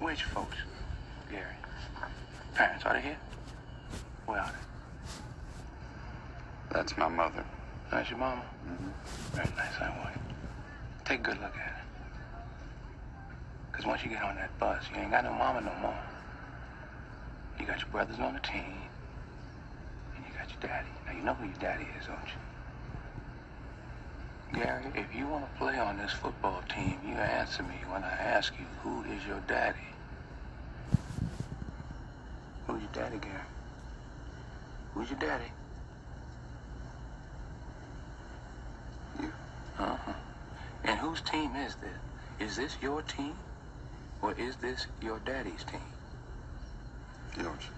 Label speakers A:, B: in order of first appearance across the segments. A: Which folks? Gary. Parents, are they here? Where are they?
B: That's my mother.
A: That's your mama? Very nice, I would. Take a good look at her. Because once you get on that bus, you ain't got no mama no more. You got your brothers on the team, and you got your daddy. Now, you know who your daddy is, don't you? Gary, if you want to play on this football team, you answer me when I ask you, who is your daddy? Who's your daddy, Gary? Who's your daddy?
B: You.
A: Uh-huh. And whose team is this? Is this your team? Or is this your daddy's team? Mm-hmm.
B: Yours.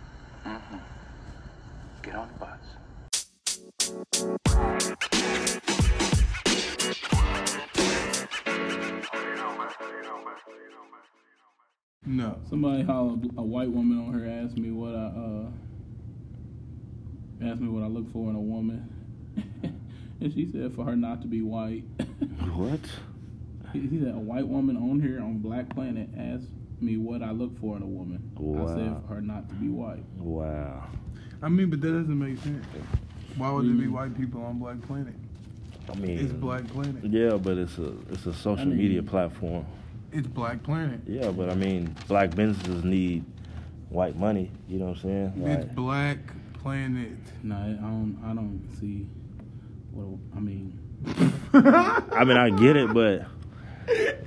A: Get on the bus.
C: No.
D: Somebody hollered a white woman on her asked me what I uh asked me what I look for in a woman. and she said for her not to be white.
C: What?
D: he he said a white woman on here on Black Planet asked me what I look for in a woman. I
E: Wow.
D: said for her not to be white.
E: Wow.
C: I mean, but that doesn't make sense. Why would there
E: Mm-hmm.
C: be white people on Black Planet?
E: I mean,
C: It's Black Planet.
E: Yeah, but it's a it's a social
D: I mean-
E: media platform.
C: It's Black Planet.
E: Yeah, but I mean, black businesses need white money. You know what I'm saying?
C: It's
E: Like,
C: Black Planet.
D: No, I don't I don't see what a- I mean.
E: I mean, I get it, but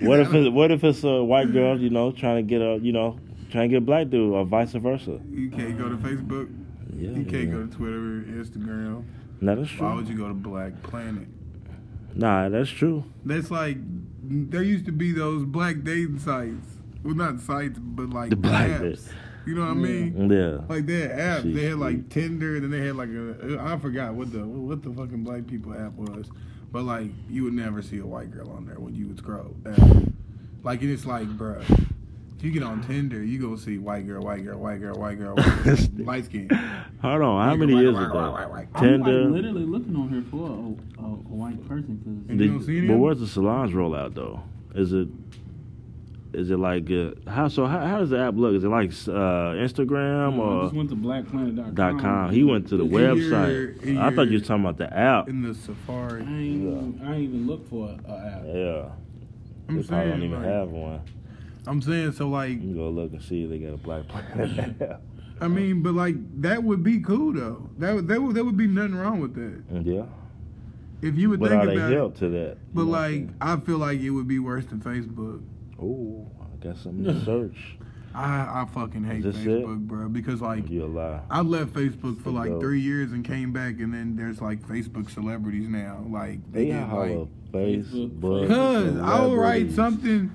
E: what if it's, what if it's a white girl, you know, trying to get a you know trying to get a black dude, or vice versa?
C: You can't go to Facebook.
E: Mm-hmm. Yeah.
C: You can't
E: yeah.
C: go to Twitter, Instagram.
E: No, that's
C: Why
E: true.
C: would you go to Black Planet?
E: Nah, that's true.
C: That's like there used to be those black dating sites. Well, not sites, but like
E: The black
C: apps.
E: bit.
C: You know what I mean?
E: Yeah.
C: Like they had apps.
E: She's
C: they had like
E: sweet.
C: Tinder, then they had like a I forgot what the what the fucking black people app was, but like you would never see a white girl on there when you would scroll. down. Like and it's like, bruh, if you get on Tinder, you gonna see white girl, white girl, white girl, white girl, white girl light skin.
E: Hold on, how
C: Nigga,
E: many
C: whack,
E: years
C: whack, whack,
E: ago?
C: whack, whack.
D: I'm like
E: Tinder.
D: literally looking on here for a, a, a white person because
C: And you don't see
E: Did,
C: any
E: but
C: of
E: where's the salons rollout though? Is it is it like uh, how so how, how does the app look? Is it like uh, Instagram
D: I just
E: or
D: went to blackplanet.com.
E: dot com? He went to the
C: In your-
E: website.
C: in
E: I thought you
C: your-
E: were talking about the app.
C: in the
D: I
C: Safari.
D: ain't, even- I ain't even look for a, a app.
E: Yeah,
C: I'm
E: they
C: saying,
E: probably don't even
C: like,
E: have one.
C: I'm saying, so like,
E: You can go look and see if they got a black planet.
C: I mean, but like that would be cool though. That would that would there would be nothing wrong with that
E: yeah,
C: if you would
E: but
C: think
E: are they
C: about it.
E: held to that?
C: But like, I feel like it would be worse than Facebook.
E: oh, I got something to search.
C: I I fucking hate
E: Is this it?
C: Facebook, bro, because like
E: You a lie?
C: I left Facebook for like
E: Yo.
C: three years and came back, and then there's like Facebook celebrities now. Like
E: They
C: get,
E: holla
D: Facebook.
E: Facebook.
C: Cause I will write
E: celebrities.
C: something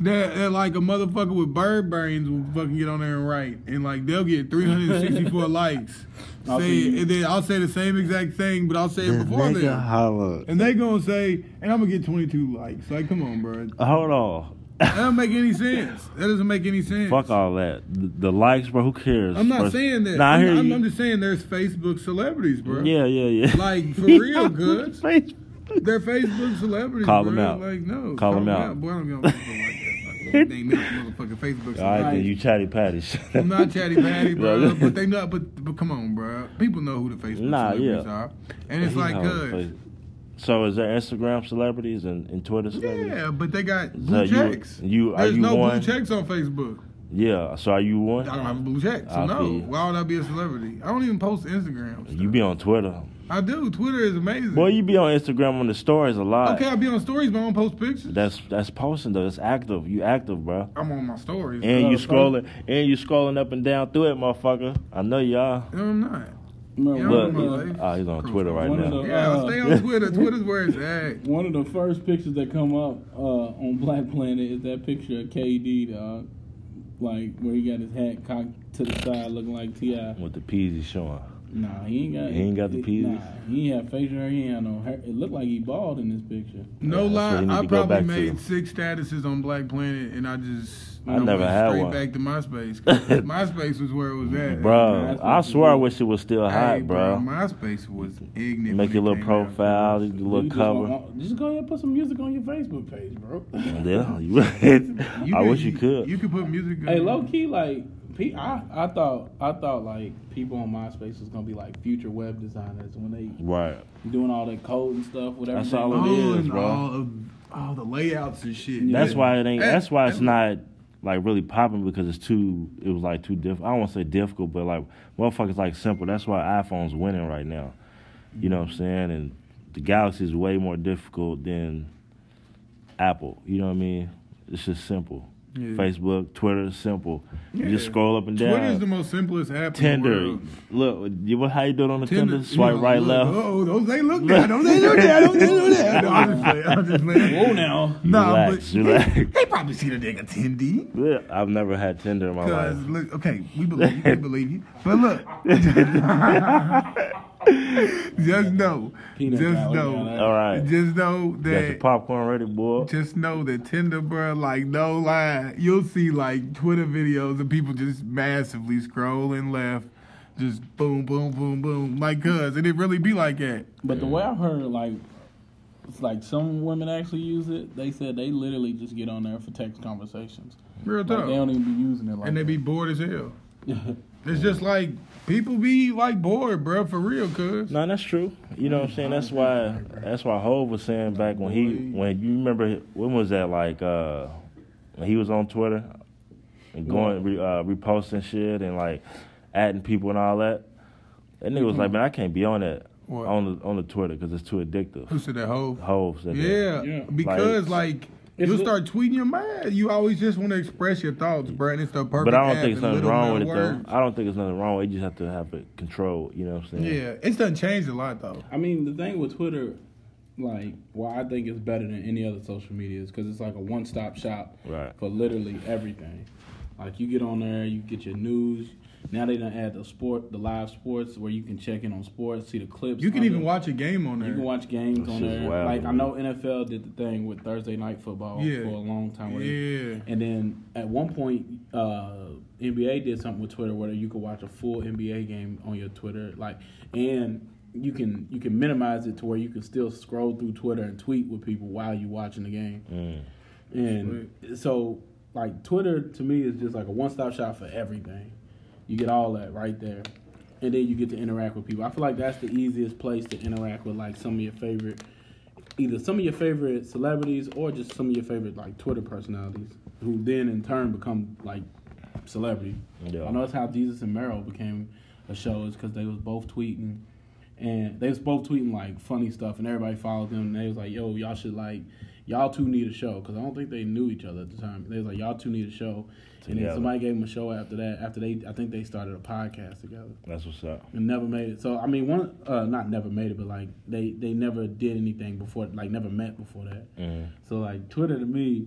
C: that, that like a motherfucker with bird brains will fucking get on there and write, and like they'll get 364 likes.
D: I'll
C: Say,
D: see you.
C: and then I'll say the same exact thing, but I'll say it
E: That
C: before
E: nigga
C: them.
E: holla.
C: And they gonna say, and I'm gonna get 22 likes. Like, come on, bro.
E: Hold on.
C: That don't make any sense. That doesn't make any sense.
E: Fuck all that. The, the likes, bro. Who cares?
C: I'm not
E: First-
C: saying that.
E: Nah, I
C: I'm,
E: hear
C: I'm-
E: you.
C: I'm just saying there's Facebook celebrities, bro.
E: yeah, yeah, yeah.
C: Like, for real, good.
E: Facebook.
C: They're Facebook celebrities.
E: Call
C: bro.
E: them out.
C: Like, no.
E: Call them out.
C: Boy, I don't get on Facebook like that. Like, they not motherfucking Facebook
E: All right,
C: celebrities.
E: then you chatty patty. Shut up.
C: I'm not chatty patty, bro.
E: No.
C: but they not. But, but come on, bro. People know who the Facebook
E: Nah,
C: celebrities
E: yeah.
C: are, and it's
E: He
C: like, uh,
E: holla
C: cuz.
E: Facebook. So is there Instagram celebrities and, and Twitter celebrities?
C: Yeah, but they got
E: So
C: blue
E: you-
C: checks.
E: you- are
C: There's
E: you
C: no
E: one?
C: blue checks on Facebook.
E: Yeah. So are you
C: I
E: one?
C: don't have a blue check, so
E: I
C: no.
E: feel you.
C: Why would I be a celebrity? I don't even post Instagram.
E: You be on Twitter.
C: I do. Twitter is amazing.
E: Boy, you be on Instagram on the stories a lot.
C: okay, I be on stories, but I don't post pictures.
E: That's that's posting though. It's active. You active, bro.
C: I'm on my stories.
E: And you
D: Uh,
E: scrolling, and you scrolling up and down through it, motherfucker. I know y'all.
C: no, I'm not.
D: Bro,
C: Yeah,
D: one
E: Look,
D: of
C: I'm
D: the-
C: on my life.
E: oh, he's on Twitter right
D: One of
E: now.
D: the-
C: Yeah,
D: Uh,
C: stay on Twitter. Twitter's where it's at.
D: One of the first pictures that come up uh, on Black Planet is that picture of KD, dog. Like where he got his hat cocked to the side, looking like Ti.
E: With the peasy showing.
D: Nah, he ain't got.
E: He ain't got the
D: it-
E: peas.
D: Nah, he ain't have facial hair. He ain't had no hair. It looked like he bald in this picture.
C: No
E: Yeah, that's what
C: lie,
E: he need
C: I
E: to go
C: probably
E: back
C: made
E: to.
C: six statuses on Black Planet, and I just
E: I never
C: went
E: had
C: straight
E: one.
C: back to MySpace. 'cause MySpace was where it was at,
E: bro.
D: that's
E: I
D: what
E: swear I
D: you-
E: wish it was still
C: Hey,
E: hot, bro.
C: MySpace was
E: Make
C: ignorant. when
E: your
C: it
E: little
C: came out.
E: profile, your little
D: You just
E: cover.
D: gonna- just go ahead and put some music on your Facebook page, bro.
E: Yeah, you- I
C: could-
E: wish you could.
C: You could put music.
D: hey,
C: on-
D: low key, like pe- I, I thought, I thought like people on MySpace was gonna be like future web designers when they
E: Right.
D: doing all that code and stuff, whatever.
E: That's all
C: Oh,
E: it is,
C: and
E: bro.
C: All, of, all the layouts and shit.
E: That's why it ain't.
C: Hey,
E: That's why it's
C: hey,
E: not like really popping because it's too. It was like too diff. I don't want to say difficult, but like motherfuckers like simple. That's why iPhone's winning right now. You know what I'm saying? And the Galaxy is way more difficult than Apple. You know what I mean? It's just simple.
C: Yeah.
E: Facebook, Twitter, simple. You just
C: Yeah.
E: scroll up and down.
C: Twitter's the most simplest app. In the
E: Tinder.
C: world.
E: Look, you what? How you doing on the Tinder? Swipe right, left.
C: Oh, those they look down. Don't they look down? Don't they look down? No, I'm just playing. I'm just playing.
D: Whoa now.
C: Nah,
E: Relax,
C: but
E: relax.
C: They, they probably seen a nigga attendee.
E: Yeah, I've never had Tinder in my
C: oh. Cause
E: life.
C: look, okay, we believe you, we believe you, but look, just know,
D: Peanut
C: just
D: gallery,
C: know,
D: man.
E: All right,
C: just know
E: got your
C: that
E: popcorn ready, boy.
C: just know that Tinder, bro, like no lie, you'll see like Twitter videos of people just massively scrolling left, just boom, boom, boom, boom, like cuz, and it really be like that.
D: But the way I heard, like, it's like some women actually use it. They said they literally just get on there for text conversations.
C: Real
D: Like, they
C: talk.
D: don't even be using it like.
C: and they
D: that.
C: be bored as hell. it's just like people be like bored, bro, for real, cuz.
E: No, that's true. You know what I'm saying? That's why that's why Hove was saying back when he when you remember when was that like uh when he was on Twitter and going re, uh, reposting shit and like adding people and all that. That nigga was like, man, I can't be on that
C: Mm-hmm. What?
E: on the on the Twitter because it's too addictive.
C: Who said that hoe?
E: Hove said that.
C: Yeah,
D: Yeah.
C: because like,
D: It's
C: you'll
D: li-
C: start tweeting your mind. You always just want to express your thoughts, bro, and it's the perfect.
E: But I don't
C: app
E: think it's
C: and
E: nothing
C: little
E: wrong
C: known
E: with it though.
C: words.
E: I don't think it's nothing wrong. with it. You just have to have it controlled. You know what I'm saying?
C: Yeah, it's done changed a lot though.
D: I mean, the thing with Twitter, like, why I think it's better than any other social media is because it's like a one stop shop
E: Right.
D: for literally everything. Like, you get on there, you get your news. Now they done add the sport, the live sports, where you can check in on sports, see the clips.
C: You can
D: under-
C: even watch a game on there.
D: You can watch games
E: That
D: on
E: shit's
D: there.
E: wild,
D: like I
E: man.
D: know NFL did the thing with Thursday night football
C: Yeah.
D: for a long time. where they-
C: yeah,
D: And then at one point, uh, NBA did something with Twitter where you could watch a full NBA game on your Twitter, like, and you can you can minimize it to where you can still scroll through Twitter and tweet with people while you're watching the game. And so, like, Twitter to me is just like a one stop shop for everything. You get all that right there, and then you get to interact with people. I feel like that's the easiest place to interact with like some of your favorite either some of your favorite celebrities or just some of your favorite like Twitter personalities, who then in turn become like celebrity.
E: Yeah.
D: I know that's how Jesus and Meryl became a show is because they was both tweeting, and they was both tweeting like funny stuff, and everybody followed them. And they was like, "Yo, y'all should like." Y'all two need a show because I don't think they knew each other at the time. They was like, y'all two need a show, and
E: Together.
D: then somebody gave them a show after that. After they, I think they started a podcast together
E: That's what's up.
D: and never made it. So I mean, one uh, not never made it, but like they they never did anything before, like never met before that.
E: Mhm.
D: So like Twitter to me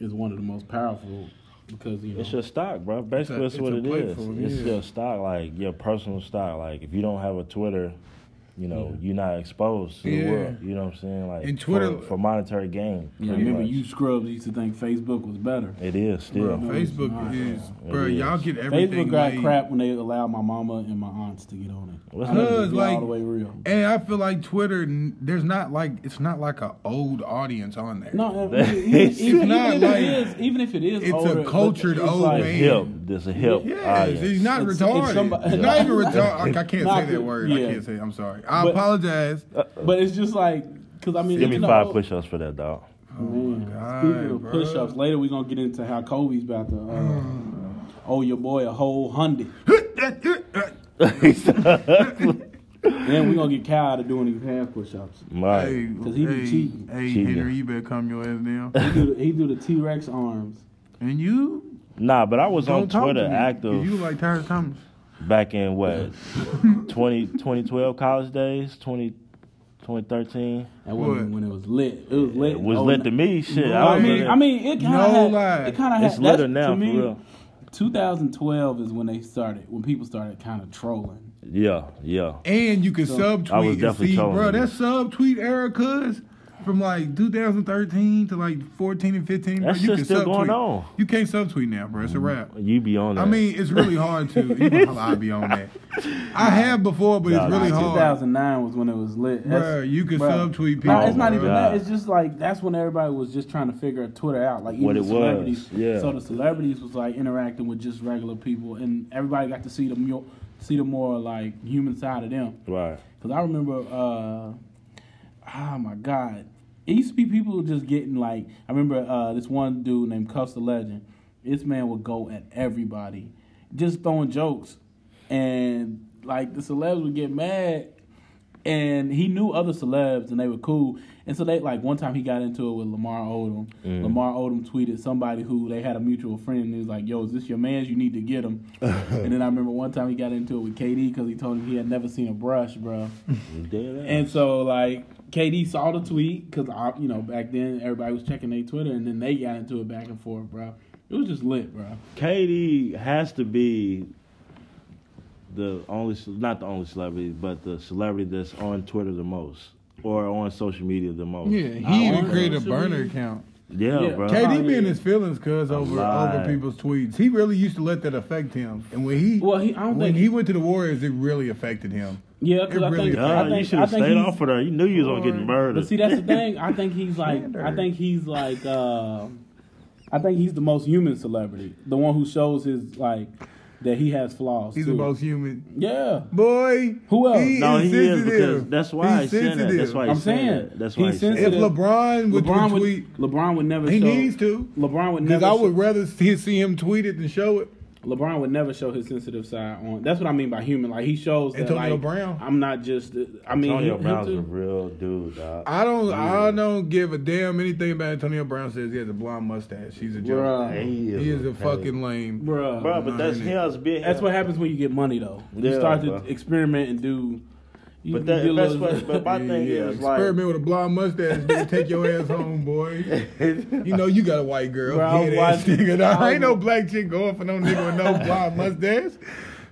D: is one of the most powerful because you know
E: It's your stock, bro. Basically,
C: It's
E: it's,
C: a-
E: what
C: it's
E: it
C: a
E: is.
C: platform,
E: It's
C: yeah.
E: your stock, like your personal stock. Like if you don't have a Twitter, you know you're not exposed to
C: Yeah.
E: the world. You know what I'm saying? Like
C: And Twitter-
E: for, for monetary gain.
D: yeah,
E: pretty
D: remember
E: much.
D: you scrubs used to think Facebook was better.
E: It is still.
C: Bro, Facebook is,
E: It
C: bro.
E: is.
C: Y'all get everything.
D: Facebook got
C: made.
D: crap when they allowed my mama and my aunts to get on it.
E: What's
D: I mean,
E: up?
D: to
C: Cuz,
D: be
C: like- eh,
D: all the way real.
C: And I feel like Twitter, n- there's not like it's not like an old audience on there.
D: No, even, even,
E: It's
D: even,
C: not
D: if
C: like-
D: it is, even if it is,
C: It's a
D: older, but
C: cultured
D: it's
C: old
D: like,
C: man.
E: Hip. There's a hip
C: Yes, he's
E: audience.
C: not
D: It's- it's
C: retarded.
D: somebody-
C: He's not even retarded. I can't
D: Not
C: say that
D: good,
C: word. I
D: yeah.
C: can't say. it. I'm sorry. I
D: But-
C: apologize.
D: But it's just like because I mean,
E: Give me
D: even the
E: five
D: old-
E: push-ups for that dog.
D: Man,
C: God,
D: speaking of
C: bruh.
D: push ups, later we're gonna get into how Kobe's about to uh,
C: Mm.
D: owe your boy a whole hundred. Then we're gonna get Kyle out of doing his half push ups.
E: Right.
D: Cause he be
C: hey,
D: cheating.
C: Hey,
E: Cheating.
C: Henry, you better calm your ass down.
D: He do the, he do the T Rex arms.
C: And you
E: Nah, but I was
C: don't
E: on
C: talk
E: Twitter
C: to me.
E: active
C: You like Tyrus Thomas?
E: back in what 20, 2012 college days, 20, 2013.
D: That wasn't
C: What?
D: when it was lit. It was lit.
E: It was
D: Oh,
E: lit
D: no.
E: to me. Shit,
C: No,
E: I
D: I
E: was
D: mean,
E: lit.
D: I mean, it kind
C: No
D: of
C: lie.
D: had. It kind of
E: It's
D: had.
E: litter
D: Uh, that's-
E: now,
D: to
E: for
D: me,
E: real.
D: 2012 is when they started, when people started kind of trolling.
E: Yeah, yeah.
C: And you can
E: I was
C: subtweet and
E: definitely
C: see,
E: trolling
C: bro,
E: you.
C: that subtweet era, cuz from like 2013 to like 14 and 15. bro,
E: That
C: you
E: shit's
C: can
E: still
C: subtweet.
E: going on. Mm-hmm.
C: You can't subtweet now, bro. It's a wrap.
E: You be on that.
C: I mean, it's really hard to. You know how I be on that. I have before, but
E: Nah,
C: it's really
E: nah,
C: hard.
D: 2009 was when it was lit.
C: Bro, you can
D: bruh.
C: subtweet people.
D: No, it's not
C: bruh.
D: even
E: God.
D: that. It's just like that's when everybody was just trying to figure Twitter out, like even
E: What it was,
D: celebrities.
E: yeah.
D: So the celebrities was like interacting with just regular people, and everybody got to see the more, see the more like human side of them.
E: right.
D: Because I remember, uh, oh my God. It used to be people just getting like, I remember uh, this one dude named Cuffs the Legend. This man would go at everybody, just throwing jokes. And like the celebs would get mad. And he knew other celebs and they were cool. And so they, like, one time he got into it with Lamar Odom.
E: Mm.
D: Lamar Odom tweeted somebody who they had a mutual friend and he was like, yo, is this your man's? You need to get him. and then I remember one time he got into it with KD because he told him he had never seen a brush, bro.
E: You did that.
D: And so like KD saw the tweet because you know back then everybody was checking their Twitter, and then they got into it back and forth, bro. It was just lit, bro.
E: Katie has to be the only, ce- not the only celebrity, but the celebrity that's on Twitter the most or on social media the most.
C: Yeah,
D: I
C: he even
D: want
C: created a
D: it.
C: burner account.
E: yeah,
D: Yeah.
E: bro.
D: Katie-
C: KD
D: Oh,
C: be in
D: yeah.
C: his feelings, cuz, over over
E: lot.
C: people's tweets. He really used to let that affect him. And when he
D: Well, he- I don't
C: when
D: think-
C: he went to the Warriors, it really affected him.
D: Yeah, because
C: It
D: I,
C: really
D: think,
C: does.
E: Yeah,
D: I think
E: you should
D: I
E: have
D: think
E: stayed
D: he's-
E: off of there. You knew you was gonna get murdered.
D: But see, that's the thing. I think he's like. I think he's like. uh I think he's the most human celebrity, the one who shows his like that he has flaws.
C: He's
D: too.
C: the most human.
D: Yeah,
C: Boy,
D: Who else?
C: He
E: no,
C: is
E: he is because
C: sensitive.
E: that's why
C: He's
E: he's saying that. That's
C: sensitive.
E: why
D: I'm
E: he's saying
D: saying,
E: that. That's why
D: he's
E: he's saying
C: If
E: that.
D: sensitive.
C: LeBron would
D: LeBron would.
C: tweet,
D: LeBron would never.
C: he
D: show,
C: needs to.
D: LeBron would
C: Because
D: never.
C: I
D: show-
C: would rather see, see him tweet it than show it.
D: LeBron would never show his sensitive side on. That's what I mean by human. Like he shows that,
C: Antonio
D: like,
C: Brown.
D: I'm not just. I mean,
E: Antonio
D: him- him
E: Brown's
D: too.
E: a real dude, dog.
C: I don't. I don't give a damn anything about Antonio Brown. Says he has a blonde mustache. He's a joke.
D: Bruh.
E: he
C: He is a
E: hey.
C: fucking lame.
D: Bruh.
E: Bro, but that's hell's big.
D: That's what happens when you get money, though. you
E: Yeah,
D: start to
E: bro.
D: experiment and do. You,
E: But that-
D: you get a
E: that's what- but my thing is like,
C: Experiment with a blonde mustache, nigga. Take your ass home, boy. You know you got a white girl.
D: Bro, I
C: Head ass
D: watch-
C: nigga. Nah,
D: I
C: ain't no black chick going for no nigga with no blonde mustache.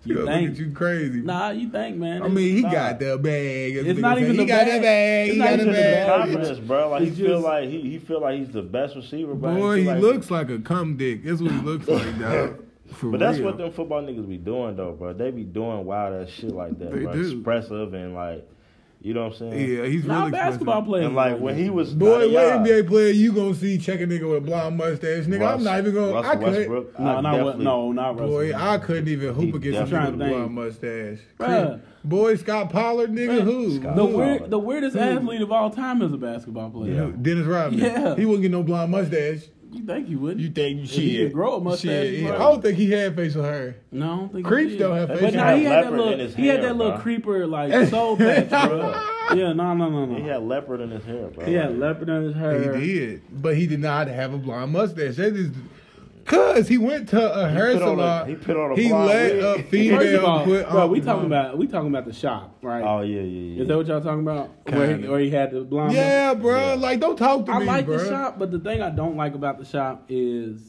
C: You look
D: think?
C: at you crazy.
D: nah, you think, man?
C: I mean, he
D: Nah.
C: got the bag. as
D: It's
C: nigga
D: not
C: say.
D: even
C: he
D: the
C: got
D: bag.
C: a bag.
D: It's
C: He
D: not
C: got a
D: even the bag.
C: bag.
E: confidence, bro. Like he
D: It's
E: feel
D: just-
E: like he, he feel like he's the best receiver. But
C: Boy,
E: feel
C: he
E: like-
C: looks like a cum dick. That's what he looks like, dog. For
E: But that's
C: real.
E: what them football niggas be doing though, bro. They be doing wild ass shit like that,
C: They
E: bro.
C: do.
E: Expressive and like, you know what I'm saying?
C: Yeah, he's
D: Nah,
C: really
D: basketball
C: expensive.
D: players.
E: And like when he was
C: Boy, what
E: nah, y'all-
C: NBA player you gonna see check a nigga with a blonde mustache, nigga? I'm not even gonna.
E: Russell
C: I couldn't.
E: Westbrook,
D: no,
E: I
D: not what,
E: definitely-
D: no, not Russell.
C: Boy, I couldn't even hoop
E: He
C: against a nigga
E: definitely-
C: with a blonde mustache.
D: Bruh.
C: Boy, Scott Pollard, nigga, who?
E: Scott
D: the
C: Who?
D: weird, the
C: Hmm.
D: weirdest athlete of all time is a basketball player.
E: Yeah.
C: Dennis Rodman.
D: Yeah.
C: He wouldn't get no blond mustache.
D: You think he would? not
C: think
D: he could grow a mustache,
C: Shit, yeah.
D: bro.
C: I don't think he had facial hair.
D: no, I don't think. he
C: Creeps
D: did.
C: don't have
D: But
C: facial
D: nah, he
E: hair.
D: had that
E: Leopard in
D: little.
E: his
D: He had
E: hair,
D: that little
E: bro.
D: creeper like soul patch, bro. Yeah, no, no, no, no.
E: He had leopard in his hair, bro.
D: He had leopard on his
C: He
D: hair.
C: did, but he did not have a blonde mustache. That is cause he went to a hair
E: put on a-
C: salon.
E: he put on a
C: He
E: blonde
C: let
E: wig.
C: a
E: First of
C: female
D: First of all,
C: put
D: bro,
C: on-
D: we talking about we talking about the shop, right?
E: Oh yeah, yeah,
D: Is
E: yeah.
D: that what y'all talking about? Where he,
C: Kinda.
D: where he had the blonde?
C: Yeah, bro.
E: Yeah.
C: Like, don't talk to
D: I
C: me,
D: like
C: bro.
D: the shop, but the thing I don't like about the shop is,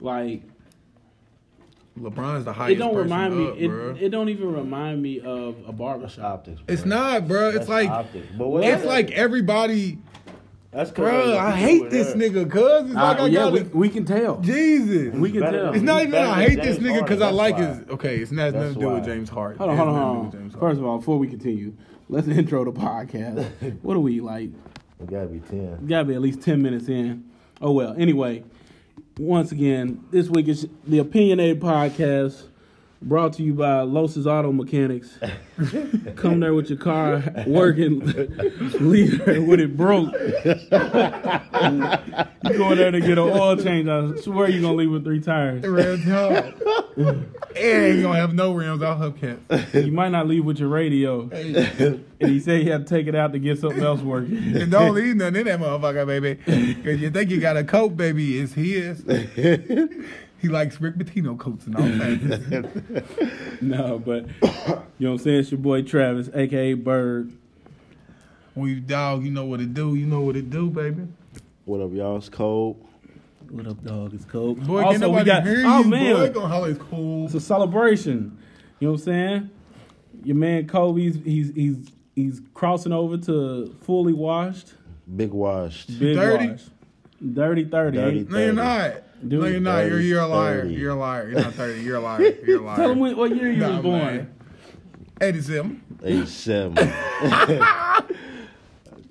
D: like,
C: LeBron's the highest.
D: it don't
C: person
D: remind me.
C: up, bro.
D: It, it don't even remind me of a barber
E: That's
D: shop.
E: optics. Bro.
C: it's not, bro. It's
E: That's
C: like
E: optics. But what
C: it's
E: that-
C: like everybody,
E: that's 'cause of
C: bro.
E: the
C: I
E: people
C: hate
E: with
C: this
E: hair.
C: nigga, cuz it's like
D: Uh,
C: I
D: yeah,
C: got
D: we,
C: to
D: we can tell.
C: Jesus.
D: We can
E: Better-
D: tell.
C: it's not even that I
E: better
C: hate
E: than
C: this
E: James
C: nigga because I
E: Harden,
C: like
E: that's
C: his. Okay, it's not nothing
E: That's
C: to do with
E: why.
C: James Harden.
D: Hold on,
C: It has
D: hold on,
C: nothing to do
D: hold
C: with
D: on.
C: James Harden.
D: First of all, before we continue, let's intro the podcast. what are we like?
E: It gotta be ten.
D: Gotta be at least 10 minutes in. Oh, well. Anyway, once again, this week is the Opinionated Podcast brought to you by Los's Auto Mechanics. Come there with your car working, leave it when it broke. you go in there to get an oil change. I swear you're gonna leave with three tires.
C: Ram Town. ain't gonna have no rims. I'll have cats.
D: You might not leave with your radio. And he said he had to take it out to get something else working.
C: And don't leave nothing in that motherfucker, baby. Because you think you got a coat, baby. It's his. he likes Rick Pitino coats and all that.
D: No, but you know what I'm saying? It's your boy Travis, aka Bird.
C: we dog, you know what it do. You know what it do, baby.
E: What up, y'all? It's cold.
D: What up, dog? It's cold.
C: Boy, can nobody hear you?
D: oh
C: Boy,
D: man,
C: they gonna holler it's cool.
D: it's a celebration. You know what I'm saying? Your man Kobe's he's he's he's crossing over to fully washed,
E: Big washed.
D: big
C: Dirty?
D: washed, dirty thirty.
E: Dirty.
D: ain't it?
C: No, you're
E: 30.
C: not.
D: Dude,
C: no, you're not. You're, you're a liar.
E: 30.
C: You're a liar. You're not 30. You're a liar. You're a liar.
D: Tell him what, what year you
C: Nah,
D: was born.
C: man. 87.
E: 87.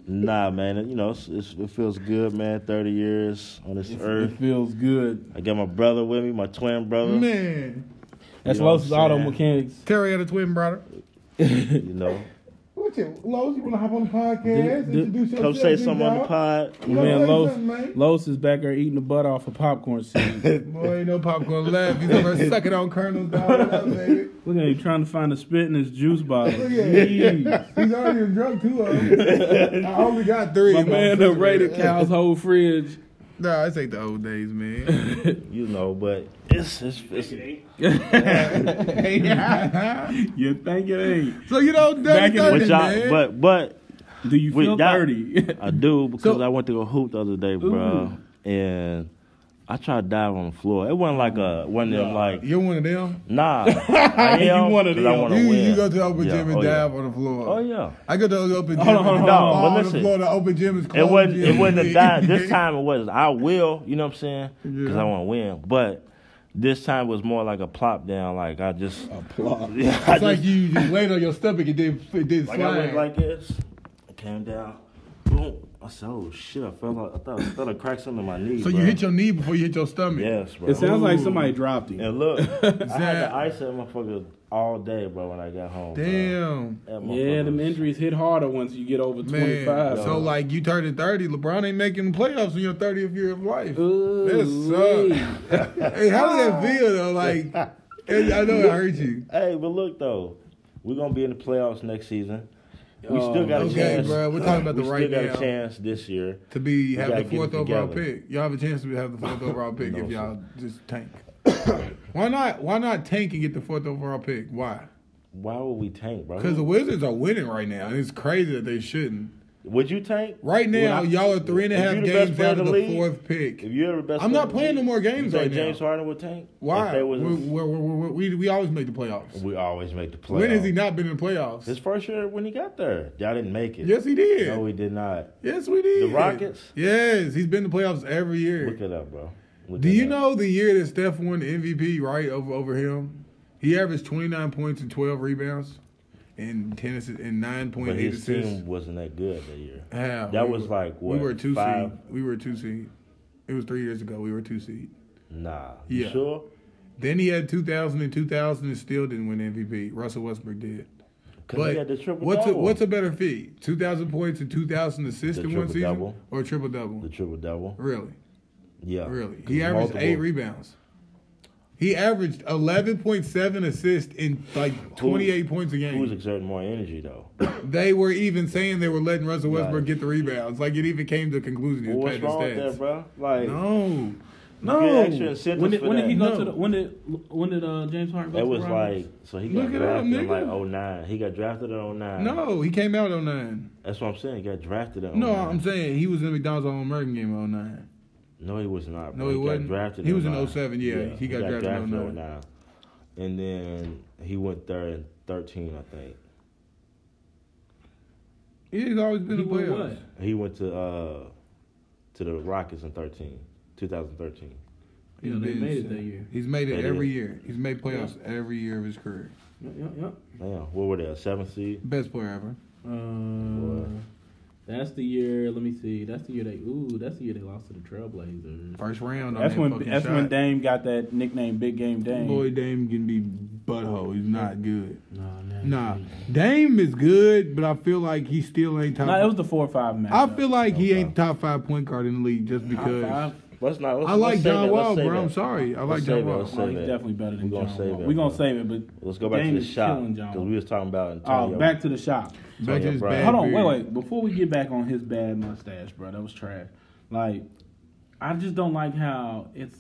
E: nah, man. You know, it's, it's, it feels good, man. 30 years on this earth.
D: It feels good.
E: I got my brother with me, my twin brother.
C: Man.
D: That's
E: You know what
D: Los
E: I'm
D: Auto
E: saying?
D: Mechanics.
C: Terry had a twin brother.
E: You know,
C: What's it? Lowe's, you want to hop on the podcast?
D: Dude, dude,
C: Introduce yourself.
E: come say something on the pod.
D: Your man
C: say
D: Los,
C: something, man.
D: Los is back there eating the butt off a popcorn seed.
C: Boy, ain't no popcorn left. He's over there sucking on kernels down there, baby.
D: Look at him trying to find a spit in his juice bottle.
C: Look at
D: Jeez.
C: He's already drunk, two of them. I only got three.
D: My
C: in
D: man done raided
C: refrigerator.
D: Cal's whole fridge.
C: Nah, this ain't the old days, man.
E: You know, but it's it's, it's
D: You think it ain't?
C: so, you know,
D: Back
C: dirty
E: but
C: 30,
D: in-
E: y'all,
C: man.
E: but but
D: Do you
E: With
D: feel
E: that-
D: dirty?
E: I do because
C: So-
E: I went to go hoop the other day, bro, and I tried to dive on the floor. It wasn't like a one of them like
C: You're one of them.
E: nah. I
D: You
E: am,
D: one of
E: 'cause I
D: them.
E: wanna
C: You,
E: win.
C: you go to the open
E: Yeah,
C: gym and
E: oh,
C: dive
E: Yeah.
C: on the floor.
E: Oh yeah.
C: I go to the open gym.
D: Hold on, hold on,
C: and
D: hold on.
C: fall
E: No, but
C: on the
E: listen.
C: floor. The open gym is
E: It
C: closed.
E: wasn't. It
C: Yeah.
E: wasn't a dive. This time it was. I will. You know what I'm saying? Because
C: Yeah.
E: I want to win. But this time was more like a plop down. Like I just.
D: Applaud.
E: Yeah, I
C: It's
E: just.
C: like you just laid on your stomach and then it did
E: Like I
C: slide.
E: went like this. I came down. Boom. I said, "Oh shit!" I felt like I thought I thought I cracked something in my knee.
C: so
E: bro.
C: you hit your knee before you hit your stomach.
E: Yes, bro.
D: It sounds like somebody dropped him.
E: and look, I had
C: Zap.
E: to ice that motherfucker all day, bro. When I got home. bro.
C: Damn.
E: That
D: Yeah,
E: motherfucker
D: them
E: was-
D: injuries hit harder once you get over
C: Man,
D: 25.
C: so like you turning thirty, LeBron ain't making the playoffs in your thirtieth year of life.
D: Ooh-wee.
C: hey, how did that feel though? Like, I know it hurt you.
E: Hey, but look though, we're gonna be in the playoffs next season. We
D: Oh,
E: still got a
C: okay,
E: chance.
C: bro, we're talking about the
E: we
C: right
E: still got
C: now.
E: a chance this year.
C: To be have
E: gotta
C: the
E: get it
C: fourth overall
E: together.
C: pick, y'all have a chance to have the fourth overall pick
E: No,
C: if
E: sir.
C: y'all just tank. why not? Why not tank and get the fourth overall pick? Why?
E: Why would we tank, bro?
C: Because the Wizards are winning right now, and it's crazy that they shouldn't.
E: would you tank
C: Right now,
E: Would I-
C: y'all are three and a
E: if
C: half
E: you the best
C: games
E: player
C: out
E: in
C: of the
E: league,
C: fourth
E: If
C: pick.
E: you're the best,
C: I'm not
E: player in
C: playing
E: the
C: no more
E: league, you
C: games
E: think
C: right now.
E: James Harden would tank. If
C: Why?
E: they was-
C: We're, we're, we're, we're, we we always make the playoffs.
E: we always make the playoffs.
C: When has he not been in the playoffs?
E: His first year when he got there, y'all didn't make it.
C: yes, he did.
E: No, we did not.
C: yes, we did.
E: The Rockets?
C: Yes, he's been in the playoffs every year.
E: Look it up, bro. Look
C: Do
E: it
C: you
E: up.
C: know the year that Steph won the MVP right over over him? He averaged 29 points and 12 rebounds and 10 assists and 9.8
E: But his
C: assists.
E: team wasn't that good that year.
C: How?
E: That
C: We
E: was
C: were-
E: like what?
C: we were a two
E: five?
C: seed. We were a two seed. It was three years ago. We were a two seed.
E: Nah. You
C: Yeah.
E: sure?
C: Then he had 2000 and 2000 and still didn't win MVP. Russell Westbrook did.
E: Because he had the triple
C: what's a,
E: double.
C: what's a better feat? 2,000 points and 2,000 assists
E: The
C: in one season?
E: triple-double.
C: Or a triple double?
E: the triple double?
C: really?
E: Yeah.
C: Really?
E: 'Cause
C: He averaged eight
E: multiple-
C: rebounds. He averaged 11.7 assists in like 28 points a
E: Who was
C: game.
E: exerting more energy though?
C: They were even saying they were letting Russell Westbrook
E: Right.
C: get the rebounds. Like it even came to a conclusion. He
E: Well,
C: was
E: what's wrong with
C: padding
E: that,
C: his stats.
E: bro? Like
C: No.
E: get
D: no.
E: extra incentives
D: When did,
E: for
D: when did he
E: that.
D: go to
C: No.
D: the, when did when did uh, James Harden go
E: that
D: to
E: was
D: the
E: like so he got
C: Look it up,
E: drafted in like
C: nigga.
E: 09. He got drafted in 09.
C: No, he came out on 09.
E: That's what I'm saying. He got drafted in 09.
C: No, I'm saying he was in McDonald's All American game on 09.
E: No, he was not.
C: No,
E: bro.
C: he
E: got
C: wasn't.
E: Drafted
C: He was in
E: 09.
C: 07, yeah, he got drafted in 09.
E: 09. And then he went there in 13, I think.
C: He's always been
D: He
C: in the
D: went
C: playoffs.
D: what?
E: He went to uh to the Rockets in 13, 2013.
D: Yeah, they made it that year.
C: He's made it
E: They
C: every
E: did.
C: year. He's made playoffs every year of his career.
D: Yep, yep, yep.
E: Damn, what were they? A seventh seed?
C: Best player ever.
D: Uh, that's the year. Let me see. That's the year they. Ooh, that's the year they lost to the Trailblazers.
C: First round. On
D: That's
C: that
D: when.
C: fucking
D: That's
C: shot.
D: when Dame got that nickname, Big Game Dame.
C: Boy, Dame can be butthole. He's not good.
D: nah, man.
C: Nah, Dame is good, but I feel like he still ain't top.
D: Nah, it was the four or five match.
C: I feel like he ain't top five point guard in the league just because.
E: Let's not. Let's,
C: I
E: let's
C: like
E: save
C: John
E: that. Let's
C: Wall,
E: save
C: bro. I'm
E: that.
C: sorry. I
E: Let's
C: like
E: save
C: John
E: that.
C: Wall.
E: Let's
D: No,
E: save
D: he's
E: that.
D: definitely better than
E: We're gonna
D: John
E: save
D: Wall.
E: that,
D: We're gonna
E: bro.
D: save it, but
E: Let's go back
D: Dame
E: to the
D: is
E: shop
D: killing John
E: because
D: Wall.
E: we was talking about
D: Oh,
E: Antonio.
D: back to the shop.
C: Back to his
E: Bro.
C: bad
E: Hey,
D: Hold on, wait,
C: beard.
D: wait. Before we get back on his bad mustache, bro, that was trash. Like, I just don't like how it's.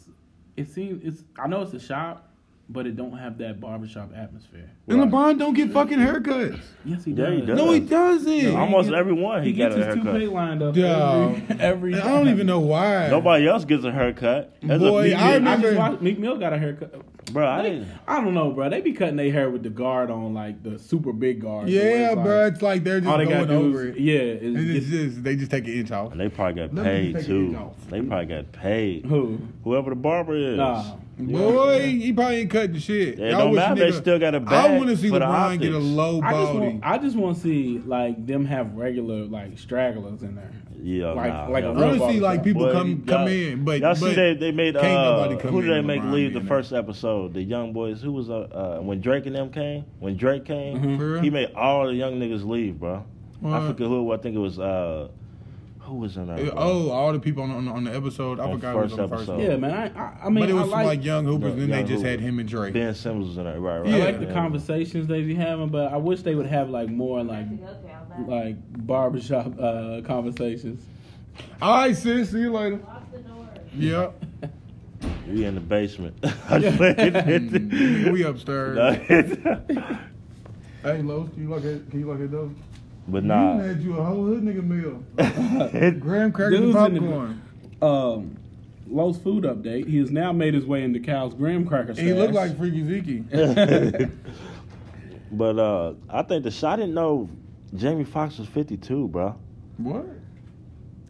D: It seems it's. I know it's a shop, but it don't have that barbershop atmosphere.
C: And LeBron don't get fucking haircuts.
D: Yes, he
E: Yeah, he
D: does.
E: does.
C: No, he doesn't.
E: Almost
D: get-
E: everyone he,
D: He,
E: got
D: gets
E: a
D: his toupee
E: haircut.
D: lined up
C: Dog.
D: every, every
C: I don't even know why.
E: Nobody else gets a haircut. That's a
C: Boy,
E: big
C: I
E: deal.
D: I
C: remember-
D: just watched Meek Mill got a haircut.
E: bro. I
D: They,
E: didn't.
D: I don't know, bro. They be cutting their hair with the guard on, like the super big guard. where
C: Yeah,
D: it's like,
C: bro. It's like they're just
D: All they
C: going
D: got
C: over
D: over
C: it.
D: Yeah, it's,
C: And it's
D: it's-
C: just they just take an inch off.
E: They probably got
C: Let me
E: paid
C: take these
E: too.
C: off.
E: They probably got paid.
D: who?
E: Whoever the barber is.
D: Nah.
C: Boy, he probably ain't cutting
E: It
C: shit. Y'all
E: don't
C: wish
E: matter. They
C: nigga-
E: still got a
C: I
E: bag
C: want to see
E: for the
C: LeBron get a
E: optics.
C: low
D: I just
C: baldy.
D: want, I just want to see like them have regular like stragglers in there.
E: Yeah,
D: Like-
E: nah,
D: like a
E: yeah.
C: I want
D: real
C: to see
D: barbershop.
C: like people
E: Boy,
C: come
E: y'all-
C: come in, but
E: y'all
C: but
E: see they they made
C: can't
E: uh,
C: nobody come
E: who did
C: in
E: they
C: with
E: make
C: LeBron
E: leave the
C: being
E: first episode? The young boys. Who was uh, uh when Drake and them came? When Drake came,
C: Mm-hmm. For real?
E: he made all the young niggas leave, bro.
C: What?
E: I forget who. I think it was uh who was in there.
C: there.
E: bro?
C: oh, all the people on on, on the episode. I
E: On
C: forgot it was on the
E: first
C: first.
E: episode.
C: one.
D: Yeah, man. I I, I mean,
C: but it was
D: I
C: like,
D: like,
C: young Hoopers,
E: No,
C: and then they
E: Young
C: just had
E: Hoopers.
C: him and Drake.
E: Ben Simmons was in there, right? Right.
C: Yeah.
D: I
E: right.
D: like the conversations they be having, but I wish they would have like more like like barbershop uh, conversations.
C: All right, sis. See you later. Yeah,
E: We in the basement.
C: we upstairs. hey, Los, can you look at can you look at those?
E: but
C: You
E: nah.
C: had you a whole hood nigga meal.
E: It-
C: Graham crackers and
D: Dudes in the-
C: popcorn.
D: Um, Lowe's food update. He has now made his way into Cal's graham cracker stash.
C: And he looked like Freaky Zeke.
E: but uh, I think the shot. I didn't know Jamie Foxx was fifty two, bro.
C: What?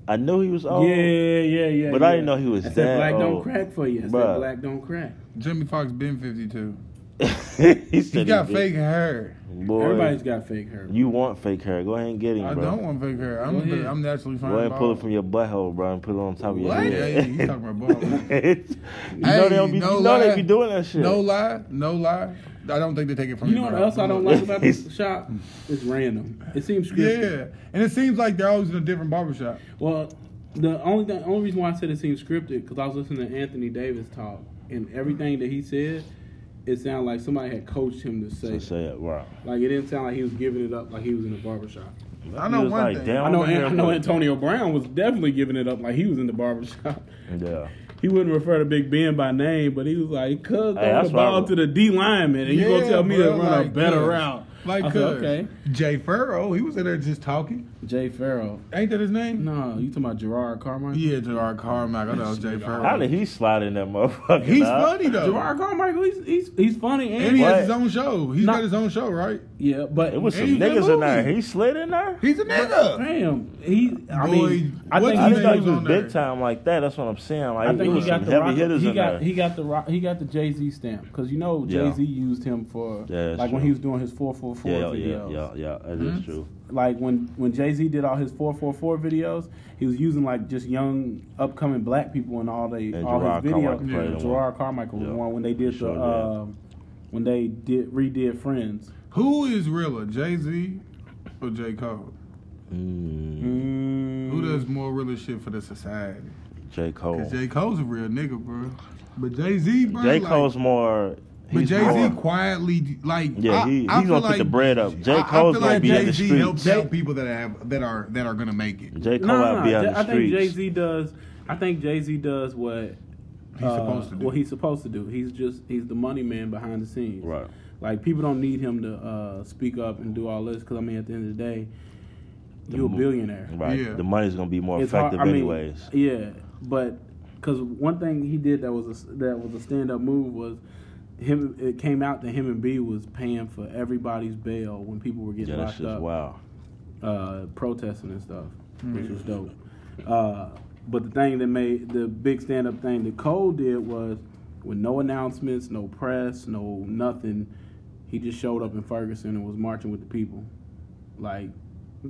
E: I knew he was old.
D: yeah, yeah, yeah.
E: Oh. But
D: yeah.
E: I didn't know he was
D: I said,
E: that
D: black don't
E: old.
D: crack for you. I said,
E: Bruh.
D: black don't crack.
C: Jimmy Fox been 52.
E: he said
C: He got
E: big.
C: fake hair.
E: Boy,
D: Everybody's got fake hair.
E: you want fake hair. Go ahead and get him,
C: I
E: bro.
C: don't want fake hair. I'm,
D: Go ahead.
C: I'm naturally fine.
E: Go ahead and pull
C: bald.
E: it from your butthole, bro, and put it on top of your
C: What?
E: head.
C: Hey, you talking about bald.
E: you know they don't be,
C: no
E: you know
C: lie.
E: they be doing that shit.
C: No lie, no lie. I don't think they take it from
D: You
C: me,
D: know what
C: bro.
D: else I don't like about this shop? It's random. It seems scripted.
C: Yeah, and it seems like they're always in a different barbershop.
D: Well, the only the only reason why I said it seems scripted because I was listening to Anthony Davis talk, and everything that he said, it sounded like somebody had coached him to say.
E: So
D: it.
E: say it, wow.
D: Like it didn't sound like he was giving it up like he was in the barbershop.
C: I know
E: He was
C: one
E: like,
C: thing.
E: Damn,
D: I know
E: I'm here
D: I know
E: for-
D: Antonio Brown was definitely giving it up like he was in the barbershop.
E: Yeah.
D: He wouldn't refer to Big Ben by name, but he was like, "Cuz
E: Hey,
D: throw
E: that's
D: the
E: why I
D: ball
E: was-
D: to the D lineman, and you
C: Yeah,
D: gonna tell me to
C: bro,
D: run a
C: like,
D: better
C: cuz.
D: route?"
C: Like,
D: I said,
C: cuz.
D: okay,
C: Jay Farrow, he was in there just talking.
D: Jay Farrell.
C: Ain't that his name?
D: No, you talking about Gerard Carmichael?
C: Yeah, Gerard Carmack. I know Jay Farrow.
E: How did he slide in that motherfucker?
C: He's
E: dog?
C: funny though.
D: Gerard Carmichael, he's he's, he's funny and,
C: Oh. and he
E: What?
C: has his own show. He's
D: No.
C: got his own show, right?
D: yeah, but
E: It was
C: And
E: some
C: he's in
E: niggas in there.
C: movies.
E: He slid in there?
C: He's a nigga.
D: Damn, he. I
C: Boy,
D: mean, I
C: what
D: think
E: I
C: he
D: he,
E: didn't know he
C: was
E: was
C: on
E: big
C: there.
E: time like that. That's what I'm saying. Like,
D: I
E: it
D: think
E: was
D: he got
E: some
D: the
E: heavy
D: rock,
E: hitters
D: he
E: in
D: got
E: there.
D: he got the rock, he got the Jay Z stamp because you know
E: Yeah.
D: Jay Z used him for
E: Yeah, that's
D: like when
E: true.
D: he was doing his four four four
E: yeah, yeah,
D: videos.
E: yeah, yeah. That is
D: Hmm?
E: true.
D: Like when when Jay Z did all his four four four videos, he was using like just young upcoming black people in all they
E: And
D: all
E: Gerard
D: his videos.
E: Carmichael played him.
D: Gerard Carmichael was
E: Yeah.
D: one when they did
E: Sure
D: the
E: did.
D: um when they did redid Friends.
C: Who is realer, Jay Z or J Cole?
E: Mm,
C: Who does more realer shit for the society?
E: J. Cole.
C: Cause J Cole's a real nigga, bro. But Jay Z, bro.
E: Oh. J.
C: like-
E: Cole's more.
C: But
E: he's
C: Jay Z
E: more-
C: quietly like
E: Yeah,
C: I,
E: he-
C: I
E: he
C: feel
E: gonna put the
C: like-
E: bread up. J.
C: I- I
E: Cole's
C: feel
E: gonna
C: like
E: be in the
C: Jay-Z helps
E: streets.
C: out people that have that are that are gonna make it.
E: J. Cole
D: No, no,
E: out be
D: no.
E: out
D: J-
E: in the
D: I think
E: streets.
D: Jay Z does. I think Jay Z does what uh,
C: He's supposed to do.
D: What he's supposed to do. He's just he's the money man behind the scenes.
E: Right.
D: Like people don't need him to uh, speak up and do all this because I mean at the end of the day, you're a
E: mo-
D: billionaire.
E: Right.
C: Yeah.
E: The money's gonna be more effective,
D: I mean,
E: anyways.
D: Yeah, but because one thing he did that was a, that was a stand up move was him. It came out that him and B was paying for everybody's bail when people were getting
E: yeah, that's
D: locked
E: just
D: up
E: wow.
D: uh, protesting and stuff, which was dope. Uh, but the thing that made the big stand up thing that Cole did was with no announcements, no press, no nothing, he just showed up in Ferguson and was marching with the people. Like,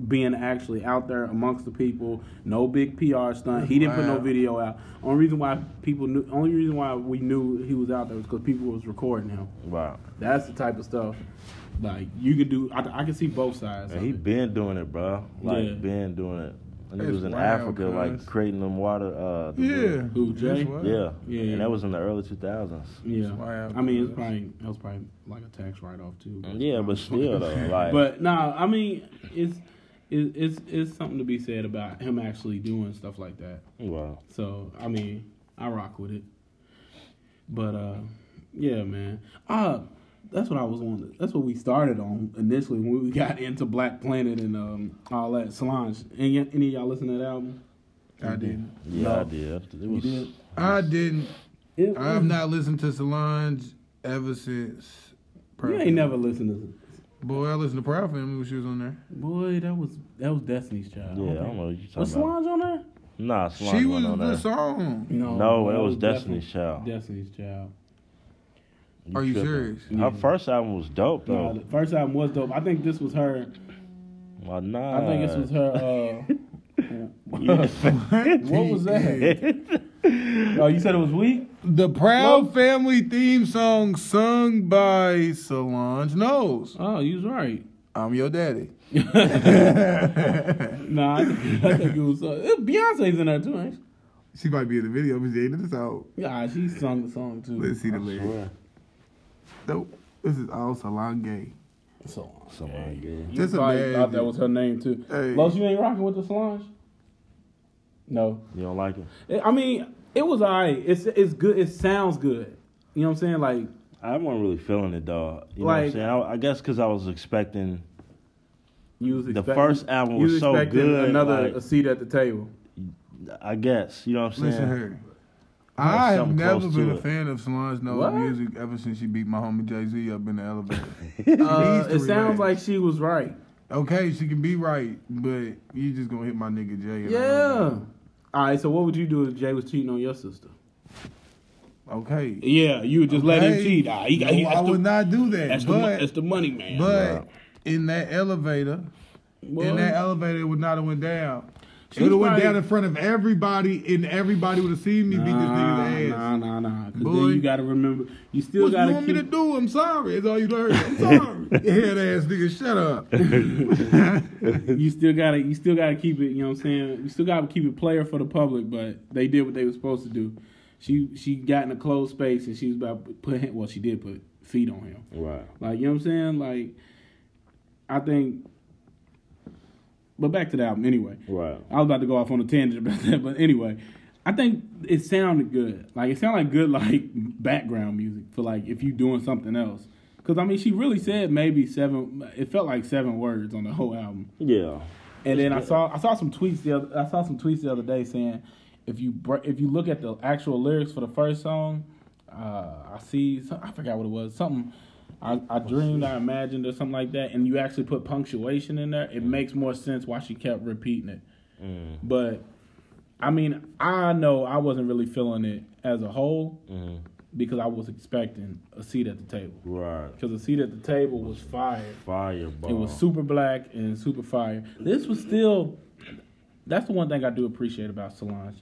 D: being actually out there amongst the people, no big PR stunt. He didn't put no
C: Wow.
D: video out. Only reason why people knew, only reason why we knew he was out there was because people was recording him.
E: Wow.
D: That's the type of stuff. Like you could do, I, I can see both sides.
E: And
D: of
E: he
D: it.
E: been doing it, bro. Like
D: Yeah.
E: been doing it. And he
C: It's
E: was in
C: wild,
E: Africa,
C: cuz.
E: like creating them water. Uh, the
C: Yeah.
E: wood.
D: Who, Jay?
C: That's what-
E: yeah,
D: Yeah.
E: And that was in the early two thousands.
D: Yeah,
C: why I-
D: I mean it's probably that was probably like a tax write off too. But,
E: Yeah, but still though, like
D: but no, I mean it's it, it's it's something to be said about him actually doing stuff like that.
E: wow.
D: So I mean I rock with it. But uh Yeah, man. Uh that's what I was on. That's what we started on initially when we got into Black Planet and um, all that. Solange, any, any of y'all listen to that album?
C: I didn't.
E: Yeah,
D: No.
E: I did. It was,
D: did?
C: I didn't.
D: It
C: I have not listened to Solange ever since.
D: You
C: Proud
D: ain't
C: Family.
D: never listened to.
C: Boy, I listened to Proud Family when she was on there.
D: Boy, that was that was Destiny's Child.
E: Yeah, I don't know what you
D: Was
E: talking about.
D: Solange on there?
E: Nah, Solange
C: she was
E: wasn't
C: the
E: on there.
C: song.
D: No,
E: No, that was
D: definitely-
E: Destiny's Child.
D: Destiny's Child.
C: Are you
E: tripping.
C: serious?
E: Her first album was dope
D: No,
E: though.
D: the first album was dope. I think this was her.
E: Why not?
D: I think this was her. Uh, what was that? oh, you said it was weak.
C: The Proud
D: No.
C: Family theme song sung by Solange Knowles.
D: Oh, you was right.
C: I'm your daddy.
D: Nah, I think, I think it was. Uh, it- Beyonce's in there too, ain't she?
C: She might be in the video, but she ain't in the song.
D: Yeah, she sung the song too.
C: Let's see the lyrics. Nope. This is all Solange.
D: Solange.
E: Someone
D: You
E: good.
C: Just
D: probably thought
C: imagine.
D: that was her name too.
C: Hey.
D: Los, you ain't rocking with the Solange? No.
E: You don't like it?
D: It- I mean, it was alright. It's it's good. It sounds good. You know what I'm saying? Like
E: I wasn't really feeling it though. You know what I'm
D: Like-
E: saying? I, I guess because I was expecting.
D: you was
E: The
D: expecting,
E: first album
D: you
E: was
D: was
E: so
D: expecting
E: good,
D: Another
E: like-
D: a seat at the table.
E: I guess you know what I'm
C: Listen
E: saying.
C: here. I have
E: something
C: never
E: close
C: been
E: to
C: a
E: it.
C: fan of Solange Knowles'
D: What?
C: music ever since she beat my homie Jay Z up in the elevator.
D: Uh,
C: These
D: it
C: three
D: sounds
C: names.
D: like she was right.
C: okay, she can be right, but you just gonna hit my nigga Jay. in the
D: Yeah.
C: elevator.
D: All right. So what would you do if Jay was cheating on your sister?
C: Okay.
D: Yeah, you would just let him
C: Hey,
D: cheat. Ah, he got. he,
C: no,
D: that's
C: I
D: the,
C: would not do that.
D: that's, the,
C: but
D: mon- that's the money man.
C: but in that elevator,
D: Well,
C: in that elevator, it would not have went down.
D: she's
C: It would have went
D: probably-
C: down in front of everybody, and everybody would have seen me beat this
D: Nah,
C: nigga's ass.
D: nah, nah, nah. 'Cause
C: Boy.
D: then you gotta remember, you still
C: What you
D: gotta
C: want
D: keep.
C: me to do? I'm sorry. That's all you learned. I'm sorry. Head ass nigga, shut up.
D: you still gotta you still gotta keep it, you know what I'm saying? You still gotta keep it player for the public, but they did what they were supposed to do. She she got in a closed space and she was about to put hand, well, she did put feet on him.
E: Right.
D: Like, you know what I'm saying? Like I think but back to the album anyway.
E: Right.
D: I was about to go off on a tangent about that, but anyway, I think it sounded good. Like it sounded like good like background music for like if you doing something else. Cause I mean, she really said maybe seven. It felt like seven words on the whole album.
E: Yeah.
D: And then I saw I saw some tweets the other, I saw some tweets the other day saying if you br- if you look at the actual lyrics for the first song, uh, I see some, I forgot what it was something I, I dreamed I imagined or something like that, and you actually put punctuation in there, it makes more sense why she kept repeating it. But I mean, I know I wasn't really feeling it as a whole because I was expecting a seat at the table
E: Right.
D: because a seat at the table was fire.
E: Fireball.
D: It was super black and super fire. This was still. That's the one thing I do appreciate about Solange.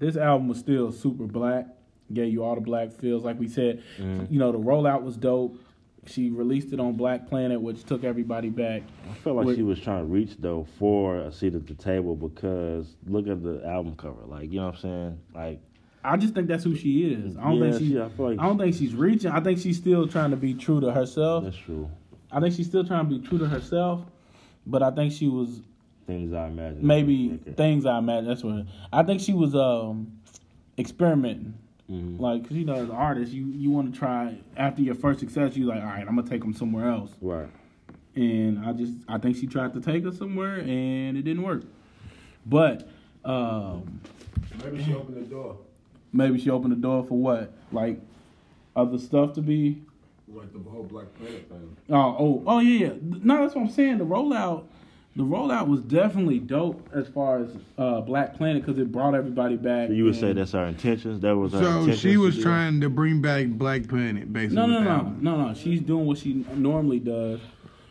D: This album was still super black. Gave you all the black feels, like we said.
E: Mm.
D: You know, the rollout was dope. She released it on Black Planet, which took everybody back.
E: I felt like
D: Wait.
E: she was trying to reach though for a seat at the table because look at the album cover. Like you know what I'm saying. Like
D: I just think that's who she is. I don't
E: Yeah,
D: think she,
E: she- I feel like-
D: I don't think she's reaching. I think she's still trying to be true to herself.
E: that's true.
D: I think she's still trying to be true to herself, but I think she was
E: Things I imagine.
D: maybe things I imagine. That's what I think she was um experimenting.
E: Mhm.
D: Like, cause you know, as an artist, you you want to try after your first success, you like, all right, I'm gonna take them somewhere else.
E: Right.
D: And I just I think she tried to take us somewhere, and it didn't work. But um
C: Maybe she opened the door.
D: maybe she opened the door for what, like other stuff to be
C: Like the whole Black Planet thing.
D: Oh, oh, oh yeah, yeah. No, that's what I'm saying. The rollout, the rollout was definitely dope as far as uh, Black Planet because it brought everybody back.
E: So you would
D: and-
E: say that's our intentions. That was our
C: So
E: intentions
C: she was
E: to do?
C: trying to bring back Black Planet, basically.
D: No, no,
C: with the
D: no,
C: album.
D: no, no. She's doing what she normally does,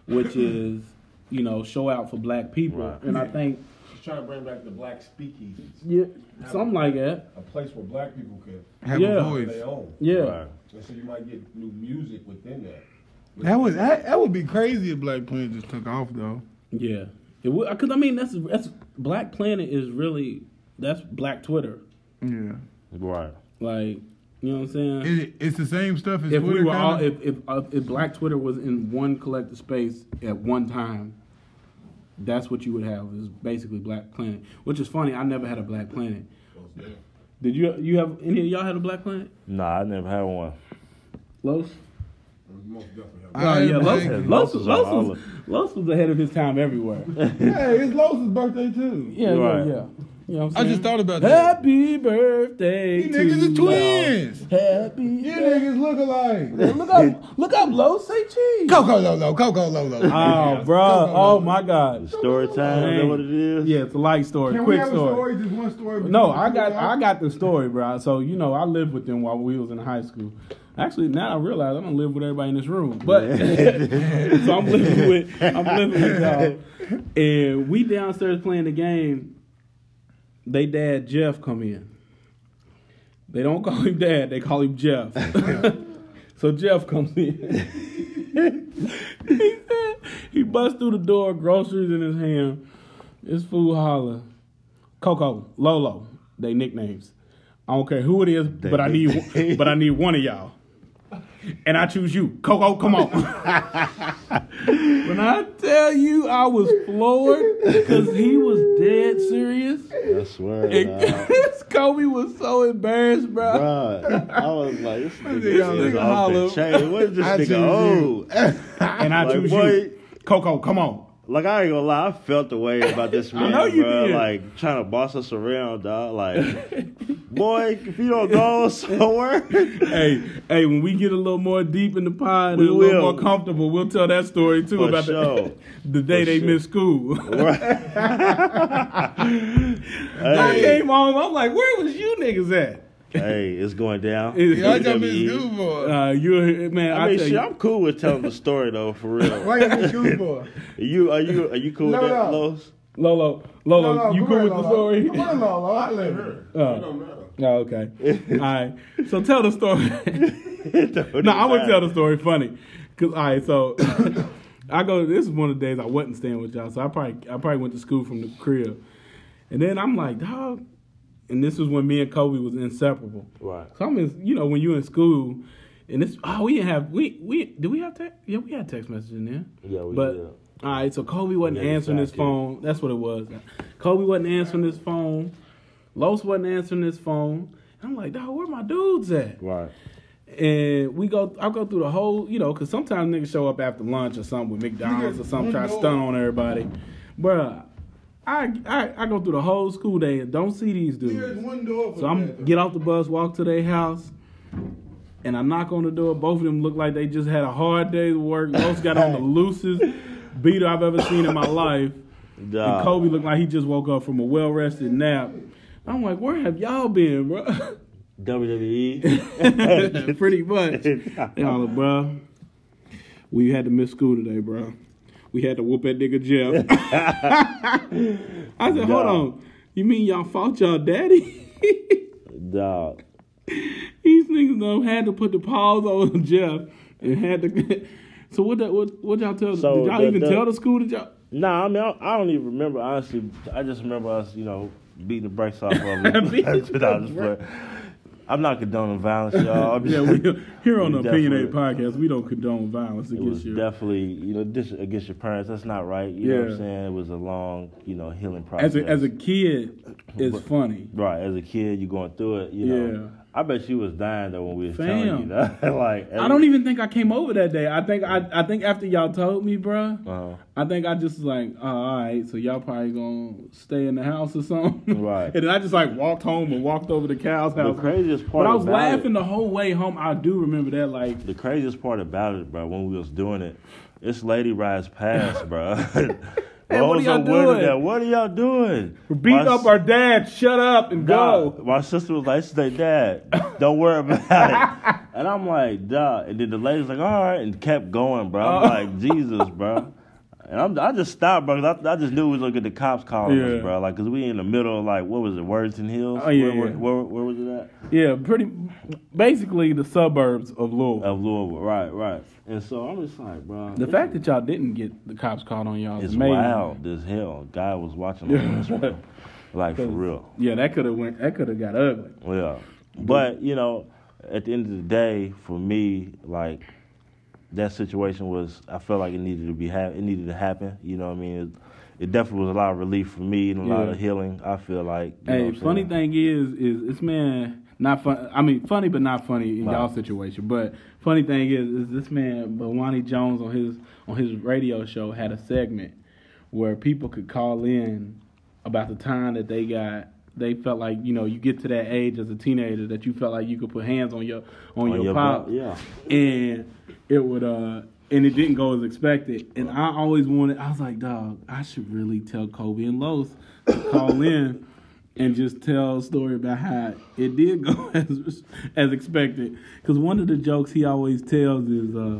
D: which is you know show out for Black people,
E: Right.
D: and I think
F: She's trying to bring back the black speakeasies,
D: yeah, something like that.
F: a place where black people could
C: Have
D: Yeah.
C: a
F: play
C: voice.
F: their own.
D: Yeah,
E: Right.
F: And so you might get new music within that.
C: That would that, that would be crazy if Black Planet just took off though.
D: yeah. It because I mean that's that's Black Planet is really that's Black Twitter,
C: Yeah,
E: Right.
D: like you know what I'm saying.
C: it, it's the same stuff as
D: if
C: Twitter.
D: we were all
C: kinda.
D: if if, uh, if black twitter was in one collective space at one time that's what you would have is basically black planet which is funny i never had a black planet did you you have any of y'all had a black planet
E: Nah, I never had one.
D: Los?
F: Most definitely. have-
D: Oh, yeah, Los,
C: Thank you.
D: Los, was-
E: Los was
D: Los, was, Los was ahead of his time everywhere.
C: Hey, it's Lowe's birthday too.
D: Yeah,
E: Right.
D: yeah, yeah. You know what I'm
C: I
D: saying?
C: just thought about that.
D: Happy birthday
C: You
D: to
C: niggas are
D: Los.
C: twins.
D: Happy
C: You
D: birthday.
C: niggas look alike.
D: Look up, look up, Los, say cheese.
C: Coco Lolo, Coco Lolo.
D: Oh, bro. Oh, my God.
E: Story time, is that
D: Dang.
E: what it is?
D: Yeah, it's a light story.
C: Can
D: Quick
C: we have
D: story.
C: a story? Just one story.
D: No, I got I got the story, bro. So you know, I lived with them while we was in high school. Actually, now I realize I don't live with everybody in this room, but so I'm living with I'm living with y'all. And we downstairs playing the game. They dad Jeff come in. They don't call him dad; they call him Jeff. so Jeff comes in. he said he busts through the door, groceries in his hand. This fool holler. Coco, Lolo, they nicknames. I don't care who it is, but I need but I need one of y'all. And I choose you. Coco, come on. when I tell you I was floored because he was dead serious.
E: I swear. nah.
D: And Kobe was so embarrassed, bro.
E: Bruh, I was like, this nigga
D: nigga
E: is off
D: hollow.
E: the chain. What is this
C: I choose
E: nigga old?
D: And I
E: Like,
D: choose
E: boy.
D: you. Coco, come on.
E: Like I ain't gonna lie, I felt the way about this man,
D: know you
E: bruh,
D: did.
E: Like trying to boss us around, dog. Like, boy, if you don't go somewhere,
D: Hey, hey, when we get a little more deep in the pod
E: We
D: and a little
E: will.
D: more comfortable, we'll tell that story too
E: For
D: about the-
E: sure.
D: the, day
E: For
D: they
E: sure.
D: missed school.
E: right?
D: I
E: hey,
D: came home. I'm like, where was you niggas at?
E: hey, it's going down.
D: It-
C: Yeah, I got Miss
E: WWE.
C: Goo for.
D: Uh, you man, I,
E: I mean,
D: tell
E: shit,
D: you,
E: I'm cool with telling the story though, for real.
C: Why you Miss Goo for?
E: Are you are you are you cool
C: No,
E: with that,
C: no.
E: Los?
D: Lolo, Lolo,
C: Lolo,
D: you
C: come
D: cool
C: here,
D: with the
C: Lolo.
D: story?
C: Come on, Lolo. I let her.
D: Uh,
F: It don't matter.
D: oh, okay. all right. So tell the story. no, I would tell the story funny. Cause all right, so I go. This is one of the days I wasn't staying with y'all, so I probably I probably went to school from the crib, and then I'm like, dog. And this was when me and Kobe was inseparable.
E: Right.
D: So I'm in, you know, when you in school, and it's oh we didn't have we we do we have text? Yeah, we had text message in there.
E: Yeah, we
D: but,
E: did.
D: All right, so Kobe wasn't
E: Yeah, the
D: answering his
E: sidekick.
D: phone. That's what it was. Kobe wasn't answering his phone. Los wasn't answering his phone. And I'm like, dog, where my dudes at?
E: Right.
D: And we go, I go through the whole, you know, because sometimes niggas show up after lunch or something with McDonald's or something, try to stun on everybody. Bruh, I, I I go through the whole school day and don't see these
C: There's
D: dudes.
C: one door for
D: So I'm get off the bus, walk to their house, and I knock on the door. Both of them look like they just had a hard day's work. Both got on the loosest beater I've ever seen in my life. And Kobe looked like he just woke up from a well rested nap. I'm like, where have y'all been, bruh?
E: WWE.
D: pretty much. Y'all, like, bro, we had to miss school today, bro. We had to whoop that nigga Jeff. I said, hold
E: Nah.
D: on. You mean y'all fought y'all daddy?
E: Dog.
D: These niggas though had to put the paws on Jeff and had to. so what? That, what? What y'all tell?
E: So
D: did y'all
E: the-
D: even
E: the-
D: tell the school? Did y'all?
E: Nah, I mean, I, I don't even remember, honestly. I just remember us, you know, beating the brakes off of them.
D: Beating
E: Nah,
D: the
E: just playing. I'm not condoning violence, y'all. I'm
D: Yeah,
E: just-
D: we here on
E: We
D: the Opinionated
E: definitely-
D: Podcast, we don't condone violence
E: it was
D: against you.
E: definitely, you know, dis- against your parents. That's not right. You know what
D: Yeah.
E: I'm saying? It was a long, you know, healing process.
D: as a as a kid, it's funny.
E: right, as a kid, you're going through it. You
D: Yeah.
E: know, I bet you was dying though when we was telling you
D: Fam.
E: that. like,
D: I don't even think I came over that day. I think I, I think after y'all told me, bruh,
E: Uh-huh.
D: I think I just was like, oh, all right, so y'all probably gonna stay in the house or something,
E: Right.
D: and then I just like walked home and walked over to Cal's
E: The
D: house.
E: craziest part.
D: but I was
E: about it-
D: laughing the whole way home. I do remember that, like,
E: The craziest part about it, bro, when we was doing it, this lady rides past, bro. hey,
D: what are y'all doing?
E: What are y'all doing?
D: we're beating
E: My
D: up our dad. Shut up and
E: s- dog,
D: go.
E: My sister was like, "She's like, Dad, don't worry about it." And I'm like, "Duh." And then the lady's like, "All right," and kept going, bro. I'm
D: Oh.
E: like, "Jesus, bro." And I'm, I just stopped, bro. 'cause I, I just knew we was gonna get the cops calling
D: Yeah.
E: us, bro. Like, cause we in the middle of like, what was it, Worthington Hills?
D: Oh, yeah,
E: where, where-
D: yeah.
E: Where, where was it at?
D: Yeah, pretty, basically the suburbs of Louisville.
E: Of Louisville, right, right. And so I'm just like, bro.
D: the fact that y'all didn't get the cops called on y'all is
E: It's
D: amazing.
E: wild as hell. God was watching all this, bro. like for real.
D: Yeah, that could have went. That could have got ugly.
E: Yeah, but you know, at the end of the day, for me, like that situation was, I felt like it needed to be hap- it needed to happen. You know what I mean? It, it definitely was a lot of relief for me and a lot
D: Yeah.
E: of healing. I feel like. you know
D: Hey,
E: what I'm
D: funny
E: saying?
D: thing is, is this man, Not fun. I mean, funny, but not funny in
E: Wow.
D: y'all situation. But funny thing is, is this man Bawani Jones on his on his radio show had a segment where people could call in about the time that they got they felt like you know you get to that age as a teenager that you felt like you could put hands on your on, your, pop
E: bro- yeah.
D: and it would uh and it didn't go as expected. And I always wanted I was like, dog, I should really tell Kobe and Los to call in and just tell a story about how it did go as as expected. Cause one of the jokes he always tells is uh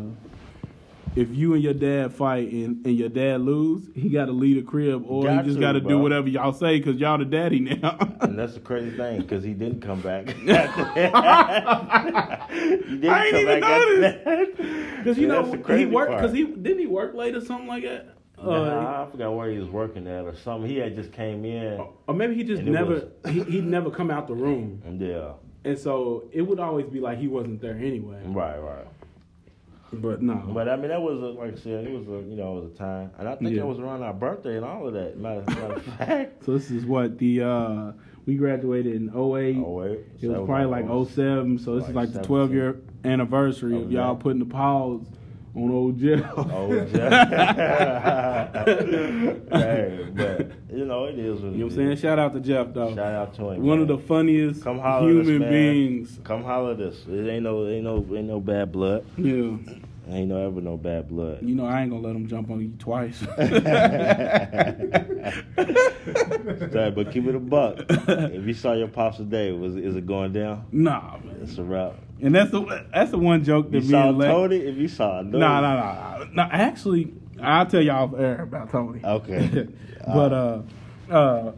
D: if you and your dad fight and, and your dad lose, he got to leave the crib or
E: Got
D: he just
E: to,
D: got to do
E: bro.
D: whatever y'all say because y'all the daddy now.
E: And that's the crazy thing because he didn't come back. he didn't
D: I ain't even notice. Because
E: Because
D: you know he worked. Because he didn't he work late or something like that. Uh, Oh.
E: I forgot where he was working at or something. He had just came in.
D: or maybe he just
E: And it
D: never he he never come out the room,
E: And yeah,
D: and so it would always be like he wasn't there anyway.
E: right, right.
D: But no,
E: But I mean, that was a, like I said, it was a you know it was a time, and I think
D: Yeah.
E: it was around our birthday and all of that. Matter, matter of fact,
D: so this is what the uh we graduated in 08.
E: oh wait,
D: It was probably like 07, so this is
E: like
D: like the 12 year anniversary of
E: Of
D: y'all
E: that.
D: putting the pause on old Jeff.
E: Oh, yeah. hey, but you know it is. What
D: You know what I'm
E: it
D: saying?
E: is.
D: Shout out to Jeff though.
E: Shout out to him.
D: One of
E: man.
D: the funniest
E: Come holler at us,
D: human
E: man.
D: beings.
E: Come holler at us. It ain't no, ain't no, ain't no bad blood.
D: Yeah.
E: Ain't no ever no bad blood.
D: You know, I ain't gonna let him jump on you twice.
E: Sorry, but keep it a buck. If you saw your pops today, was is it going down?
D: nah, man.
E: It's a wrap.
D: And that's the that's the one joke
E: You
D: that me
E: saw
D: and Lex.
E: Tony. If you saw, no,
D: Nah, nah, nah, nah. Nah, Actually, I'll tell y'all off air about Tony.
E: Oh. Okay.
D: but uh, uh,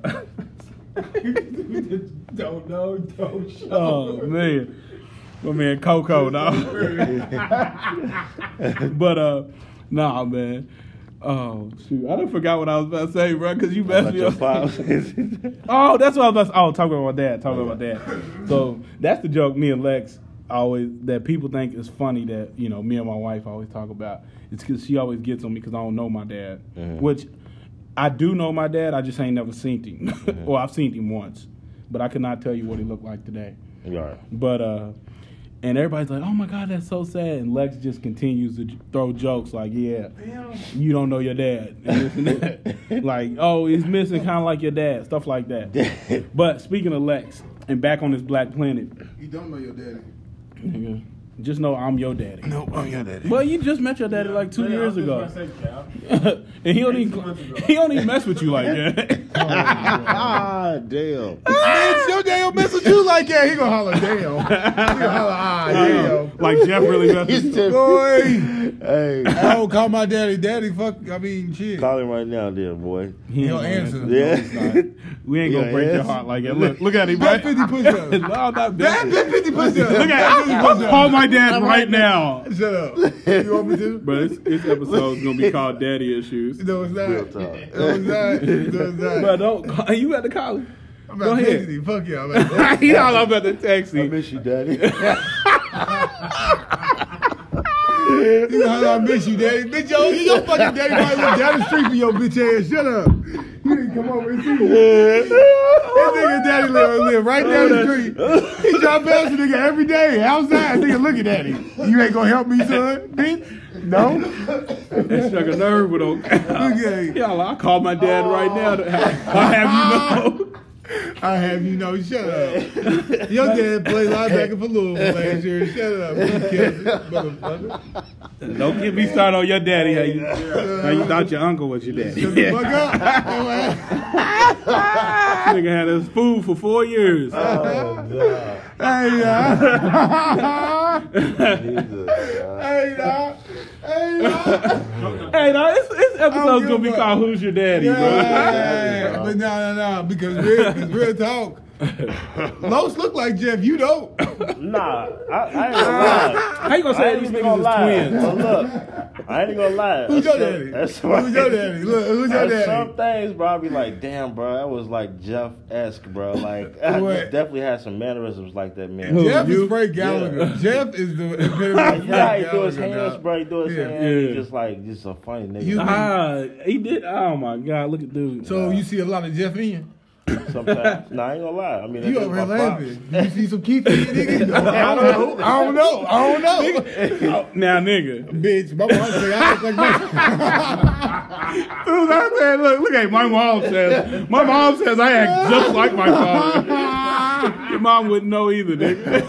F: don't know, don't show.
D: oh man, my man Coco, dog. but uh, nah, man. Oh shoot, I done forgot what I was about to say, bro. Cause you messed
E: About
D: me
E: your
D: up.
E: pops.
D: Oh, that's what I was about. Oh, talking about my dad. Talking about my dad. So that's the joke me and Lex always that people think is funny that you know me and my wife always talk about. It's because she always gets on me because I don't know my dad,
E: Mhm.
D: which I do know my dad. I just ain't never seen him, or I've seen him once, but I could not tell you what he looked like today.
E: You all right.
D: But uh and everybody's like, "Oh my god, that's so sad." And Lex just continues to j- throw jokes like, "Yeah, you don't know your dad." And this and that. like, "Oh, he's missing kind of like your dad." Stuff like that. but speaking of Lex and back on this black planet,
C: You don't know your daddy.
D: nigga, just know I'm your daddy.
C: No, I'm your daddy.
D: Well, you just met your daddy like 2
F: Man, I
D: years
F: was just
D: ago.
F: gonna say, Cal.
D: and he don't even
F: Two months ago.
D: he don't even mess with you like that.
E: Ah, damn.
C: Bitch, your daddy will mess with you like that. He gonna holler, damn. He gonna holler, ah, damn.
D: like Jeff really messed with you.
C: Boy,
E: Hey,
C: I don't call my daddy daddy. Fuck, I mean, shit.
E: call him right now, dear boy.
D: He ain't
C: He'll
D: gonna
C: answer.
D: answer.
E: Yeah.
D: We ain't gonna
E: Yeah,
D: break your
E: yes.
D: heart like that. Look, look at him.
C: Bet
D: right?
C: 50 push-ups.
D: No, I'm not
C: Dad,
D: busy.
C: bet 50 push-ups.
D: Look at I'm gonna call my dad right now.
C: Shut up. You want me to?
D: But this, this episode's gonna be called Daddy Issues.
C: No, it's not. No,
E: Real
C: it's not.
E: talk.
C: No, it's not.
D: But don't call, you at the college.
C: I'm
D: go
C: not texting
D: ahead.
C: him. Fuck y'all. man.
D: you all about the
E: I
D: taxi.
E: miss you, daddy.
C: You know how I miss you, daddy. Bitch, yo, your fucking daddy probably went down the street for your bitch ass. Shut up. You didn't come over and see me. This nigga daddy live, live right down the street. He drop past the nigga every day. Outside, nigga looking at him. You ain't gonna help me, son, bitch. No. Look
D: That struck a nerve with okay.
C: at him.
D: Y'all, I call my dad right now. To have, I have you know.
C: I have you know, shut up. Your dad played linebacker for Louisville last year. Shut up, you Kelsey, motherfucker.
D: Don't get me started on your daddy. How you, how you thought your uncle was your daddy?
C: Shut the fuck up.
D: Nigga had us food for four years.
C: Hey, dog.
E: Jesus.
C: Hey, dog. Hey, dog.
D: Hey, no, this, this episode's
C: give
D: gonna be
C: a fuck.
D: called "Who's Your Daddy,"
C: Yeah, but no, no, no, because real, because real talk. Los look like Jeff. You don't.
E: Nah, I, I ain't gonna lie.
D: bro. How you gonna
E: I
D: say
E: ain't
D: these
E: even gonna
D: niggas
E: lie.
D: is twins?
E: But look, I ain't gonna lie.
C: Who's your
E: That's-
C: daddy?
E: That's
C: Who's your daddy? Look, who's your
E: There's some
C: daddy?
E: things, bro, I'll be like, damn, bro, that was like Jeff esque, bro. Like, I
C: What?
E: definitely had some mannerisms like that, man.
D: Who,
C: Jeff
D: you?
C: is Frank Gallagher. Jeff is the epitome of Frank
E: You know how he do his
C: Gallagher,
E: hands,
C: dog.
E: bro? He do his
C: Yeah.
E: hands. He
D: Yeah.
E: just like, just a funny nigga.
C: You-
D: Ah, he did. Oh my God, look at dude.
C: So you see a lot of Jeff in you.
E: Sometimes, nah, I ain't gonna lie. I mean,
C: You
E: that's
C: over
E: my
C: here
E: pops.
C: laughing. You see some Keith in it, nigga? I don't know. I don't know. I don't know.
D: Oh, now, nigga.
C: Bitch, my mom said I look like my Dude, I said, look, look at my mom says.
D: My mom says I act just like my father. Your mom wouldn't know either, nigga.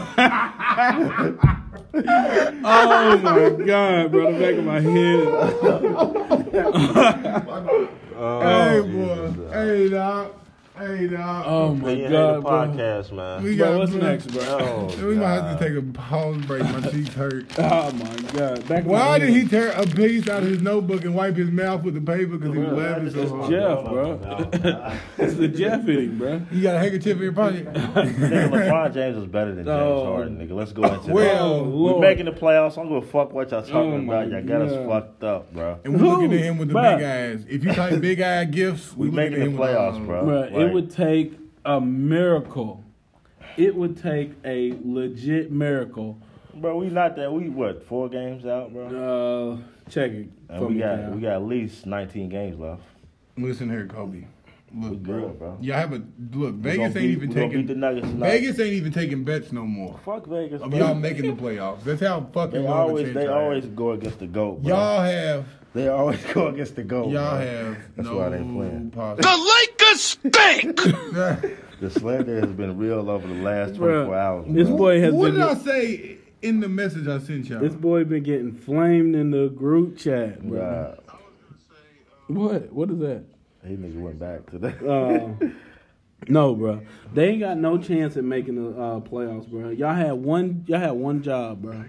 D: oh my god, bro, the back of my head.
E: Oh,
C: Hey, boy. Hey, dog. Hey, dog.
D: Oh my
E: Opinion Hater
D: god, bro.
E: podcast, man.
C: we
D: Bro, what's
C: to-
D: next, bro?
E: Oh,
C: We might have
E: God.
C: to take a pause break. My cheeks hurt.
D: Oh my god, back. of my
C: Why
D: head.
C: did he tear a piece out of his notebook and wipe his mouth with the paper because he was laughing so hard?
D: Jeff, bro. it's the Jeff hitting, bro.
C: You got a handkerchief in your pocket?
E: Nigga, LeBron James is better than James
D: Oh.
E: Harden, nigga. Let's go into
C: Well,
E: that.
D: Lord.
E: We're making the playoffs. I'm gonna fuck what y'all talking
D: Oh, my
E: about. Y'all got
D: God.
E: us fucked up, bro.
C: And we're looking
D: Who?
C: at him with the
D: Bruh.
C: big eyes. If you type big eye gifts,
E: We
C: we looking
E: making
C: at
E: the
C: him with our
E: playoffs,
C: eyes.
E: bro.
D: Bruh,
E: Like,
D: it would take a miracle. It would take a legit miracle.
E: bro. We not that. We what? Four games out, bro.
D: Uh, check it.
E: And
D: for
E: we
D: me
E: got
D: now.
E: we got at least 19 games left.
C: Listen here, Kobe.
E: We
C: Look,
E: good, bro.
C: Y'all have a look.
E: We
C: Vegas
E: gonna
C: ain't
E: beat-
C: even
E: we gonna beat the
C: taking
E: Nuggets tonight.
C: Vegas ain't even taking bets no more.
E: Fuck Vegas.
C: Of
E: bro.
C: y'all making the playoffs. That's how fucking
E: They
C: long
E: always
C: the
E: they
C: chance
E: always go against the goat, bro.
C: y'all have
E: They always go against the goat.
C: y'all
E: bro.
C: have
E: Oh, That's
C: no
E: why they playing.
C: possible.
E: The slander has been real over the last 24
D: Bruh,
E: hours.
D: This
E: bro.
D: boy has
C: what
D: been.
C: did I
D: Get,
C: say in the message I sent y'all?
D: this boy been getting flamed in the group chat, bro.
E: Bruh,
D: What? What is that?
E: he nigga went back to that.
D: Uh, no, bro. They ain't got no chance at making the uh, playoffs, bro. Y'all had one. Y'all had one job, bro.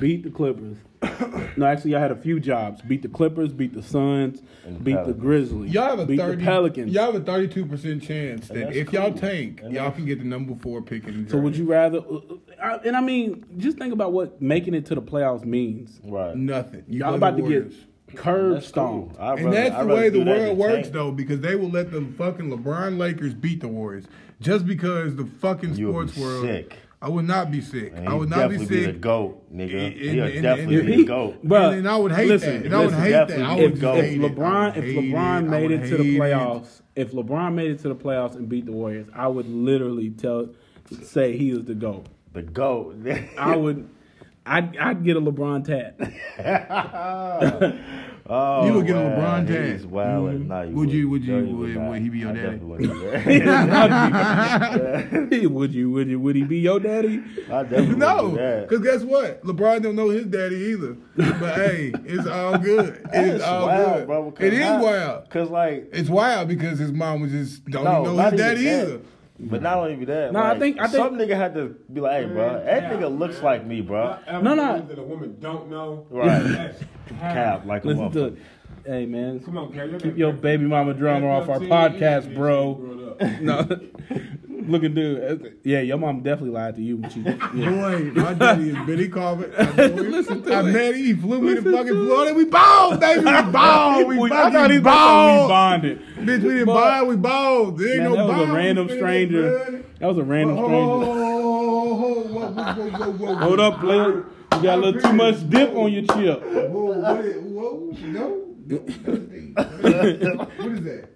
D: Beat the Clippers. no, actually, y'all had a few jobs. Beat the Clippers. Beat the Suns.
E: And the
D: beat the
E: Pelicans.
D: Grizzlies.
C: Y'all have a
D: beat
C: thirty.
D: the Pelicans.
C: Y'all have a thirty-two percent chance that
E: that's
C: if y'all
E: cool.
C: tank, y'all can get the number four pick in the
D: So would
C: draft.
D: you rather? uh, I, and I mean, just think about what making it to the playoffs means.
E: Right.
C: Nothing. You
D: Y'all
C: go
D: about to
C: Warriors.
D: get curb
E: That's cool.
D: stomped.
E: I'd
C: And
E: rather-
C: that's
E: I'd
C: the way
E: rather do
C: the
E: that than
C: world works,
E: tank.
C: though, because they will let the fucking LeBron Lakers beat the Warriors just because the fucking
E: You'll
C: sports
E: be
C: world.
E: sick.
C: I would not be sick.
E: And
C: I
E: he'd
C: would not be
E: definitely be the
C: sick.
E: goat, nigga.
C: And-
E: He'll
C: and-
E: definitely
C: and-
E: be the goat.
D: Bruh,
C: and, and I would hate
D: listen,
C: that. And I would
E: listen,
C: hate that. I
E: definitely
C: would
E: if-
C: just
E: if
C: hate it. I
D: LeBron,
C: would
D: if
C: hate
D: LeBron
C: I
D: made
C: would
D: it to the
C: hate
D: playoffs, if LeBron made it to the playoffs and beat the Warriors, I would literally tell, say he is the goat.
E: The goat.
D: I would, I'd, I'd get a LeBron tat.
E: oh,
C: You would get a
E: wow,
C: LeBron James. Mm-hmm.
E: He's wildin'. Nah,
C: Would you- would you-
E: No,
C: would-
E: not.
C: would he be your
E: I
C: daddy?
E: definitely wouldn't do that.
D: would you? Would you? Would he be your
E: I
D: daddy?
E: definitely wouldn't do
C: No,
E: that.
C: because guess what? LeBron don't know his daddy either. But hey, it's all good. It's
E: That's
C: all
E: wild,
C: good.
E: bro.
C: it is wild.
E: Cause like,
C: It's wild because his mom was just don't
E: no,
C: even know
E: not
C: his daddy
E: even that.
C: either.
E: But not only that,
D: Nah, I
E: like,
D: think- I think-
E: some nigga had to be like, hey, bro, that nigga looks like me, bro.
D: No, no.
F: That a woman don't know.
E: Right.
F: That's
E: Cap like a
D: Listen to,
E: motherfucker.
D: hey man,
F: Come on, Cal.
D: keep your baby mama drama off our podcast, bro. No, looking dude, yeah, your mom definitely lied to you when she. yeah.
C: Boy, my daddy is Benny Carver. Listen
D: to
C: I
D: it.
C: met him. He flew me to fucking Florida. We balled, baby. We balled. We,
D: We- I thought he
C: fucking
D: thought we
C: balled.
D: bonded.
C: Bitch, we didn't
D: But-
C: buy. We balled. There ain't
D: Man,
C: no
D: that was
C: bond.
D: a random
C: We finna
D: stranger.
C: get
D: That was a random
C: blood.
D: stranger.
C: Oh, whoa, whoa, whoa, whoa, whoa, whoa.
D: Hold up, player. You got a little too much dip on your chip.
C: Whoa, what is, whoa, no. no, that's the- that's the- What is that?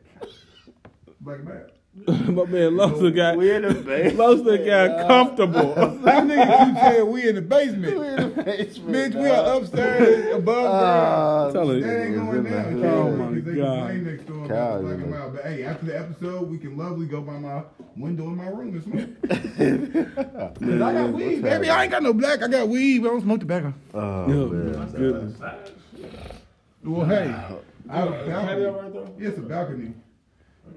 C: Black man.
D: My man Losa got
E: We in the basement.
D: Losa got comfortable.
C: That nigga keep saying we in the basement. Bitch, we are upstairs above ground.
E: Uh,
D: Tell
C: That
D: her.
C: ain't going down. Kyle,
D: Oh, my
C: because they
D: God.
C: complain next door about
E: Kyle,
C: the black
E: you
C: and
E: know.
C: mild. But hey, after the episode, we can lovely go by my window in my room and smoke. Cause I got weed, baby. I ain't got no black. I got weed. but I don't smoke tobacco.
E: Oh,
D: Oh,
E: man.
D: goodness.
C: Well, hey, I have a
F: Patio
C: balcony.
F: right there.
C: It's a balcony.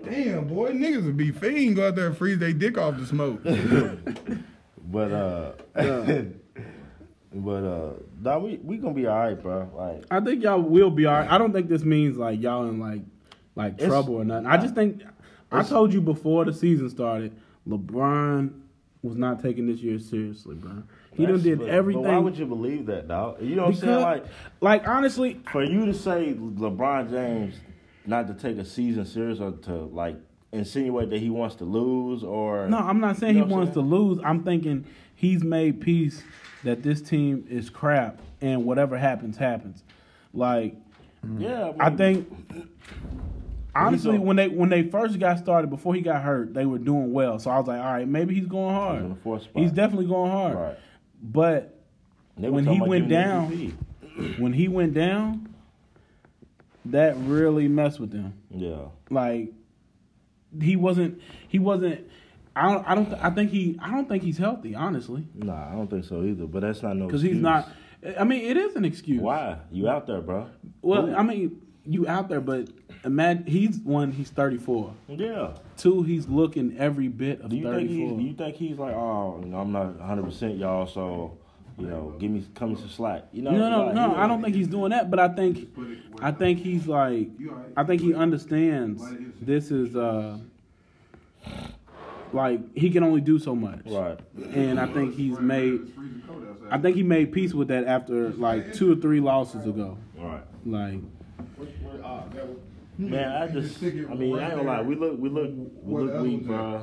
C: Damn, boy, niggas would be fiend go out there and freeze their dick off to smoke.
E: But uh, but uh, nah, we we gonna be all right, bro. Like
D: I think y'all will be alright. I don't think this means like y'all in like like
E: It's-
D: trouble or nothing. I just think I told you before the season started, LeBron was not taking this year seriously, bro. He done
E: that's-
D: did
E: but-
D: everything.
E: But why would you believe that, dog? You know what I'm saying?
D: because,
E: Like
D: like honestly,
E: for you to say LeBron James not to take a season serious or to like insinuate that he wants to lose or
D: No, I'm not saying
E: You know
D: he
E: what I'm
D: wants to
E: saying?
D: lose. I'm thinking he's made peace that this team is crap and whatever happens, happens. Like
E: yeah. I, mean,
D: I think Honestly,
E: He's a-
D: when they when they first got started, before he got hurt, they were doing well. So I was like, all right, maybe he's going hard.
E: in the fourth spot.
D: He's definitely going hard.
E: Right.
D: But
E: They were
D: When
E: talking
D: he
E: about
D: went
E: giving him
D: down-
E: MVP.
D: when he went down, that really messed with them.
E: Yeah.
D: Like he wasn't. He wasn't. I don't. I don't. I think he. I don't think he's healthy. Honestly,
E: Nah, I don't think so either. But that's not no.
D: because he's
E: excuse.
D: not. I mean, it is an excuse.
E: Why you out there, bro?
D: Well, I mean, you out there, but imagine he's one. He's thirty four.
E: Yeah.
D: Two, he's looking every bit of
E: Do you think
D: thirty
E: he's?
D: four.
E: Do you think he's like, oh, you know, I'm not 100 percent, y'all. So, you know, give me, come me some slack. You know.
D: No, no,
E: like,
D: no.
E: he-
D: I don't think he's doing that, but I think, I think he's like, I think he understands this is uh, like he can only do so much,
E: Right.
D: and I think he's made, I think he made peace with that after like two or three losses ago.
E: Right.
D: Like,
C: uh,
E: Man, I just. I mean, I ain't gonna lie. We look, we look, we look weak, bro.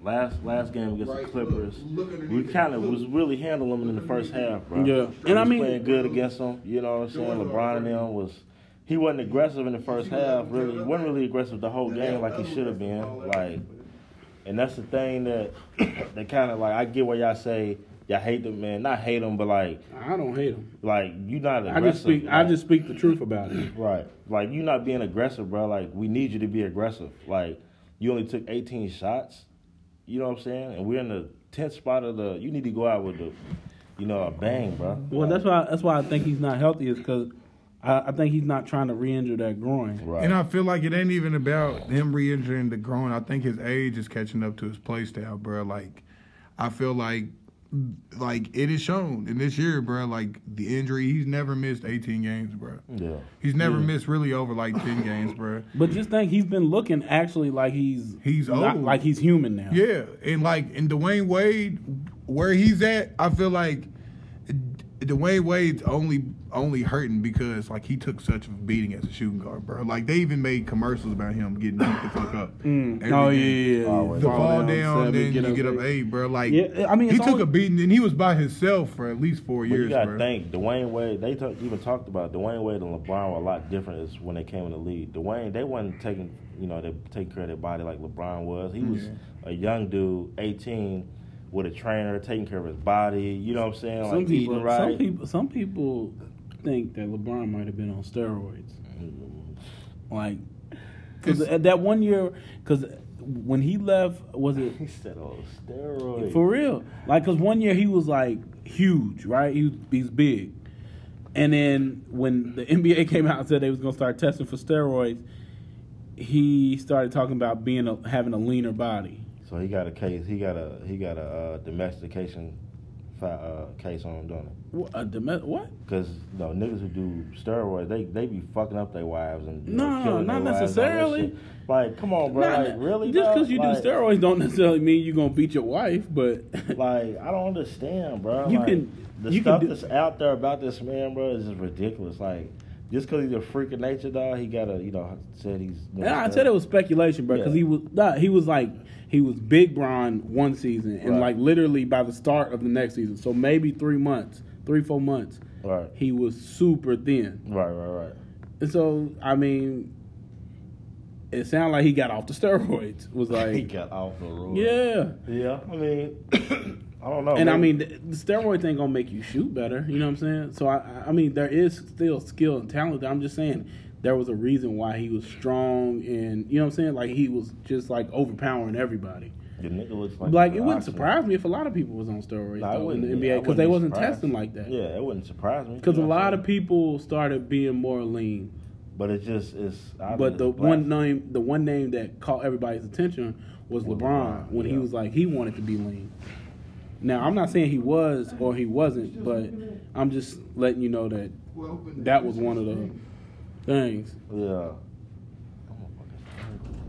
E: Last last game against the Clippers, we kind of was really handling them in the first half, bro.
D: Yeah.
E: and
D: And I
E: I
D: mean-
E: playing good against them. You know what I'm saying? LeBron and them was he wasn't aggressive in the first half. Really, he wasn't really aggressive the whole game like he should have been. Like, and that's the thing that that kind of like I get why y'all say y'all hate them, man. Not hate them, but like
D: I don't hate him.
E: like you not
D: I
E: aggressive.
D: just speak, I
E: like-
D: just speak the truth about it.
E: Right. Like you not being aggressive, bro. Like we need you to be aggressive. Like you only took 18 shots. You know what I'm saying? And we're in the 10th spot of the. You need to go out with the, you know, a bang, bro.
D: Well, that's why, that's why I think he's not healthy is because, I, I think he's not trying to re-injure that groin.
E: Right.
C: And I feel like it ain't even about him re-injuring the groin. I think his age is catching up to his play style, bro. Like, I feel like, like it is shown in this year, bro. Like the injury, he's never missed 18 games, bro.
E: yeah.
C: He's never missed really over like 10 games, bro.
D: But just think, he's been looking actually like he's
C: He's
D: not
C: old.
D: like he's human now.
C: Yeah, and like in Dwayne Wade, where he's at, I feel like Dwayne Wade's only only hurting because like he took such a beating as a shooting guard, bro. Like they even made commercials about him getting beat the fuck up. every
D: Oh yeah,
C: game.
D: yeah, yeah.
C: The fall down,
D: seven,
C: then you get up eight, bro. Like,
D: Yeah, I mean,
C: he
D: it's
C: took
D: only-
C: a beating and he was by himself for at least four
E: But
C: years,
E: you gotta
C: bro.
E: think Dwayne Wade. They talk, even talked about Dwayne Wade and LeBron were a lot different as when they came in the league. Dwayne, they wasn't taking, you know, they take care of their body like LeBron was. He was
D: Mm-hmm.
E: a young dude, 18, with a trainer, taking care of his body. You know what I'm saying? Like
D: Some people,
E: eating right.
D: some people, some people think that LeBron might have been on steroids. Like, because at that one year, because when he left, was it
E: He said, "Oh, steroids."
D: for real? Like, because one year he was like huge, right? He was, he's big, and then when the NBA came out and said they was gonna start testing for steroids, he started talking about being a, having a leaner body.
E: so he got a case. He got a he got a uh, domestication fi- uh, case on him, don't he?
D: What? A deme- what?
E: Because you know, niggas who do steroids, they they be fucking up their wives and you
D: No,
E: know, killing their
D: not
E: wives and all that
D: necessarily.
E: shit. Like, come on, bro.
D: Nah,
E: like,
D: nah.
E: really?
D: Just
E: dog?
D: because you
E: Like-
D: do steroids don't necessarily mean you're gonna beat your wife, but
E: Like, I don't understand, bro.
D: You
E: Like,
D: can-
E: the
D: you can
E: stuff
D: do-
E: that's out there about this man, bro, is just ridiculous. Like, just because he's a freak of nature, dog, he gotta, you know, said he's.
D: and I said it was speculation, bro, because
E: Yeah.
D: he was nah, he was like he was big Bron one season, and
E: Right.
D: like literally by the start of the next season, so maybe three months, three four months,
E: Right,
D: he was super thin,
E: right, right, right.
D: and so I mean, it sounded like he got off the steroids. Was
E: He
D: like,
E: got off the road.
D: yeah.
E: Yeah, I mean, I don't know.
D: And I
E: man.
D: mean, the the steroid thing gonna make you shoot better. You know what I'm saying? So I- I, I mean, there is still skill and talent. I'm just saying there was a reason why he was strong, and you know what I'm saying? Like he was just like overpowering everybody.
E: the nigga looks like
D: Like
E: an
D: it wouldn't
E: oxen.
D: surprise me if a lot of people was on steroids
E: Nah, it
D: though,
E: wouldn't.
D: in the
E: I
D: NBA because
E: wouldn't
D: they
E: be
D: wasn't
E: surprised.
D: testing like that.
E: Yeah, it wouldn't surprise me.
D: Because
E: You
D: a
E: know what
D: lot
E: I'm
D: of people started being more lean,
E: saying? But it's just it's. I
D: but
E: just-
D: the
E: black-
D: one name, the one name that caught everybody's attention was
E: Was
D: LeBron,
E: LeBron,
D: when he
E: yeah.
D: was like he wanted to be lean. Now I'm not saying he was or he wasn't, but I'm just letting you know that that was one of the things.
E: Yeah.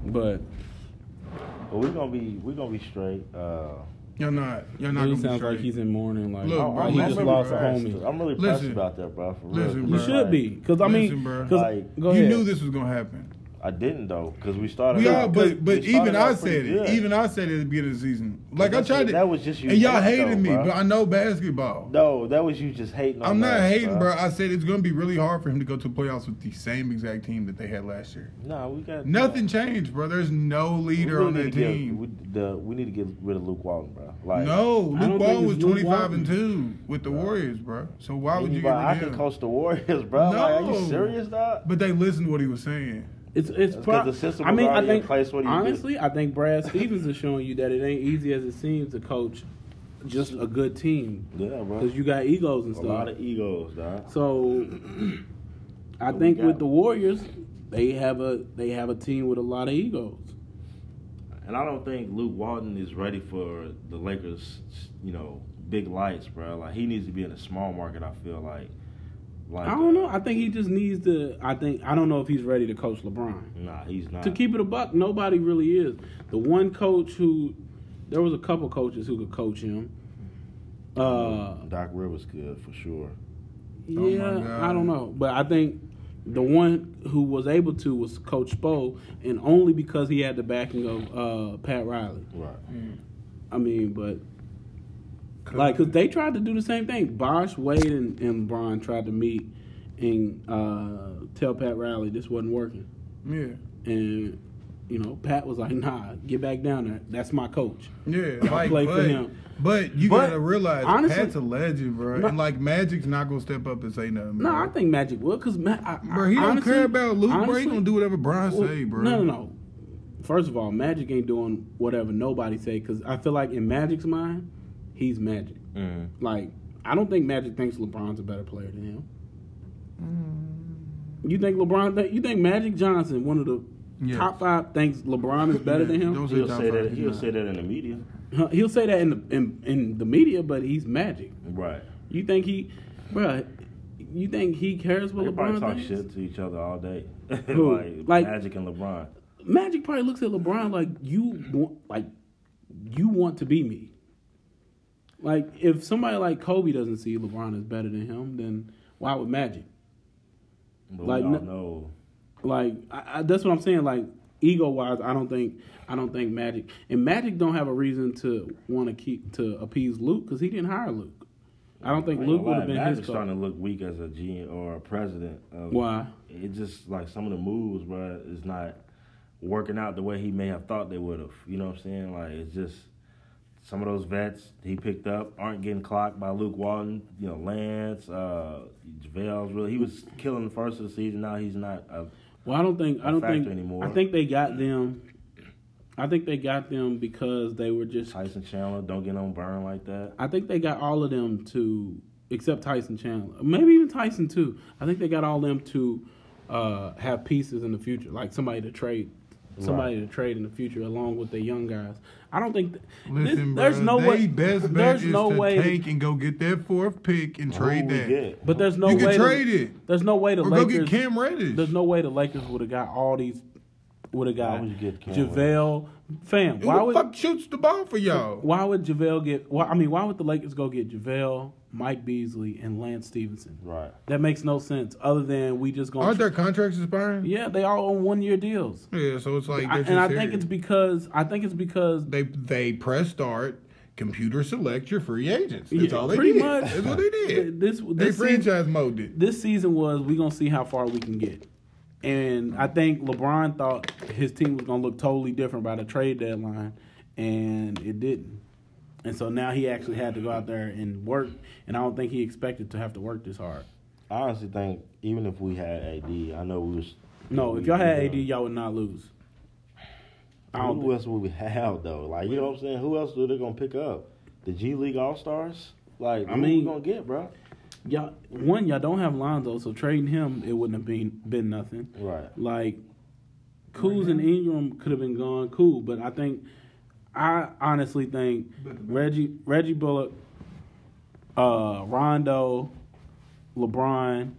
D: But
E: But we're gonna be we're gonna be straight. Uh,
C: You're not. You're not
D: it
C: gonna be
D: sounds
C: straight.
D: like he's in mourning. Like
C: Look,
E: I'm-
C: bro,
E: I'm
D: he
C: you
D: just
E: really
C: remember,
D: lost a
C: bro.
E: pressed.
D: homie.
E: I'm really
C: Listen.
E: pressed about that, bro. For real.
C: Listen,
D: You
C: bro.
D: should be, because I mean,
C: Listen, bro.
D: because
E: Like,
D: go
C: you
D: ahead.
C: knew this was gonna happen.
E: I didn't though, because we started.
C: We
E: out-
C: all, but but
E: we started
C: even
E: out
C: I said
E: pretty
C: it.
E: good.
C: Even I said it at the beginning of the season. Like I
E: that's
C: tried
E: what-
C: to.
E: that was just you
C: And y'all
E: hate,
C: hated
E: though,
C: me,
E: bro.
C: but I know basketball.
E: no, that was you just hating. on
C: I'm not
E: us,
C: hating, bro. I said it's gonna be really hard for him to go to the playoffs with the same exact team that they had last year.
E: Nah, we got
C: Nothing changed, bro. There's no
E: We
C: leader
E: really
C: on
E: need
C: that
E: to get-
C: team.
E: we, the, we need to get rid of Luke Walton, bro. Like
C: no,
D: I don't
C: Luke
D: think
C: Walton was
D: it's Luke
C: 25 and
D: Walton.
C: two with the Warriors, bro. So why would you get
E: anybody- I
C: rid
E: can
C: of him?
E: coach the Warriors, bro. Like, are you
C: No.
E: serious, dog?
C: But they listened to what he was saying.
D: It's it's
E: That's 'cause
D: probably.
E: the system
D: I
E: was
D: mean, I
E: already in
D: think
E: place. What do you do?
D: honestly, I think Brad Stevens is showing you that it ain't easy as it seems to coach just a good team
E: Yeah, bro.
D: because you got egos and
E: a
D: stuff.
E: lot of egos, dog.
D: So I
E: we
D: think
E: got-
D: with the Warriors, they have a they have a team with a lot of egos.
E: And I don't think Luke Walton is ready for the Lakers, you know, big lights, bro. Like he needs to be in a small market. I feel like. Like
D: I don't know.
E: uh,
D: I think he just needs to. I think I don't know if he's ready to coach LeBron.
E: Nah, he's not.
D: To keep it a buck, nobody really is. The one coach who there was a couple coaches who could coach him. Uh,
E: Doc Rivers good for sure.
C: Oh my
D: yeah,
C: God.
D: I don't know, but I think the one who was able to was Coach Spo, and only because he had the backing of uh, Pat Riley.
E: Right.
D: I mean, but like, cause they tried to do the same thing. Bosh, Wade, and, and LeBron tried to meet and uh, tell Pat Riley this wasn't working,
C: Yeah,
D: and you know, Pat was like, "Nah, get back down there. That's my coach."
C: yeah.
D: Y'all
C: Like,
D: play for
C: but,
D: him.
C: but you
D: But,
C: gotta realize,
D: honestly-
C: Pat's a legend, bro.
D: No.
C: and like Magic's not gonna step up and say nothing.
D: No,
C: bro.
D: I think Magic will, cause Ma- I, I-
C: Bro, he don't
D: honestly-
C: care about Luke, bro. He
D: honestly-
C: gonna do whatever Brian
D: Well,
C: say, bro.
D: No, no, no. First of all, Magic ain't doing whatever nobody say because I feel like in Magic's mind, he's Magic.
E: Mm.
D: Like I don't think Magic thinks LeBron's a better player than him. You think LeBron? Think, you think Magic Johnson, one of the
C: Yes.
D: top five, thinks LeBron is better than
C: Don't
D: him?
C: say
E: He'll
C: top
E: say
C: five.
E: that. He'll say that in the media.
D: Huh, He'll say that in the in, in the media, but he's Magic.
E: Right.
D: You think he, bruh? You think he cares what
E: They probably
D: LeBron
E: talk
D: thinks?
E: shit to each other all day.
D: Who?
E: like,
D: Like-
E: Magic and LeBron.
D: Magic probably looks at LeBron like you want, like you want to be me. Like if somebody like Kobe doesn't see LeBron as better than him, then why would Magic?
E: But
D: Like,
E: we all
D: no-
E: know.
D: Like I, I, that's what I'm saying. Like ego wise, I don't think I don't think Magic and Magic don't have a reason to want to keep to appease Luke because he didn't hire Luke. I don't think
E: I ain't
D: Luke
E: gonna
D: would
E: lie,
D: have been
E: Magic's
D: his coach.
E: starting to look weak as a G or a president. Of,
D: Why?
E: It just like some of the moves, bro, is not working out the way he may have thought they would have. You know what I'm saying? Like it's just some of those vets he picked up aren't getting clocked by Luke Walton. You know, Lance, uh, JaVale's really. He was killing the first of the season. Now he's not. Uh,
D: Well, I don't think I don't
E: factor
D: think
E: anymore.
D: I think they got them. I think they got them because they were just
E: Tyson Chandler don't get on burn like that.
D: I think they got all of them to, except Tyson Chandler, maybe even Tyson too. I think they got all them to uh, have pieces in the future, like somebody to trade, somebody to trade in the future along with the young guys. I don't think th-
C: Listen,
D: this- there's
C: bro,
D: no
C: they
D: way.
C: best bet
D: there's
C: is
D: no
C: to
D: way.
C: tank and go get that fourth pick and trade
E: Who we
C: that.
E: get?
D: But there's no
C: You can
D: way.
C: trade
D: the,
C: it.
D: There's no way the
C: Or go
D: Lakers.
C: get Cam Reddish.
D: There's no way the Lakers would have got all these. Would have got
E: would you get Cam
D: JaVale. Fam,
C: Who
D: why
C: the
D: would
C: fuck shoots the ball for y'all?
D: why would JaVale get? Why, I mean, why would the Lakers go get JaVale, Mike Beasley, and Lance Stevenson?
E: Right.
D: That makes no sense. Other than we just going.
C: Aren't their contracts expiring?
D: yeah, they all on one year deals.
C: Yeah, so it's like
D: I-
C: they're
D: and I
C: just
D: think
C: here.
D: it's because I think it's because
C: they they press start, computer select your free agents. That's
D: Yeah,
C: all they
D: pretty
C: did.
D: much.
C: That's what they did.
D: This-
C: they
D: this
C: franchise mode it.
D: this season was we gonna see how far we can get, and I think LeBron thought his team was gonna look totally different by the trade deadline, and it didn't. And so now he actually had to go out there and work, and I don't think he expected to have to work this hard.
E: I honestly think even if we had AD, I know we was.
D: No, if y'all had AD, y'all would not lose. I don't
E: who
D: think-
E: else would we have though? Like you know what I'm saying? Who else do they gonna pick up? The G League All Stars? Like
D: I
E: who we
D: mean-
E: gonna get, bro?
D: Y'all one, y'all don't have Lonzo, so trading him it wouldn't have been been nothing.
E: Right.
D: Like Kuz and Ingram could have been gone, cool, but I think I honestly think Reggie Reggie Bullock, uh, Rondo, LeBron,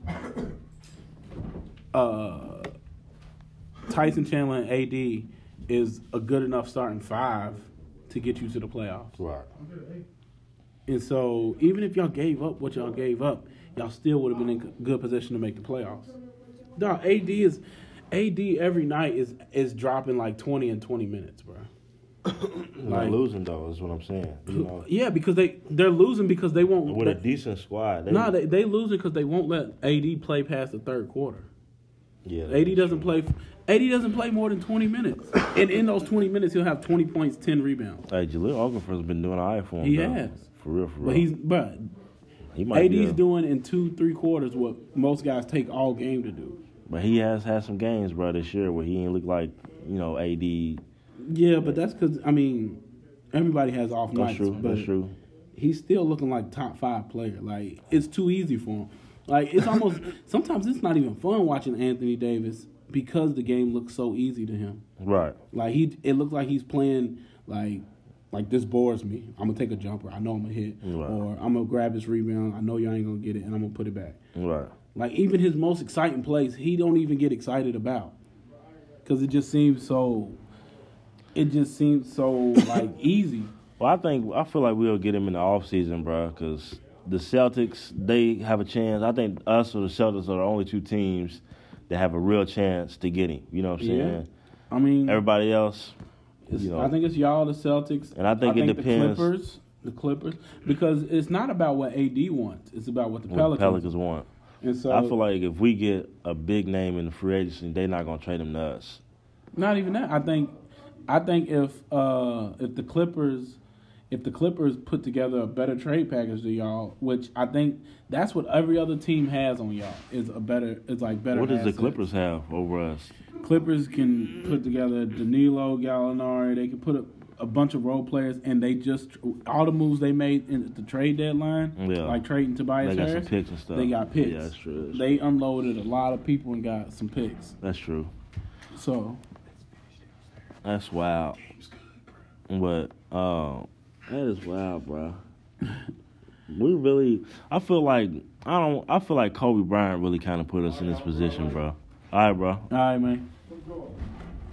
D: uh, Tyson Chandler, and AD is a good enough starting five to get you to the playoffs.
E: Right.
D: And so, even if y'all gave up what y'all gave up, y'all still would have been in good position to make the playoffs. Dog, AD is AD every night is is dropping like twenty in twenty minutes, bro.
E: Like, losing though is what I'm saying. You know,
D: Yeah, because they they're losing because they won't.
E: with a decent squad, they,
D: no, they they losing because they won't let AD play past the third quarter.
E: yeah,
D: AD doesn't play. AD doesn't play more than twenty minutes, and in those twenty minutes, he'll have twenty points, ten rebounds.
E: Hey, Jaleel Okafor's been doing all right for him.
D: He
E: though.
D: has.
E: for real, for real.
D: But he's but
E: he might
D: AD's
E: be a-
D: doing in two, three quarters what most guys take all game to do.
E: But he has had some games, bro, this year where he ain't look like you know AD.
D: Yeah, but that's because I mean, everybody has off
E: That's
D: nights.
E: true.
D: but
E: That's true.
D: He's still looking like top five player. Like it's too easy for him. Like it's almost sometimes it's not even fun watching Anthony Davis because the game looks so easy to him.
E: Right.
D: Like he, it looks like he's playing like like this bores me. I'm gonna take a jumper. I know I'm gonna hit,
E: Right.
D: or I'm gonna grab this rebound. I know y'all ain't gonna get it, and I'm gonna put it back.
E: Right.
D: Like even his most exciting plays, he don't even get excited about, because it just seems so. It just seems so like easy.
E: Well, I think I feel like we'll get him in the offseason, bro, because the Celtics they have a chance. I think us or the Celtics are the only two teams that have a real chance to get him. You know what I'm
D: Yeah.
E: saying?
D: I mean,
E: Everybody else,
D: it's-
E: you know,
D: I think it's y'all, the Celtics,
E: And I think it depends-
D: The Clippers, the Clippers, because it's not about what AD wants; it's about what the
E: what the
D: Pelicans.
E: Pelicans want.
D: And so,
E: I feel like if we get a big name in the free agency, they're not gonna trade him to us.
D: Not even that. I think, I think if uh, if the Clippers, if the Clippers put together a better trade package to y'all, which I think that's what every other team has on y'all is a better. It's like better.
E: What does the
D: assets.
E: Clippers have over us?
D: Clippers can put together Danilo Gallinari. They can put a, a bunch of role players, and they just all the moves they made in the trade deadline,
E: Yeah.
D: like trading Tobias
E: They got some
D: Harris,
E: picks and stuff.
D: They got picks.
E: Yeah, that's true. That's,
D: They unloaded a lot of people and got some picks.
E: that's true.
D: So
E: That's wild. But um, that is wild, bro. we really, I feel like I don't. I feel like Kobe Bryant really kind of put us in this position, bro. All right, bro.
D: all right, man.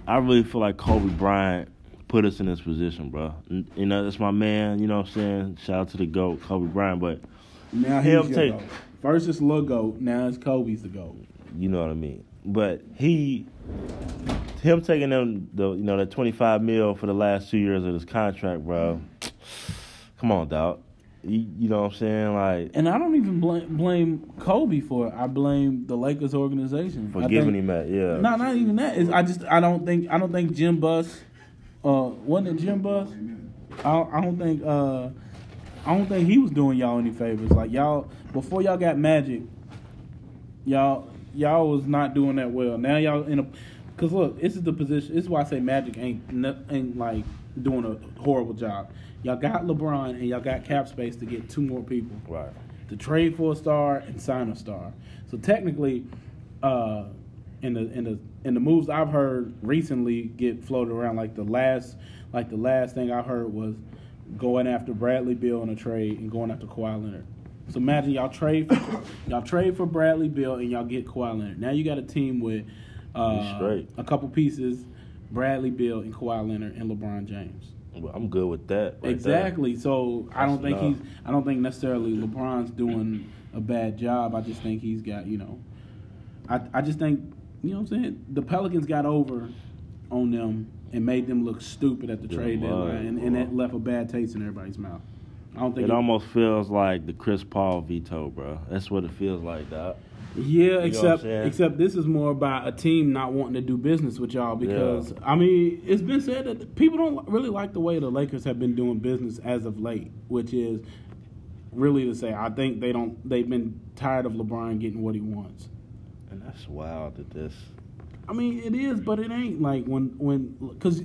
E: I really feel like Kobe Bryant put us in this position, bro. N- You know, that's my man. You know what I'm saying? Shout out to the goat, Kobe Bryant. But
D: Now
E: Hell
D: he's your
E: take-
D: goat. First it's Lil Goat, now it's Kobe's the goat.
E: you know what I mean. But he, him taking them the you know that 25 mil for the last two years of his contract, bro. Come on, dog. You, you know what I'm saying? Like
D: And I don't even blame, blame Kobe for it. I blame the Lakers organization
E: for
D: I
E: giving
D: think-
E: him that, yeah.
D: No, not even that. It's, I just I don't think I don't think Jim Buss, uh, wasn't it Jim Buss? I don't, I don't think uh, I don't think he was doing y'all any favors. Like y'all before y'all got Magic, y'all y'all was not doing that well. Now y'all in a because look, this is the position. This is why I say Magic ain't no- ain't like doing a horrible job. Y'all got LeBron and y'all got cap space to get two more people
E: Right.
D: to trade for a star and sign a star. So technically, uh, in the in the in the moves I've heard recently get floated around, like the last like the last thing I heard was going after Bradley Bill in a trade and going after Kawhi Leonard. So imagine y'all trade for, y'all trade for Bradley Bill and y'all get Kawhi Leonard. Now you got a team with
E: You
D: uh,
E: straight.
D: a couple pieces, Bradley Bill and Kawhi Leonard and LeBron James.
E: Well, I'm good with that. right there.
D: Exactly. So I
E: That's
D: don't think
E: enough.
D: he's. I don't think necessarily LeBron's doing a bad job. I just think he's got you know. I I just think you know what I'm saying. The Pelicans got over on them and made them look stupid at the
E: Good
D: trade
E: lord,
D: deadline, and, and
E: bro.
D: that left a bad taste in everybody's mouth. I don't think.
E: uh, It
D: it-
E: almost feels like the Chris Paul veto, bro. That's what it feels like, dog.
D: yeah,
E: I'm
D: except
E: saying?
D: except this is more about a team not wanting to do business with y'all because I mean it's been said that people don't really like the way the Lakers have been doing business as of late, which is really to say I think they don't they've been tired of LeBron getting what he wants.
E: And that's wild that this.
D: I mean, it is, but it ain't like when when because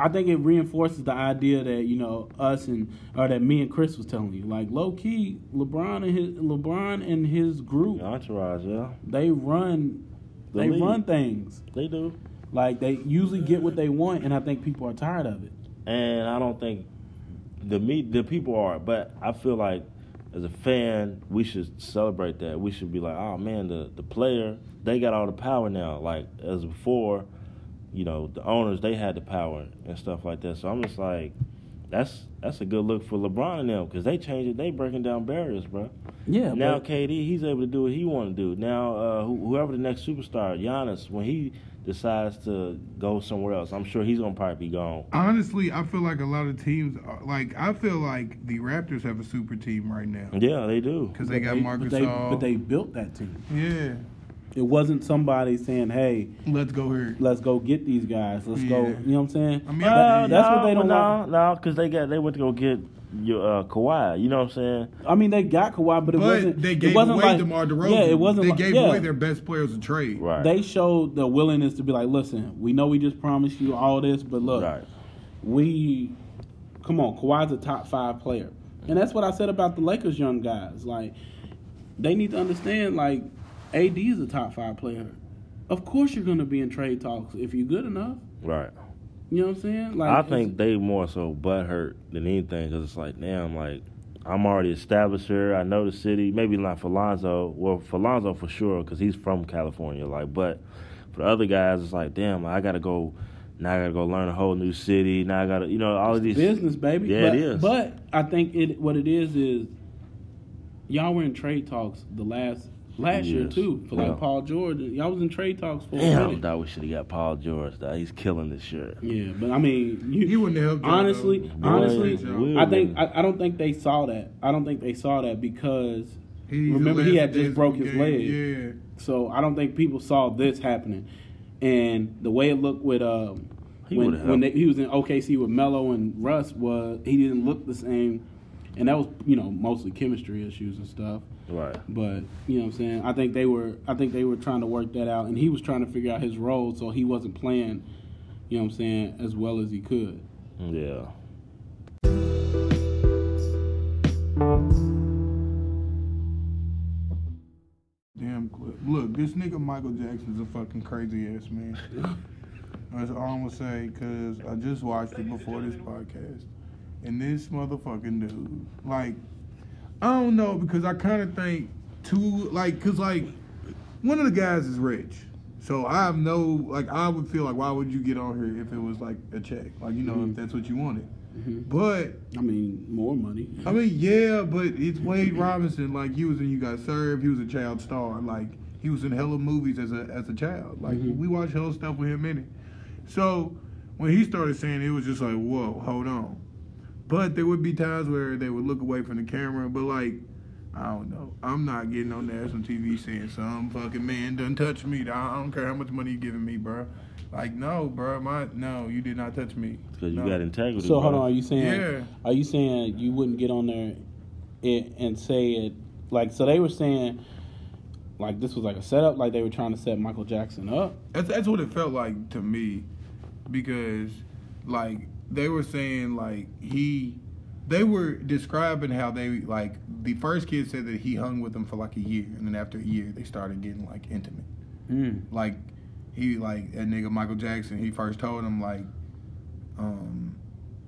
D: I think it reinforces the idea that you know us and or that me and Chris was telling you like low key LeBron and his LeBron and his group
E: Entourage, yeah.
D: they run
E: The
D: they
E: league.
D: run things
E: They do.
D: like they usually get what they want, and I think people are tired of it.
E: and I don't think the me the people are. But I feel like as a fan, we should celebrate that. We should be like, oh man, the the player they got all the power now. Like as before, you know, the owners they had the power and stuff like that. So I'm just like, That's that's a good look for LeBron and them because they changed it. They breaking down barriers, bro.
D: Yeah.
E: now
D: but-
E: KD, he's able to do what he want to do. Now uh, who- whoever the next superstar, Giannis, when he decides to go somewhere else, I'm sure he's gonna probably be gone.
C: Honestly, I feel like a lot of teams, are, like I feel like the Raptors have a super team right now
E: Yeah, they do.
C: because they got Marcus
D: but they,
C: All.
D: but they built that team.
C: yeah,
D: It wasn't somebody saying, "Hey,
C: let's go here.
D: let's go get these guys. Let's go."
C: Yeah.
D: You know what I'm saying?
C: I mean,
D: That-
C: Uh,
D: that's what they
E: no,
D: don't
E: No,
D: want.
E: no, because they got they went to go get your uh, Kawhi. You know what I'm saying?
D: I mean, they got Kawhi, but it
C: But
D: wasn't.
C: they
D: it
C: gave
D: wasn't
C: away
D: like,
C: DeMar DeRozan.
D: Yeah, it wasn't.
C: They
D: like,
C: gave
D: yeah.
C: away their best players to trade.
E: Right.
D: They showed the willingness to be like, "Listen, we know we just promised you all this, but look,
E: right.
D: we come on, Kawhi's a top five player. And that's what I said about the Lakers young guys. Like they need to understand like AD is a top five player. Of course you're gonna be in trade talks if you're good enough.
E: Right.
D: You know what I'm saying? Like
E: I
D: it's-
E: think they more so butthurt than anything because it's like, damn, like I'm already established here. I know the city. Maybe not for Lonzo. Well, for Lonzo for sure because he's from California. Like, but for the other guys, it's like, damn, I gotta go. Now I gotta go learn a whole new city. Now I gotta, you know, all of these
D: business, baby.
E: Yeah,
D: but,
E: it is.
D: But I think it what it is is y'all were in trade talks the last last year
E: Yes.
D: too for like
E: Yeah.
D: Paul George. Y'all was in trade talks for a
E: Damn, I
D: minute.
E: thought we should have got Paul George. Though. He's killing this shit.
D: Yeah, but I mean, you,
C: He wouldn't have helped y'all,
D: Honestly,
C: though.
D: honestly,
C: Boy,
E: Will
D: I think
E: wouldn't.
D: I, I don't think they saw that. I don't think they saw that because
C: He's
D: remember he had just
C: Atlanta
D: broke his
C: game.
D: leg,
C: Yeah.
D: so I don't think people saw this happening. And the way it looked with um,
E: He
D: when
E: would've
D: when they,
E: helped.
D: he was in OKC with Melo and Russ was he didn't look the same, and that was you know mostly chemistry issues and stuff.
E: Right.
D: But you know what I'm saying. I think they were. I think they were trying to work that out, and he was trying to figure out his role, so he wasn't playing. You know what I'm saying as well as he could.
E: Yeah.
C: Damn clip. Look, this nigga Michael Jackson's a fucking crazy ass man. That's all I'm gonna say, cause I just watched it before this podcast. And this motherfucking dude, like, I don't know, because I kinda think two like cause like one of the guys is rich. So I have no like I would feel like why would you get on here if it was like a check? Like, you know, if that's what you wanted. But
D: I mean, more money.
C: I mean, yeah, but it's Wade Robinson. Like he was in You Got Served. He was a child star. Like he was in hella movies as a as a child. Like we watched hella stuff with him in it. So when he started saying it, it was just like, whoa, hold on. But there would be times where they would look away from the camera. But like, I don't know. I'm not getting on national TV saying some fucking man done touch me. I don't care how much money you giving me, bro. Like no, bro, my no, you did not touch me.
E: Because you
C: No.
E: got integrity.
D: So hold
E: bro.
D: on, are you saying?
C: Yeah.
D: Are you saying you wouldn't get on there and, and say it like? So they were saying like this was like a setup, like they were trying to set Michael Jackson up.
C: That's that's what it felt like to me, because like they were saying like he, they were describing how they like the first kid said that he hung with them for like a year, and then after a year they started getting like intimate.
E: Hmm.
C: Like he like that nigga Michael Jackson. He first told him like, um,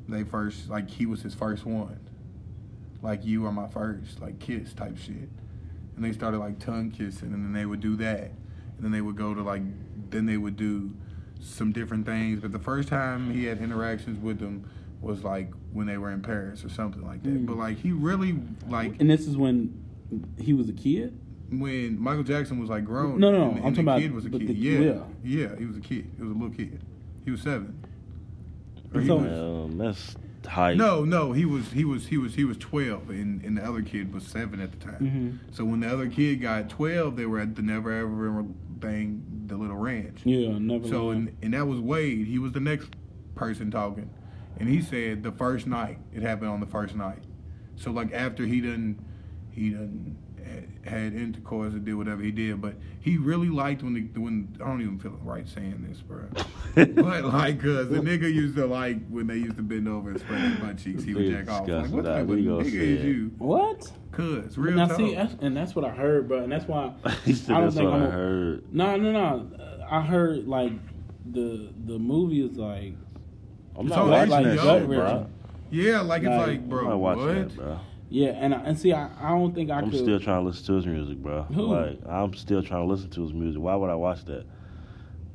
C: they first like he was his first one. Like you are my first like kiss type shit, and they started like tongue kissing, and then they would do that and then they would go to like then they would do some different things but the first time he had interactions with them was like when they were in paris or something like that but like he really like
D: And this is when he was a kid.
C: when michael jackson was like grown
D: No,
C: and,
D: no, I'm
C: and
D: talking
C: the
D: about-
C: kid was a
D: but
C: kid
D: the-
C: yeah,
D: yeah.
C: yeah he was a kid he was a little kid he was seven Or he
D: So-
C: was-
E: Um, that's hype.
C: no no he was he was he was he was 12 and, and the other kid was 7 at the time
D: Mm-hmm.
C: so when the other kid got 12 they were at the never ever thing the little ranch
D: Yeah, never.
E: Mm-hmm.
C: So
D: mind.
C: and, and that was Wade. He was the next person talking, and he said the first night it happened on the first night. So like after he done, he done had, had intercourse and did whatever he did, but he really liked when the when I don't even feel right saying this, bro. but like, cause the nigga used to like when they used to bend over and spread their butt cheeks. He would
E: Dude,
C: jack off. Like,
E: disgusting.
C: what type of
E: Nah, we gonna
C: nigga
E: say
C: is
E: it.
C: you?
D: what?
C: Cause real
D: now
C: talk.
D: see, that's, and that's what I heard, bro, and that's why
E: he said
D: I don't
E: that's
D: think
E: what
D: I'm
E: I
D: a-
E: heard.
D: no, no, no. I heard like the the movie is like
E: I'm
C: It's
E: not
C: on
E: watching
C: HBO,
E: that shit,
D: bro.
E: bro.
C: yeah, like it's
D: Nah,
C: like,
E: I'm
C: bro,
E: not watching
C: what?
E: that, bro.
D: yeah, and I, and see, I, I don't think I
E: I'm
D: could.
E: still trying to listen to his music, bro.
D: Who?
E: Like I'm still trying to listen to his music. Why would I watch that?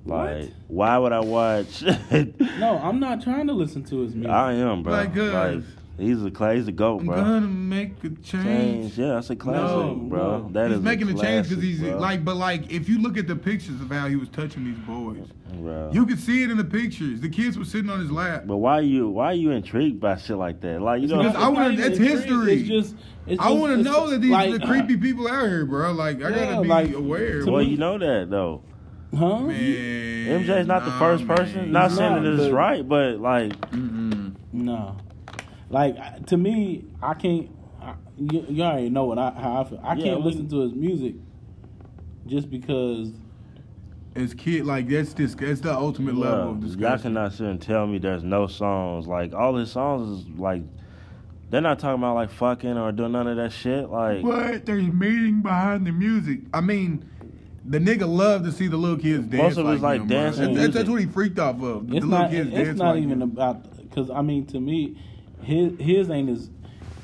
E: Like, why would I watch?
D: No, I'm not trying to listen to his music.
E: I am, bro.
C: Like,
E: Like,
C: uh,
E: he's a clay. He's a goat,
C: I'm
E: bro.
C: gonna make a change.
E: Change. Yeah, that's a classic,
C: No,
E: bro.
D: no.
E: That is
C: he's making
E: a
C: a
E: classic,
C: change because he's
E: bro.
C: like, but like, if you look at the pictures of how he was touching these boys,
E: Bro.
C: you could see it in the pictures. The kids were sitting on his lap.
E: But why you why you intrigued by shit like that? Like you know,
C: because I
D: It's
C: wanna-
D: not even
C: it's
D: intrigue,
C: history.
D: It's just, it's
C: I
D: just-
C: want to
D: it's
C: know that these
D: like, uh,
C: are the creepy people out here, bro. Like, I
D: Yeah,
C: gotta be
D: like,
C: aware.
D: to
E: well,
D: me-
E: you know that though.
D: uh, Huh?
C: Man,
E: MJ's not the
C: nah,
E: first
C: man.
E: person. Not
D: He's
E: saying
D: not,
E: that it's
D: but-
E: right, but like
D: No. Like I- to me, I can't. I, you, you already know what I how I feel. I
E: Yeah,
D: can't
E: we-
D: listen to his music just because.
C: It's kid like that's this. That's the ultimate level
E: bro,
C: of
E: y'all
C: disgusting.
E: cannot sit and tell me there's no songs. Like all his songs is like they're not talking about like fucking or doing none of that shit. Like
C: But there's meaning behind the music. I mean, the nigga loved to see the little kids dance.
E: Most of it was like
C: like, him, bro.
E: dancing
C: That's- That's, that's
E: music.
C: what he freaked off of. The
D: It's
C: little
D: not.
C: kids
D: It's
C: dance
D: not
C: like him.
D: even about because I mean to me, his his ain't as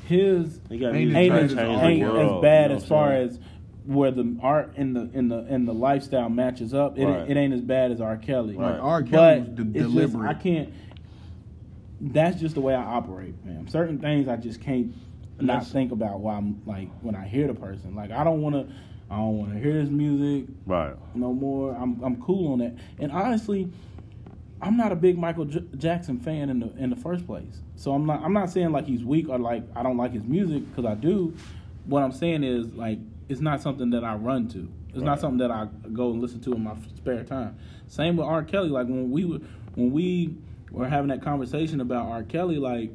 D: his
E: they got
C: Ain't
E: music
D: ain't
E: that
D: as,
C: Changes the whole
D: ain't
E: changed the
D: as
E: world, you
D: bad
E: know
D: as
E: what
D: far
E: I'm saying?
D: as where the art and the and the and the lifestyle matches up. It
E: Right.
D: it ain't as bad as R. Kelly.
E: Right.
C: R. Kelly
D: But
C: was de-
D: it's just
C: deliberate.
D: I can't. That's just the way I operate, man. Certain things I just can't not
E: that's-
D: think about while I'm like when I hear the person. Like I don't want to. I don't want to hear his music
E: right.
D: no more. I'm I'm cool on that. And honestly, I'm not a big Michael J- Jackson fan in the in the first place. So I'm not I'm not saying like he's weak or like I don't like his music because I do. What I'm saying is like it's not something that I run to. It's not
E: Right.
D: something that I go and listen to in my spare time. Same with R. Kelly. Like when we were when we were having that conversation about R. Kelly, like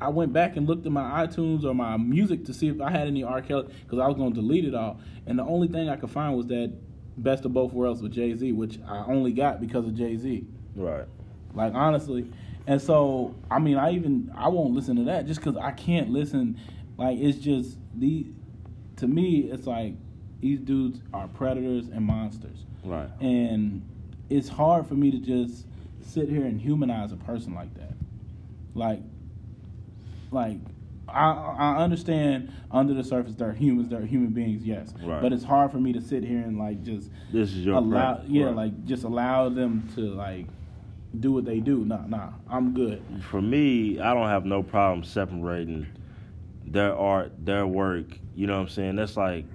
D: I went back and looked at my iTunes or my music to see if I had any R. Kelly because I was going to delete it all, and the only thing I could find was that Best of Both Worlds with Jay Z, which I only got because of Jay Z.
E: Right.
D: Like honestly, and so I mean, I even I won't listen to that just because I can't listen. Like it's just the to me, it's like these dudes are predators and monsters,
E: Right.
D: and it's hard for me to just sit here and humanize a person like that. Like, like. I, I understand under the surface they're humans, they're human beings, yes.
E: Right.
D: But it's hard for me to sit here and like just
E: This is your
D: allow,
E: prep,
D: yeah,
E: right.
D: like just allow them to like do what they do. Nah, nah, I'm good.
E: for me, I don't have no problem separating their art, their work. You know what I'm saying? That's like,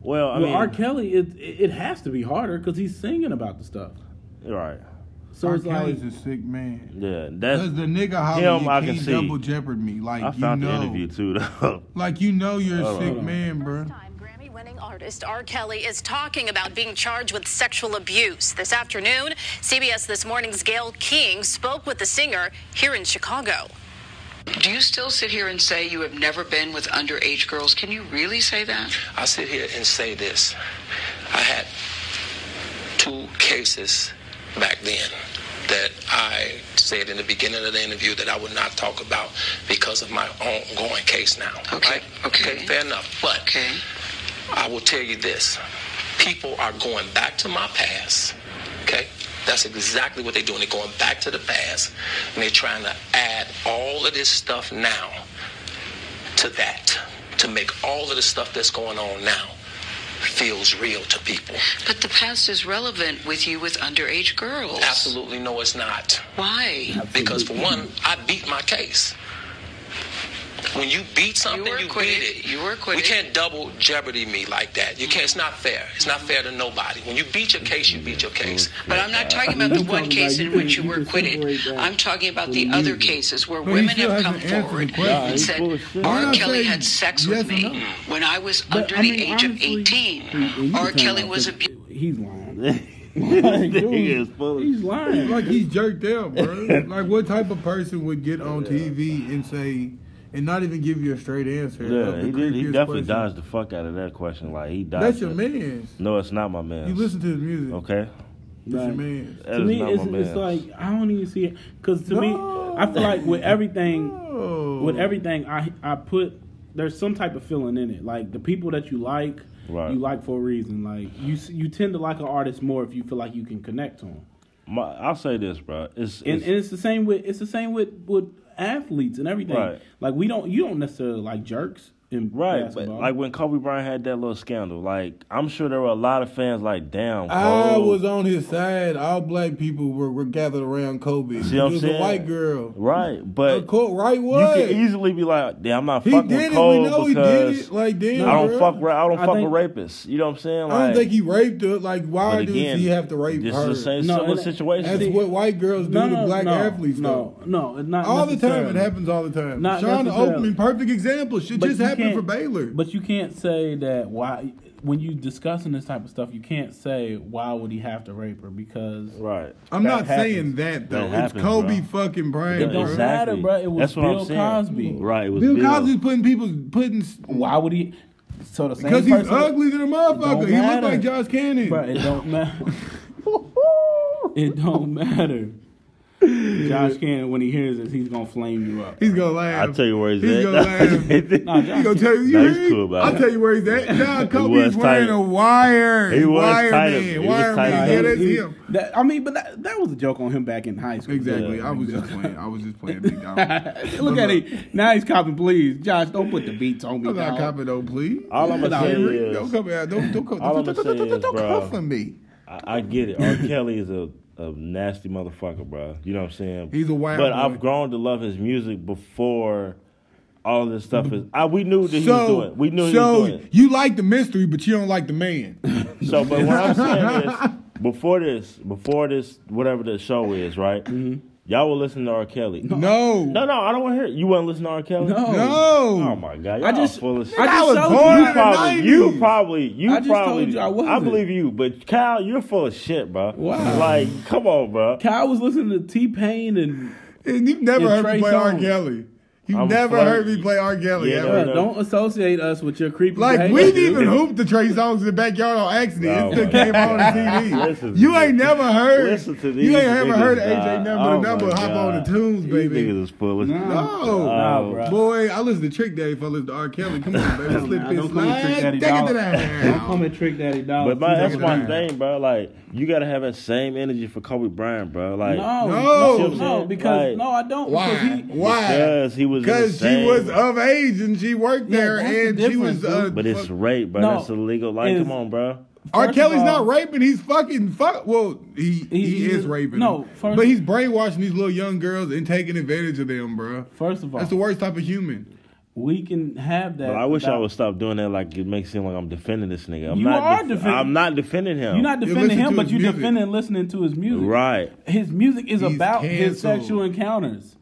E: well, I
D: well,
E: mean,
D: R. Kelly, it it has to be harder because he's singing about the stuff.
E: right?
D: So
C: R.
D: it's like,
C: Kelly's a sick man.
E: Yeah,
C: Cause
E: that's.
C: the nigga holler,
E: Him,
C: you
E: I
C: can't
E: can see.
C: double jeopard me. Like
E: I
C: you
E: found
C: know,
E: the interview too, though.
C: like you know, you're a
E: Hold on,
C: sick
E: hold on.
C: man, bro.
G: Time Grammy winning artist R. Kelly is talking about being charged with sexual abuse. This afternoon, CBS This Morning's Gail King spoke with the singer here in Chicago.
H: Do you still sit here and say you have never been with underage girls? Can you really say that?
A: I sit here and say this. I had two cases back then that I said in the beginning of the interview that I would not talk about because of my ongoing case now.
H: Okay, okay.
A: Fair enough. But
H: Okay.
A: I will tell you this. People are going back to my past. Okay? That's exactly what they're doing. They're going back to the past and they're trying to add all of this stuff now to that to make all of the stuff that's going on now feels real to people.
H: But the past is relevant with you with underage girls.
A: Absolutely no, it's not.
H: Why?
A: Because for one, I beat my case. When you beat something,
H: were
A: you,
H: acquitted.
A: beat it.
H: You were
A: We
H: acquitted.
A: can't double jeopardy me like that. You can't. It's not fair. It's not fair to nobody. When you beat your case, you beat your case. Mm-hmm.
H: But I'm not talking about the
D: You're
H: one
D: talking
H: case
D: about
H: in
D: you
H: which
D: can- you
H: you were
D: can separate
H: acquitted.
D: that
H: I'm talking about
D: from
H: the
D: the
H: other
D: music.
H: cases where
C: But he
H: women
C: still
H: have come
C: hasn't answered the
H: forward
C: question. Nah,
H: and
E: he's
H: said,
E: full of shit.
C: I'm
H: R.
C: not
H: Kelly
C: saying
H: had sex
C: yes
H: with
C: or
H: me
C: no.
H: when I was
D: But,
H: under
D: I mean,
H: the age
D: honestly,
H: of 18.
D: and- and you
H: R.
D: can tell
H: Kelly
D: that
H: was
D: this-
H: abused.
D: He's lying.
E: this
D: Like, dude,
E: nigga is full of
D: he's lying.
C: Like he's jerked out, bro. like what type of person would get on TV and say and not even give you a straight answer? of
E: Yeah,
C: the
E: he did. He
C: creepiest
E: definitely
C: question?
E: dodged the fuck out of that question. Like he dodged.
C: That's your
E: it.
C: man's.
E: No, it's not my man.
C: You listen to his music.
E: Okay.
C: That's your
D: Right.
C: man's.
E: That
D: to
E: is
D: me,
E: not
D: it's,
E: my
D: it's
E: man.
D: like I don't even see it because to
C: No.
D: me, I feel like with everything,
C: No.
D: with everything, I I put there's some type of feeling in it. Like the people that you like,
E: Right.
D: you like for a reason. Like you s- you tend to like an artist more if you feel like you can connect to him.
E: My, I'll say this, bro. It's,
D: And,
E: it's
D: and it's the same with it's the same with with athletes and everything.
E: Right.
D: Like we don't you don't necessarily like jerks. in
E: Right,
D: basketball.
E: but like when Kobe Bryant had that little scandal, like I'm sure there were a lot of fans like, "Damn,
C: Oh. I
E: Kobe.
C: was on his side. All black people were, were gathered around Kobe.
E: See what I'm
C: it was
E: saying?
C: a white girl.
E: Right,
C: A
E: but
C: co- right
E: you can
C: way.
E: easily be like, "Damn, I'm not
C: He
E: fucking
C: did
E: with
C: it.
E: Kobe
C: We know he
E: because
C: did it. Like, damn,
E: I don't
C: bro.
E: fuck. ra- I don't
D: I
E: fuck
D: think-
E: with rapists. You know what I'm saying? Like,
C: I don't think he raped her. Like, why
E: but
C: does
E: again,
C: he have to rape
E: this
C: her?
E: is the same
D: No,
E: similar
D: and-
E: situation.
C: That's what white girls do
D: no,
C: to
D: no,
C: black
D: no,
C: athletes.
D: No,
C: though.
D: no, it's not
C: all the time it
D: necessarily.
C: happens. All the time.
D: Not
C: Sean
D: necessarily.
C: Oakman, perfect example. Shit
D: But
C: just
D: you
C: happened for
D: can't-
C: Baylor.
D: But you can't say that why when you discussing this type of stuff, you can't say why would he have to rape her because
E: right.
C: I'm
D: that
C: not
D: happens.
C: saying that though.
E: That
C: it's
E: happens,
C: Kobe
E: bro.
C: fucking Bryant.
D: It
E: Yeah,
D: don't
C: bro.
D: matter, bro. It was
E: That's what
D: Bill
E: I'm saying.
D: Cosby.
E: Right, it was
C: Bill
E: Bill.
C: Cosby's putting people putting
D: why would he? So the same
C: because he's
D: person-
C: ugly than a motherfucker.
D: Don't
C: He looked
D: matter.
C: like Josh Cannon.
D: Bro, it don't matter. it don't matter. Josh Cannon, when he hears this, he's gonna flame you up.
C: He's gonna laugh.
E: I'll tell you where he's,
C: He's gonna laugh.
E: at.
D: Nah,
C: He
D: Josh,
C: gonna tell you, you
E: Nah, he's
C: heard?
E: cool about
C: I'll
E: it.
C: tell you where he's at. Nah, Kobe's
E: was
C: wearing
E: tight.
C: a wire.
E: He was
C: wire
E: tight.
C: man.
E: He was
C: wire
E: tight.
C: man.
E: Nah,
C: Yeah,
E: he-
C: that's
D: he-
C: him.
D: that- I mean, but that, that was a joke on him back in high school.
C: Exactly.
E: Yeah.
C: I was just playing. I was just playing big dog. I'm
D: Look at it. Now he's copping. Please, Josh, don't put the beats on
C: not
D: me. dog.
C: copping though, please.
E: All I'm
D: Nah,
E: gonna say
D: Henry,
E: is,
C: Don't come out. Don't don't come.
E: All
C: Don't,
E: I'ma
C: don't,
E: say
C: don't, don't,
E: is,
C: don't
E: bro.
C: cuff on me.
E: I, I get it. R. Kelly is a, a nasty motherfucker, bro. You know what I'm saying?
C: He's a wild
E: But
C: boy.
E: I've grown to love his music before all this stuff is. I we knew that he was
C: So
E: doing. it. We knew
C: so
E: he was doing.
C: you like the mystery, but you don't like the man.
E: It. So, but what I'm saying is, before this, before this, whatever the show is, right? Y'all will listen to R. Kelly. Mm-hmm. No,
C: No.
E: no, I don't want to hear. It. You want to listen to R. Kelly?
D: No.
E: Oh
C: No.
E: my God! Y'all
D: I just,
E: full of shit.
D: I just
C: I was
D: told
C: born
D: you.
E: you probably, you probably, you
C: 90s.
D: I just told
E: probably.
D: you I wasn't.
E: believe you, but Kyle, you're full of shit, bro.
D: Wow.
E: Like, come on, bro.
D: Kyle was listening to T Pain and
C: And you've never
D: And
C: heard me
D: Trey
C: play R.
D: Songz.
C: Kelly. You've
E: I'm
C: never
E: flirt-
C: heard me play R. Kelly
E: Yeah,
C: ever.
E: no,
D: Bruh,
E: no.
D: don't associate us with your creepy.
C: Like
D: behavior,
C: we
D: dude.
C: even hooped the Trey Songs in the backyard on accident.
E: Oh,
C: it still
E: my
C: came on the
E: God.
C: CD.
E: Listen to
C: you ain't
E: this.
C: never heard.
E: Listen to these
C: you ain't ever
E: niggas,
C: heard of AJ
E: dog.
C: Number
E: Oh
C: the Number
E: my
C: Hop
E: God.
C: on the tunes,
E: These
C: baby.
E: niggas is full of
C: No.
D: Nah,
E: Oh.
D: bruh.
C: Boy, I listen to Trick Daddy if I listen to R. Kelly. Come on, baby. Slip
D: Nah,
C: this
D: don't come and
C: slide.
D: trick daddy
C: Take it to
D: dollar.
C: the
D: Don't come
C: house.
D: and trick daddy dollar.
E: But my, that's
C: Keep
E: my
C: talking to
E: thing, bro. Like, you gotta have that same energy for Kobe Bryant, bro. Like,
C: No.
D: no, no,
E: You see what I'm
D: no,
E: saying?
D: because
E: Like-
D: no, I don't. Because
C: Why?
D: he,
C: Why?
E: because he was
C: Because she
E: insane.
C: was of age and she worked
D: Yeah,
C: there
D: that's the
C: and she was.
D: difference,
C: Uh,
E: But it's
C: fuck-
E: rape, bro.
D: No.
E: That's illegal. Like,
D: It's-
E: come on, bro.
C: R.
D: First of
C: Kelly's
D: all-
C: not raping. He's fucking fuck. Well, he he,
D: he
C: is
D: is-
C: raping.
D: no, first-
C: but he's brainwashing these little young girls and taking advantage of them, bruh.
D: First of all,
C: That's the worst type of human.
D: we can have that.
E: But I wish I
D: without-
E: would stop doing that. Like, it makes it seem like I'm defending this nigga. I'm
D: You
E: not
D: are defending-
E: I'm not defending him.
D: You're not
C: You
D: defending
C: listen
D: him,
C: to
D: but
C: his
D: you
C: music.
D: defending listening to his music.
E: right.
D: His music is
C: He's
D: about his
C: canceled.
D: sexual encounters.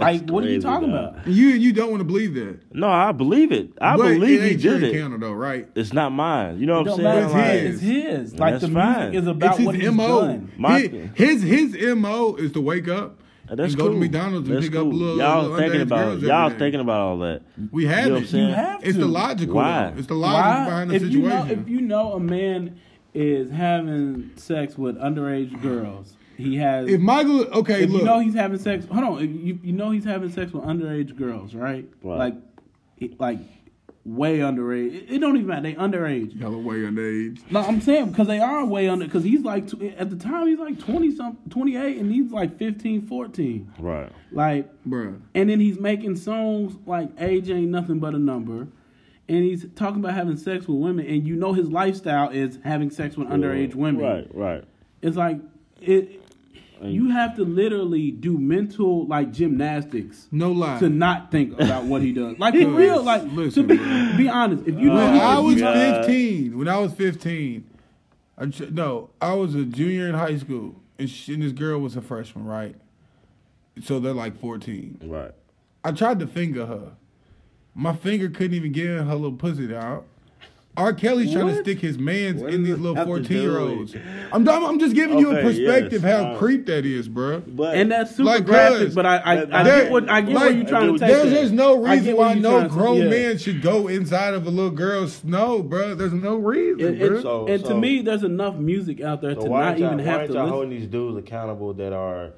D: like, what are you
E: crazy,
D: talking
E: dog.
D: about?
C: You you don't want to believe that.
E: No, I believe it. I
C: But
E: believe
C: it
E: he
C: ain't
E: did
C: Trey
E: it.
C: Counter though, right?
E: It's not mine. You know what
D: Don't
E: I'm
D: matter.
E: saying?
D: It's,
E: Like,
D: his. It's his.
E: And
D: Like
E: that's
D: the music
E: fine.
D: is about
C: it's
D: what
C: his
D: he's
C: mo.
D: done.
E: My-
C: Hi- His, his mo is to wake up
E: And That's
C: and go
E: cool.
C: to McDonald's and
E: That's
C: pick
E: cool.
C: up little
E: y'all
C: little
E: thinking
C: underage
E: about
C: girls every
E: y'all
C: day.
E: thinking about all that.
C: We have
E: you know what I'm
C: it.
E: saying?
D: You have
C: It's
D: to.
C: the logical.
E: Why?
C: It's the logic behind the
D: if
C: situation.
D: You know, if you know a man is having sex with underage girls, he has.
C: If Michael, okay,
D: if
C: look,
D: you know he's having sex, hold on. If you you know he's having sex with underage girls, right?
E: Right.
D: Like, it- like, way underage. It, it don't even matter. They underage.
C: y'all are way underage.
D: No, I'm saying because they are way under. Because he's like tw- at the time he's like twenty some, twenty eight, and he's like 15, 14.
E: Right.
D: Like,
C: Bruh.
D: and then he's making songs like age ain't nothing but a number. And he's talking about having sex with women, and you know his lifestyle is having sex with underage women.
E: Right. Right.
D: It's like it. You have to literally do mental like gymnastics.
C: No lie.
D: To not think about what he does, like for real, like
C: Listen,
D: to be
C: bro.
D: be honest. If you
C: When
D: don't,
C: I was
E: God.
C: 15, when I was 15, I ju- no, I was a junior in high school, and, she, and this girl was a freshman, right? So they're like 14.
E: Right.
C: I tried to finger her. My finger couldn't even get in her little pussy out. R. Kelly's trying to
D: What?
C: stick his mans
E: What
C: in
E: does
C: these
E: it
C: little
E: have to do
C: 14 year olds.
E: with-
C: I'm, I'm, I'm just giving you a
E: Okay,
C: perspective
E: yes,
C: how
E: uh,
C: creep that is, bruh.
E: But
D: and that's super
C: Like,
D: graphic,
C: cuz,
D: but I I, I
C: there-
D: get what I get where
C: like,
D: you're trying to take.
C: There's
D: it.
C: just no
D: I get
C: reason
D: where
C: why
D: you're
C: no
D: trying to-
C: grown
D: yeah.
C: man should go inside of a little girl's snow, bro. There's no reason,
D: And, and-
C: bro.
E: So-
D: and to
E: so-
D: me, there's enough music out there
E: so
D: to
E: why
D: not
E: aren't y'all-
D: even
E: why
D: have
E: aren't
D: to
E: y'all
D: listen.
E: holding these dudes accountable that are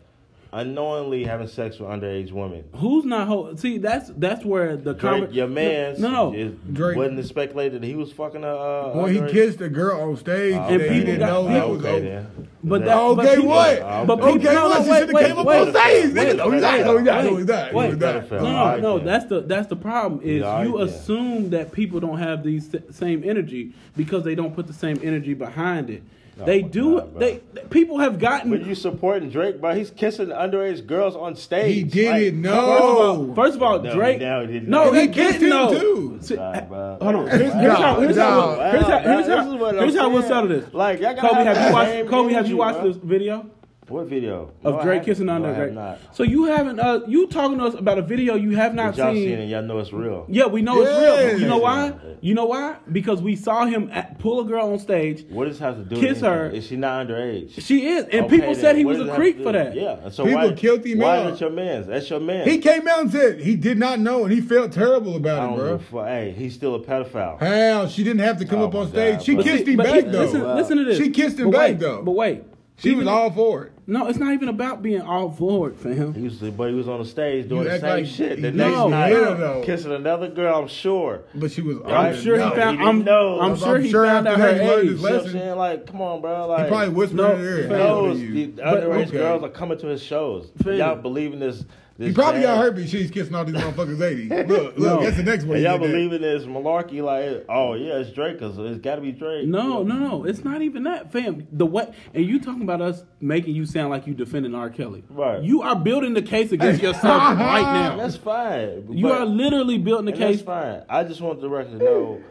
E: unknowingly having sex with underage women.
D: Who's not ho- see? That's that's where the
E: Drake,
D: conver-
E: your man,
D: No, no,
E: is,
C: Drake-
E: wasn't it speculated that he was fucking a. Uh,
C: When he
E: underage-
C: kissed a girl on stage,
E: Oh,
C: and
D: okay.
C: he didn't know
D: People got-
C: that
D: people
C: was
E: okay,
C: over.
E: then. Oh,
D: But that,
C: Okay,
D: but people-
C: what?
D: But
E: Okay,
D: people, no,
C: what? She
D: no, wait,
C: should've
D: wait,
C: came up
D: wait,
C: on stage,
D: wait,
C: nigga. No, he's not, no,
D: wait,
C: he's not, no,
D: wait,
C: he's not, he's
D: wait.
C: not.
D: No, no,
E: Alright,
D: no.
E: then.
D: That's the that's the problem. Is
E: Alright,
D: you
E: then.
D: assume that people don't have these th- same energy because they don't put the same energy behind it. they
E: my
D: do.
E: God, bro.
D: they people have gotten.
E: But you supporting Drake, bro? He's kissing underage girls on stage.
C: He didn't
E: Like,
D: First of all,
C: know.
D: first of all,
E: No,
D: Drake.
E: no, he didn't.
D: No,
C: Oh. And
D: he
C: he kissed
D: didn't
C: him,
D: know.
C: too.
D: See,
E: Nah, bro.
D: Hold on. Here's, here's how. Here's how.
C: Nah,
D: Here's how.
E: nah,
D: Here's
E: this
D: how.
E: is what I'm
D: Here's how we'll
E: saying.
D: settle this.
E: Like, y'all gotta
D: Kobe,
E: have
D: have you
E: the
D: watched?
E: same
D: Kobe, have
E: energy,
D: you watched
E: bro.
D: this video?
E: What video
D: of
E: No, I
D: Drake
E: haven't.
D: kissing
E: No, I
D: under
E: have
D: Drake.
E: not.
D: So you haven't uh you talking to us about a video you have not
E: But y'all
D: seen.
E: seen it, y'all know it's real.
D: Yeah, we know it's real.
C: Yes.
D: You know why?
E: Okay, yeah.
D: You know why? Because we saw him at, pull a girl on stage.
E: What does it have to do?
D: Kiss
E: with anything?
D: her.
E: Is she not underage?
D: She is, and
E: Okay,
D: people
E: then,
D: said he
E: what
D: was
E: does it
D: a
E: have to
D: creep
E: do?
D: for that.
E: Yeah. So
C: People
E: why,
C: killed him
E: Why
C: out.
E: is it your man's? That's your man.
C: He came out and said he did not know, and he felt terrible
E: I
C: about it,
E: don't
C: bro.
E: know. if- Hey, he's still a pedophile.
C: How she didn't have to come
E: Oh
C: up on
E: my
C: stage.
E: God,
C: she
E: bro.
D: But
C: kissed
D: see-
C: him
D: but
C: back
D: listen,
C: though.
D: Listen, listen to this.
C: She kissed him
D: But
C: back
D: wait,
C: though.
D: But wait,
C: She was
D: Even-
C: all for it.
D: No, it's not even about being all forward, fam.
E: He was, but he was on the stage doing
C: You
E: the
C: act
E: same
C: like-
E: shit.
C: No,
E: The next night,
C: yeah, though.
E: kissing another girl. I'm sure.
C: But she was.
E: I'm
D: I'm sure
E: No,
D: he
E: he
D: found.
E: didn't
D: I'm,
E: know.
D: I'm
E: I'm
D: sure he
C: sure
D: found out
C: after
D: her
C: he learned
D: age.
E: You know
C: his
E: what I'm
C: Listen.
E: saying? Like, come on, bro. Like,
C: He probably whispered
D: No,
C: in her ear.
D: fam.
C: "How old are
E: knows
C: you?"
E: the
D: But-
E: underage
C: okay.
E: girls are coming to his shows.
D: Fam.
E: Y'all believe in this? this
C: He probably
E: jazz.
C: got herpes. She's kissing all these motherfuckers. Eighty. Look, look.
D: No.
C: That's the next one.
E: And
C: he
E: y'all
C: did that.
E: believe in this malarkey? Like, oh yeah, it's Drake. 'cause it's got to be Drake.
D: No, no, no. It's not even that, fam. The what? And you talking about us making you sound like you defending R. Kelly?
E: Right.
D: You are building the case against yourself right now.
E: That's fine.
D: you
E: but-
D: are literally building the
E: and that's
D: case.
E: fine. I just want the record to know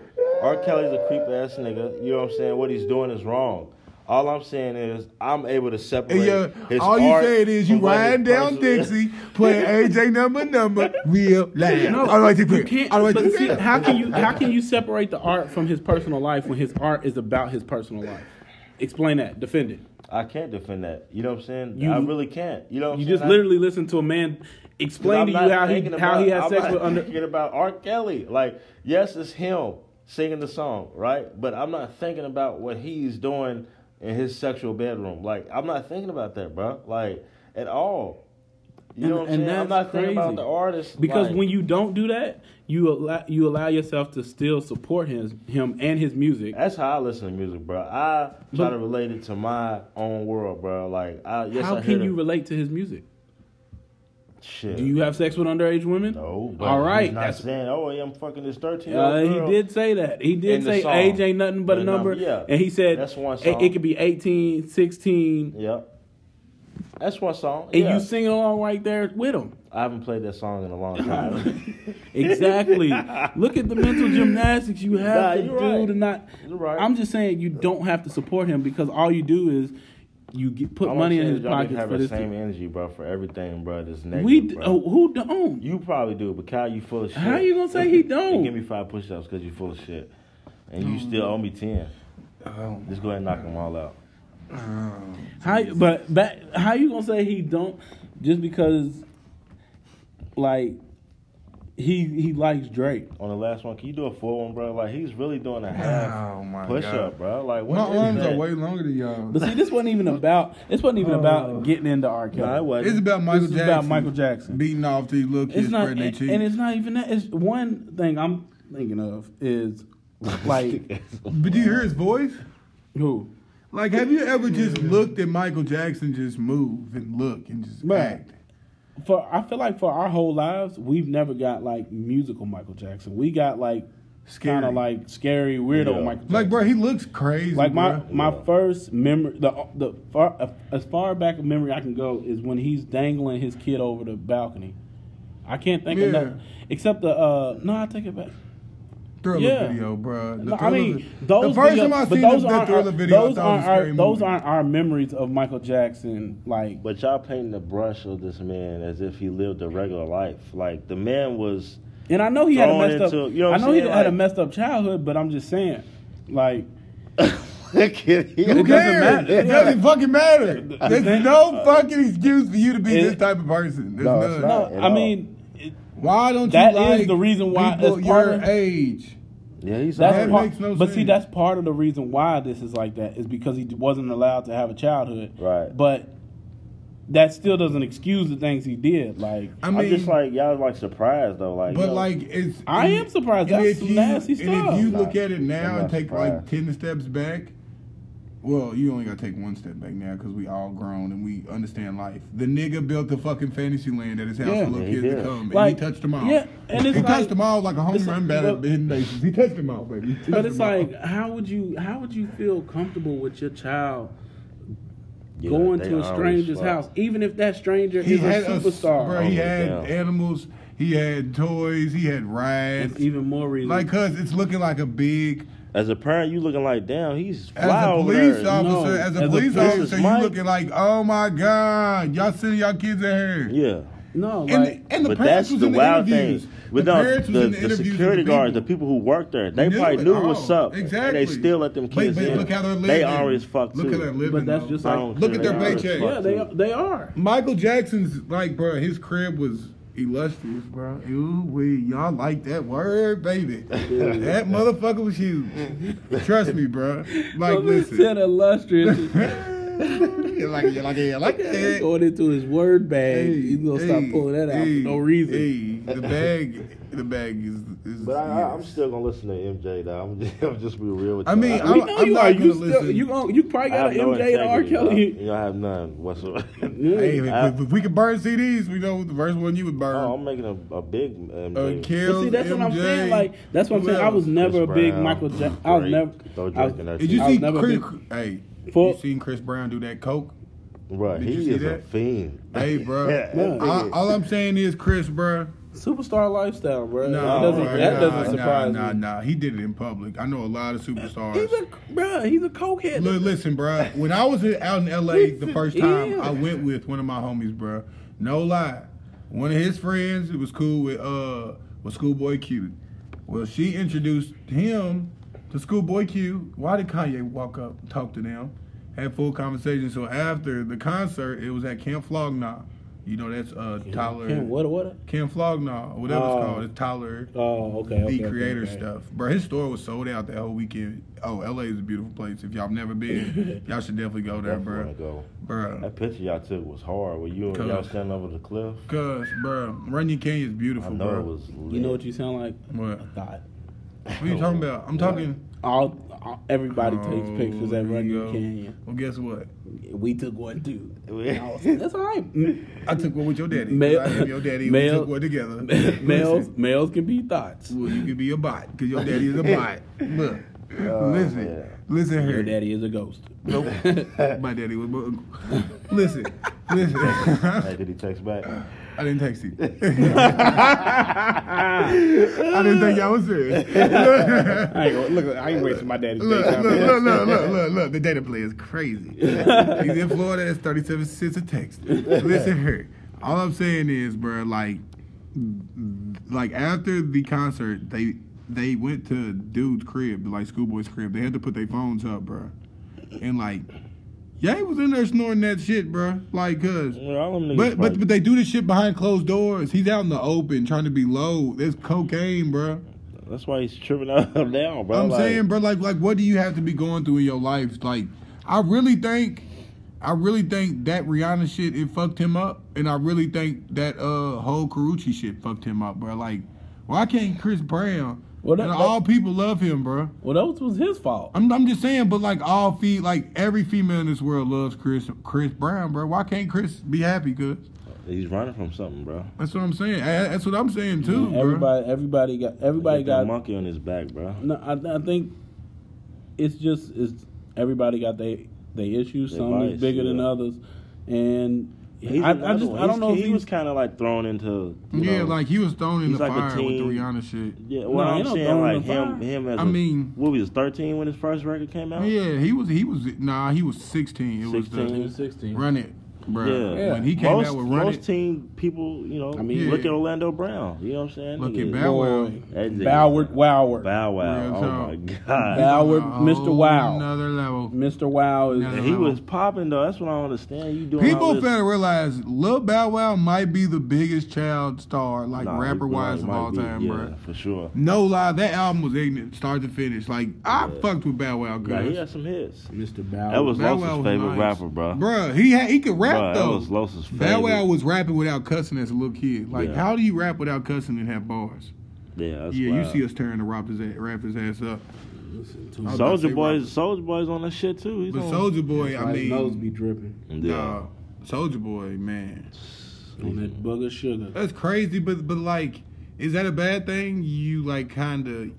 E: R. Kelly's a creep ass nigga. You know what I'm saying? What he's doing is wrong. All I'm saying is I'm able to separate.
C: And yeah,
E: his
C: uh, all you
E: art
C: said is you
E: from what his
C: riding down
E: personal-
C: Dixie, playing AJ number number, real loud.
D: No,
C: I like to
D: you
C: quit.
D: can't.
C: I like
D: but
C: to
D: see,
C: quit.
D: how can you how can you separate the art from his personal life when his art is about his personal life? Explain that. Defend it.
E: I can't defend that. You know what I'm saying?
D: You-
E: I really can't. You know what I'm
D: You
E: saying?
D: just
E: I-
D: literally listen to a man explain to
E: I'm
D: you
E: not
D: how he
E: thinking
D: how he
E: about-
D: has
E: I'm
D: sex
E: not
D: with under.
E: thinking about R. Kelly. Like, yes, it's him singing the song, right? But I'm not thinking about what he's doing in his sexual bedroom. Like, I'm not thinking about that, bro. Like, at all. You know what I'm saying? I'm not thinking about the artist.
D: because
E: like-
D: when you don't do that, you allow you allow yourself to still support his him and his music.
E: That's how I listen to music, bro. I try
D: But-
E: to relate it to my own world, bro. Like, I yes,
D: how
E: I hear
D: can
E: the-
D: you relate to his music?
E: Shit.
D: Do you have sex with underage women?
E: No, but
D: All right.
E: He's not
D: that's-
E: saying, oh, yeah, I'm fucking this 13 year
D: Uh,
E: old.
D: he did say that. He
E: In
D: did
E: the
D: say
E: song.
D: age ain't nothing but a
E: The number,
D: number.
E: yeah.
D: And he said
E: That's one
D: it-
E: song.
D: It, could be 18, 16.
E: Yep. That's one song.
D: And
E: yeah.
D: you sing along right there with him.
E: I haven't played that song in a long time.
D: Exactly. Look at the mental gymnastics you have
E: Nah,
D: to do
E: you're right.
D: to not.
E: You're right.
D: I'm just saying you don't have to support him because all you do is you get, put
E: All I'm
D: money in
E: saying
D: his
E: is y'all need to
D: pockets
E: have
D: for
E: the
D: this.
E: same
D: to-
E: energy, bro, for everything, bro. That's negative.
D: we d-
E: bro.
D: oh, who don't?
E: you probably do, but Kyle, you full of shit.
D: How you gonna say he don't? Um,
E: And give me five push-ups because you full of shit, and you still owe me ten. Just go ahead and knock them all out.
D: How but back, how you gonna say he don't just because like he he likes Drake?
E: On the last one, can you do a full one, bro? Like he's really doing a half
C: Oh my
E: push-up,
C: god.
E: bro. Like what
C: My
E: is
C: arms
E: that?
C: are way longer than y'all.
D: But see, this wasn't even about this wasn't even about getting into R. Kelly.
E: Nah, it wasn't.
C: Oh. It's about Michael
D: This is
C: Jackson.
D: about Michael Jackson.
C: beating off these little kids,
D: it's not,
C: spreading
D: and,
C: their cheeks.
D: and it's not even that. It's one thing I'm thinking of is like
C: but do you hear his voice?
D: who?
C: Like, have you ever just looked at Michael Jackson just move and look and just
D: Right.
C: act?
D: For I feel like for our whole lives, we've never got like musical Michael Jackson. We got like kind
C: Scary.
D: of like scary weirdo
E: Yeah.
D: Michael. Jackson.
C: Like, bro, he looks crazy.
D: Like my
C: bruh.
D: my
E: Yeah.
D: first memory, the the far uh, as far back a memory I can go is when he's dangling his kid over the balcony. I can't think of
C: Yeah.
D: nothing except the uh no I take it back.
C: thriller
D: yeah.
C: video, bro.
D: No, I mean
C: the
D: those
C: first
D: video-
C: time I
D: but
C: seen
D: those
C: the,
D: aren't
C: thriller
D: our,
C: video,
D: those
C: I thought it was
D: aren't
C: a
D: our,
C: scary
D: those
C: movie.
D: aren't our memories of Michael Jackson like
E: But y'all painting the brush of this man as if he lived a regular life. Like the man was.
D: and I know he had a
E: Thrown
D: messed up
E: into- you know what
D: I
E: I'm
D: know he
E: saying?
D: had a
E: Like-
D: messed up childhood but I'm just saying like
C: Who
E: Who
D: doesn't
C: cares?
D: matter.
C: It doesn't fucking matter. There's no fucking excuse for you to be
D: It-
C: this type of person. There's
E: No, it's
C: none.
E: not.
D: no,
E: At
D: I
E: all.
D: mean it,
C: Why don't you
D: That is
C: like
D: the reason why
C: people
D: it's part
C: your
D: of-
C: age?
E: Yeah, he's
D: That's
C: That
D: part,
C: makes no
D: but see,
C: sense.
D: that's part of the reason why this is like that is because he wasn't allowed to have a childhood.
E: Right.
D: But that still doesn't excuse the things he did. Like
C: I
E: I'm
C: mean,
E: just like y'all like surprised though. Like
C: but
E: yo,
C: like it's.
D: I
C: and-
D: am surprised.
C: and
D: That's
C: if
D: some
C: you-
D: nasty
C: And
D: stuff.
C: if you
E: Nah,
C: look at it now
E: I'm
C: and
E: not
C: take like
E: surprised.
C: ten steps back, well, you only gotta take one step back now because we all grown and we understand life. The nigga built the fucking fantasy land at his house
D: Yeah.
C: for little
E: He
C: kids to
E: did.
C: come,
D: Like,
C: and he touched them all.
D: yeah, and it's
C: he
D: like-
C: touched them all like a home
D: it's
C: run
D: like-
C: batter
D: but-
C: at hidden bases. He touched them all, baby. He touched
D: But it's
C: them all.
D: like, how would you how would you feel comfortable with your child
E: Yeah,
D: going
E: they
D: to a
E: always
D: stranger's
E: fuck.
D: house, even if that stranger
C: he
D: is a
C: had
D: superstar?
C: bro. He
E: Oh,
C: had
E: damn.
C: animals. He had toys. He had rides.
D: it's even more reason.
C: Like, cause it's looking like a big.
E: as a parent, you looking like damn, he's
C: As
E: fly
C: a
E: over
C: police
E: there.
C: officer,
D: No,
C: as
D: as
C: a
D: a
C: police
E: police-
C: officer, you
E: Mike-
C: looking like, oh my god, y'all sending y'all kids in here.
E: Yeah,
D: no,
C: And,
D: like
C: and the
E: but
C: parents
E: that's
C: was
E: the
C: in
E: wild
C: the
E: thing.
C: interviews.
E: But
C: the
E: no,
C: parents was
E: the,
C: in the,
E: the
C: interviews
E: security
C: with the
E: guards, the
C: people.
E: people who worked there, they
C: Knew
E: probably
C: it
E: knew
C: all.
E: what's up, and
C: Exactly.
E: they still let them
C: But-
E: kids
C: but
E: in.
C: look how they're
E: They
C: living.
E: always fucked
C: Look
E: too.
C: at that living.
D: but that's
C: though.
D: just
E: I
D: like
E: don't
C: Look
E: care.
C: at their
E: They always
C: paycheck.
E: fucked
D: yeah, they
E: too.
D: they are.
C: Michael Jackson's like, bro, his crib was illustrious, bro. Ooh, we y'all like that word, baby. that motherfucker was huge. Trust me, bro. Like,
D: Said
C: listen.
D: illustrious.
C: Yeah, like, yeah, like, yeah, like that.
D: going into his word bag.
C: Hey,
D: He's gonna stop
C: hey,
D: pulling that out
C: hey,
D: for no reason.
C: Hey, the bag, the bag is. is
I: But I, I, I'm
C: yes.
I: still gonna listen to MJ though. I'm just, I'm just be real with you.
C: I mean,
D: We
C: I'm
D: know you
C: not
D: are.
C: gonna
D: You still
C: listen.
D: you gon' you probably
E: I
D: got
E: have
D: an
E: no
D: MJ and R.
E: integrity.
D: Kelly.
I: You don't have none whatsoever.
C: Hey,
D: Yeah.
C: if,
E: I-
C: if- if we could burn CDs, we know the first one you would burn.
I: oh, I'm making a, a big MJ.
C: uh,
D: But
C: Kills,
D: see, that's what I'm
C: MJ,
D: saying. Like, that's what I'm
C: who
D: saying. I
C: else?
D: was never a
I: Chris
D: big
I: Brown,
D: Michael Jackson. I was
I: Drake.
D: never.
I: Throw
D: I
I: Drake in
D: was,
I: that
C: Did you
D: I
I: shit.
D: was
C: see
D: never
C: Chris?
D: big.
C: Hey,
D: For-
C: you seen Chris Brown do that coke?
I: Right,
C: Did you
I: he
C: see
I: is a
C: that?
I: fiend.
C: Hey, bro.
I: Yeah.
C: I, all I'm saying is, Chris, bro.
D: superstar lifestyle, bro.
C: No,
D: that doesn't,
C: bruh,
D: that
C: nah,
D: doesn't
C: nah,
D: surprise
C: nah,
D: me.
C: Nah, he did it in public. I know a lot of superstars.
D: He's a bro. He's a cokehead.
C: Look, listen, bro. When I was in- out in LA the first time,
D: Ew.
C: I went with one of my homies, bro. No lie, one of his friends. It was cool with uh with Schoolboy Q. Well, she introduced him to Schoolboy Q. Why did Kanye walk up, and talk to them, had full conversation? So after the concert, it was at Camp Flogna. You know that's uh Tyler
D: Kim, what? What?
C: Camp Flogna, whatever
D: Oh.
C: it's called. It's Tyler
D: Oh, okay. okay,
C: the
D: okay,
C: creator
D: okay.
C: stuff. Bro, his store was sold out that whole weekend. Oh, LA is a beautiful place. If y'all never been, y'all should definitely go there,
I: Definitely wanna
C: bro.
I: go.
C: Bro.
I: That picture y'all took was hard. Were you and y'all
C: Cause-
I: standing over the cliff?
C: Cuz, bro, Runyon Canyon is
I: I
C: beautiful,
I: know
C: bro.
I: it was. Lit.
D: You know what you sound like?
C: What?
D: God.
C: What are you talking about? I'm talking.
D: All, all everybody
C: Oh,
D: takes pictures
C: there
D: at
C: you
D: Runyon
C: go.
D: Canyon.
C: Well, guess what?
D: We took one too.
I: We-
D: I was like, That's all right.
C: I took one with your daddy. 'cause
D: Male-
C: I am your daddy.
D: male-
C: we took one together.
D: males,
C: Listen,
D: males can be thoughts.
C: Well, you could be a bot because your daddy is a bot. Look. listen.
I: man.
C: Listen here.
D: Your daddy is a ghost.
C: Nope. My daddy was my uncle. Listen. Listen.
I: Hey, did he text back?
C: I didn't text you. I didn't think y'all was serious.
D: I ain't, gonna- look, I ain't wasting my daddy's
C: Look,
D: day
C: look,
D: time.
C: look, look, look, look, look. The data play is crazy. He's in Florida. It's 37 cents a text. Listen here. All I'm saying is, bro, like, like after the concert, they they went to dude's crib, like schoolboy's crib. They had to put their phones up, bro, and like, Ye was in there snoring that shit, bro. Like, cause.
E: Yeah, all them niggas
C: But but
E: probably-
C: but they do this shit behind closed doors. He's out in the open trying to be low. There's cocaine, bro.
E: that's why he's tripping out now, bro.
C: I'm
E: like,
C: saying, bro, like like what do you have to be going through in your life? Like, I really think, I really think that Rihanna shit it fucked him up, and I really think that uh whole Carucci shit fucked him up, bro. Like, why can't Chris Brown?
D: Well, that-
C: and
D: that-
C: all people love him, bro.
D: Well, that was his fault.
C: I'm I'm just saying, but like all feet, like every female in this world loves Chris Chris Brown, bro. Why can't Chris be happy? Cause
E: he's running from something, bro.
C: that's what I'm saying. I- that's what I'm saying too, bro.
D: Everybody, everybody got, everybody
E: He got
D: got.
E: a monkey on his back, bro.
D: No, I, I think it's just it's everybody got they they issues.
E: Their
D: Some is
E: vice,
D: bigger than
E: yeah.
D: others, and
E: He's
D: I, I
E: another
D: just
E: one.
D: I
E: He's-
D: don't know if
E: He,
D: he
E: was kind of like thrown into. You
C: Yeah,
E: know,
C: like he was thrown in
E: he's
C: the
E: like a
C: fire with the
E: teen.
C: Rihanna shit.
E: Yeah, well,
D: No, he
E: I'm
D: don't
E: saying
D: throw
E: like
D: him in
E: him,
D: the
E: him as
C: I
E: a-
C: mean-
E: what was 13 when his first record came out?
C: Yeah, he was he was nah, he was sixteen. It
E: Sixteen.
C: was the
D: sixteen.
C: Run It, bro.
E: Yeah. Yeah.
C: When he came
E: most,
C: out with Run
E: most
C: It,
E: team people, you know, I
D: mean-
E: mean, look
C: Yeah.
E: at Orlando Brown. You know what I'm saying?
C: look at
E: Nigga,
C: Bow Wow.
D: Boy.
E: that nigga-
D: Boward Woward.
E: Bow Wow.
C: Real
E: Oh
C: talk.
E: my God.
D: Bow- Howard,
C: On a
D: Mr. Wow.
C: Another level. Wow.
D: Mr. Wow is.
C: No, no,
E: And he was popping though. That's what I don't understand. You doing all
C: People
E: this-
C: finna realize Lil Bow Wow might be the biggest child star, like
E: Nah,
C: rapper wise,
E: it
C: of
E: might
C: all
E: be,
C: time,
E: yeah,
C: bruh.
E: for sure.
C: No lie, that album was ignorant, start to finish. Like I fucked with Bow Wow,
E: Nah, he
C: cuz.
E: had some hits.
D: Mr. Bow.
E: That was
C: Bow
E: Losa's
C: Wow was
E: favorite
C: nice.
E: rapper, bro.
C: Bruh, he had, he could rap
E: Bruh, that
C: though.
E: was Losa's
C: Bow Wow
E: favorite.
C: was rapping without cussing as a little kid. Like,
E: Yeah.
C: how do you rap without cussing and have bars?
E: Yeah, that's
C: yeah,
E: wild.
C: you see us tearing the rapper's ass, rapper's ass up. I was about to say
E: Soldier
C: rapper.
E: Boy's Soldier Boy's on that shit too. He's
C: But
E: on.
C: Soldier Boy, I
D: his nose
C: mean,
D: be dripping
E: yeah.
C: Soldier Boy, man,
D: on that bugger sugar.
C: that's crazy. But but like, is that a bad thing? You like kind of,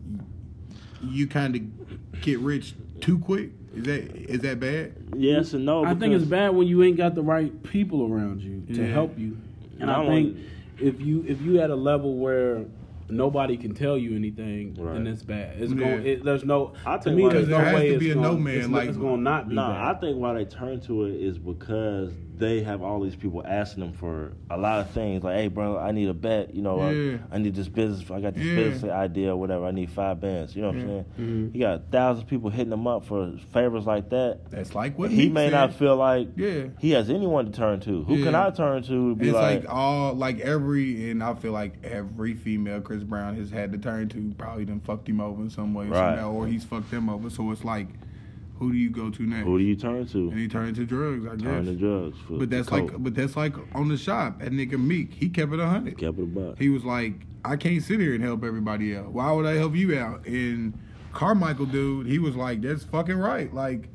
C: you kind of get rich too quick. Is that is that bad?
E: Yes and no.
D: I think it's
E: because-
D: bad when you ain't got the right people around you to
C: Yeah.
D: help you. And
E: Not
D: I think
E: only-
D: if you if you at a level where nobody can tell you anything,
E: Right.
D: then it's bad. It's
C: Yeah.
D: going it, there's no
E: I
D: to
E: think
D: me
E: why-
D: there's
E: There
D: no
C: has
D: way
C: to
D: it's
C: be a
D: gonna,
C: no man,
D: it's,
C: like-
D: it's gonna not be
E: Nah, I
D: bad.
E: think why they turn to it is because they have all these people asking them for a lot of things. Like, hey, bro, I need a bet. You know, uh,
C: Yeah.
E: I need this business. I got this
C: Yeah.
E: business idea or whatever. I need five bands. You know what
C: Yeah.
E: I'm saying? You got thousands of people hitting them up for favors like that.
C: That's like what
E: he
C: Meek
E: may
C: said.
E: not feel like
C: Yeah.
E: he has anyone to turn to. Who can
C: Yeah.
E: I turn to? to Be
C: It's
E: like,
C: like, uh, all like every and I feel like every female Chris Brown has had to turn to probably done fucked him over in some way or
E: Right.
C: somehow, or he's fucked them over. So it's like, who do you go to next?
E: who do you turn to?
C: and he turned to drugs, I
E: Turn to
C: guess.
E: drugs. For,
C: But that's
E: to
C: like, uh,
E: coke.
C: but that's like on the shop. That nigga Meek, he kept it a hundred.
E: kept it a buck.
C: He was like, I can't sit here and help everybody out. Why would I help you out? And Carmichael, dude, he was like, that's fucking right. Like,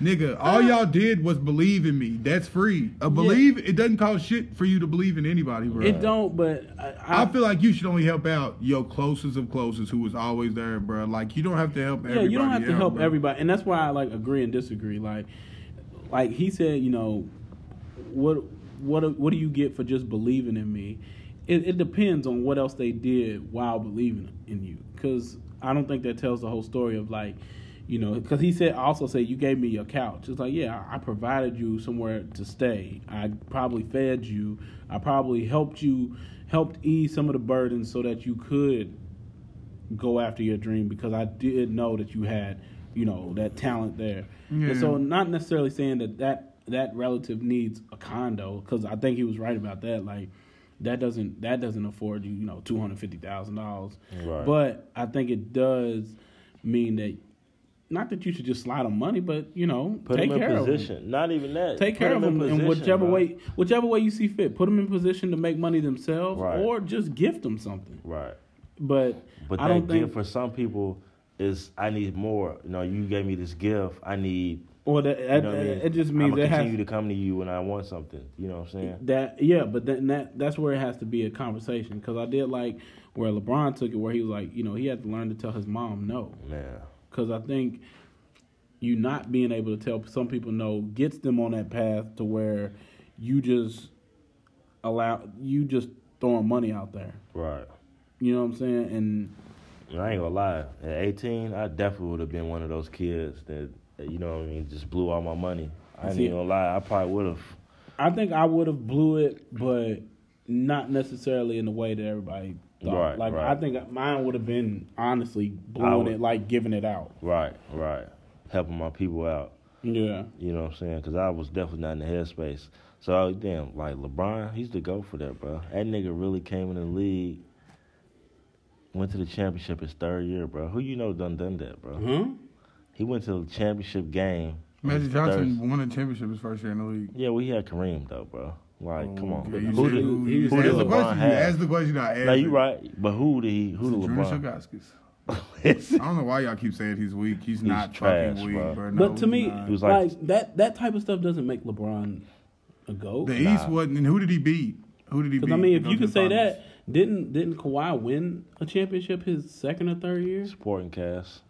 C: nigga, all y'all did was believe in me. That's free. A believe, it doesn't cost shit for you to believe in anybody, bro.
D: it don't, but I, I,
C: I feel like you should only help out your closest of closest who was always there, bro. Like, you don't have to help
D: yeah,
C: everybody.
D: you don't have to
C: out,
D: help
C: bro.
D: everybody, and that's why I like agree and disagree. Like, like he said, you know, what what what do you get for just believing in me? It, it depends on what else they did while believing in you, because I don't think that tells the whole story of like, you know, because he said also said you gave me your couch. It's like yeah, I provided you somewhere to stay. I probably fed you. I probably helped you helped ease some of the burdens so that you could go after your dream because I did know that you had, you know, that talent there.
C: Yeah.
D: And so, not necessarily saying that that that relative needs a condo because I think he was right about that. Like, that doesn't that doesn't afford you, you know, two hundred fifty thousand dollars.
E: Right.
D: But I think it does mean that. Not that you should just slide on money, but you know,
E: Put
D: take
E: him
D: care
E: in
D: of them.
E: position. Not even that.
D: Take
E: Put
D: care of them in
E: position,
D: whichever
E: bro.
D: way, whichever way you see fit. Put them in position to make money themselves,
E: Right.
D: or just gift them something.
E: Right.
D: But,
E: But
D: I
E: that
D: don't think
E: gift for some people is I need more. You know, you gave me this gift. I need.
D: Or that,
E: You
D: that,
E: know what I mean?
D: it just means
E: I'm
D: it
E: gonna
D: has
E: continue to come to you when I want something. You know what I'm saying?
D: that yeah, but then that that's where it has to be a conversation because I did like where LeBron took it, where he was like, you know, he had to learn to tell his mom no
E: Man,
D: because I think you not being able to tell some people no gets them on that path to where you just allow you just throwing money out there.
E: right.
D: You know what I'm saying? And
E: And I ain't gonna lie. At 18, I definitely would have been one of those kids that you know what I mean just blew all my money. I ain't
D: See-
E: even gonna lie. I probably would have.
D: I think I would have blew it, but not necessarily in the way that everybody thought.
E: Right,
D: like
E: right.
D: I think mine would have been honestly
E: I
D: blowing
E: would-
D: it, like giving it out.
E: Right, right. Helping my people out.
D: Yeah.
E: You know what I'm saying? Because I was definitely not in the headspace. So damn, like LeBron, he's the go for that, bro. That nigga really came in the league, went to the championship his third year, bro. Who you know done done that, bro?
D: Huh?
E: He went to the championship game. on
C: Magic
E: his
C: Johnson
E: third-
C: won a championship his first year in the league.
E: Yeah, we had Kareem though, bro. Like, come on.
C: Oh, Okay, you
E: Who
C: said
E: did?
C: who-
D: he
C: you
D: was-
C: said-
D: who
C: ask the
E: did
C: question.
E: LeBron
C: You
E: have?
C: asked the question. I asked.
E: No, you
C: it.
E: right. But who did he? Who
C: It's
E: did
C: Junior
E: LeBron?
C: Socraskis.
E: he
C: I don't know why y'all keep saying he's weak. He's, not
E: trash,
C: fucking weak,
E: bro.
C: bro. No,
D: But to
C: he's
D: me,
C: not.
E: was
D: like,
E: like-
D: that that type of stuff doesn't make LeBron a goat.
C: the East wasn't. And who did he beat? Who did he beat?
D: Because I mean, if
C: to
D: you
C: go to
D: could
C: the
D: say
C: finals?
D: that, didn't didn't Kawhi win a championship his second or third year?
E: supporting cast.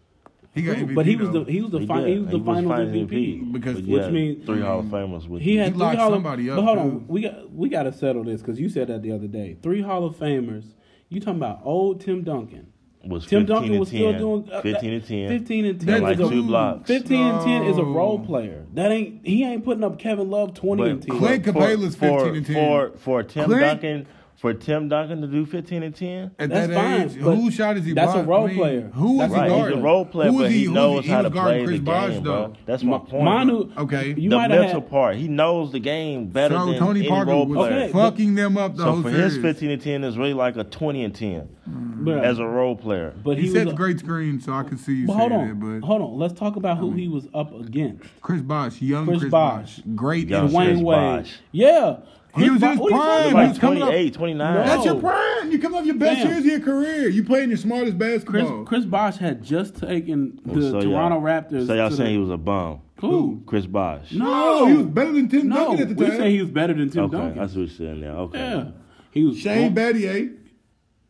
C: he got MVP,
D: but he was
C: though.
D: the he was the
E: He
D: fi-
E: did.
D: he was the
E: He was
D: final
E: finals
D: MVP.
E: MVP.
C: because
E: But
D: Which
E: yeah,
D: means-
E: three Hall of Famers with
D: He
E: you.
D: had
C: He
D: three
C: locked
D: Hall of,
C: somebody up,
D: But hold
C: too.
D: on, we got we got to settle this because you said that the other day. Three Hall of Famers. You talking about old Tim Duncan?
E: was
D: Tim
E: 15
D: Duncan
E: and
D: was
E: 10,
D: still doing uh,
E: 15 and 10.
D: Fifteen and ten.
E: And like
D: is a- mm,
E: two blocks.
D: Fifteen and ten is a role
C: No.
D: player. That ain't he ain't putting up Kevin Love twenty and ten.
C: Clint Capela's
E: for,
C: 15 and 10.
E: For, for Tim
C: Clint
E: Duncan, for Tim Duncan to do 15 and 10?
C: At
D: That's
C: that
D: fine,
C: age,
D: but
C: who shot is he?
D: that's a
C: block-
D: role
C: I mean,
D: player.
C: Who was
D: That's
C: he
E: Right,
C: guarding?
E: he's a role player,
C: Who was
E: but he,
C: who was
E: knows
C: he
E: how
C: was
E: to
C: guarding
E: play
C: Chris
E: the
C: Bosh,
E: game,
C: though.
E: bro. That's my
D: Ma-
E: point. bro.
D: Manu,
C: Okay.
D: you
E: the
D: might have
E: mental
D: had
E: part, he knows the game better
C: So
E: than
C: Tony
E: any
C: Parker
E: role
C: was
E: player.
D: Okay, but-
C: fucking them up the
E: So
C: whole
E: for
C: series.
E: his 15 and 10 is really like a 20 and 10
D: bruh,
E: as a role player.
D: but
C: he,
D: he,
C: sets
D: was.
C: great screens, so I can see you
D: but hold
C: saying
D: on,
C: it. But
D: hold on. Let's talk about who he was up against.
C: Chris Bosh, young Chris,
D: Chris
C: Bosh,
D: Bosh.
C: great.
E: Young
C: in-
E: Chris
D: Dwayne Wade.
E: Bosh.
D: Yeah,
C: He was in his
D: what are
C: prime.
D: you talking about?
C: He
E: Like
C: was coming up-
E: 28, 29.
D: No.
C: That's your prime. You come off your best
D: Damn.
C: years of your career. You playing your smartest
D: Chris,
C: basketball.
D: Chris Bosh had just taken the
E: Oh, So y'all-
D: Toronto Raptors.
E: So y'all
D: to
E: saying
D: the,
E: he was a bum?
D: Who?
E: Chris Bosh.
D: No,
C: he was better than Tim
D: no.
C: Duncan at the
D: we
C: time.
D: say he was better than Tim
E: okay,
D: Duncan.
E: that's what you're saying there. Okay.
D: yeah, he was.
E: Oh.
C: Shane
D: was,
C: Battier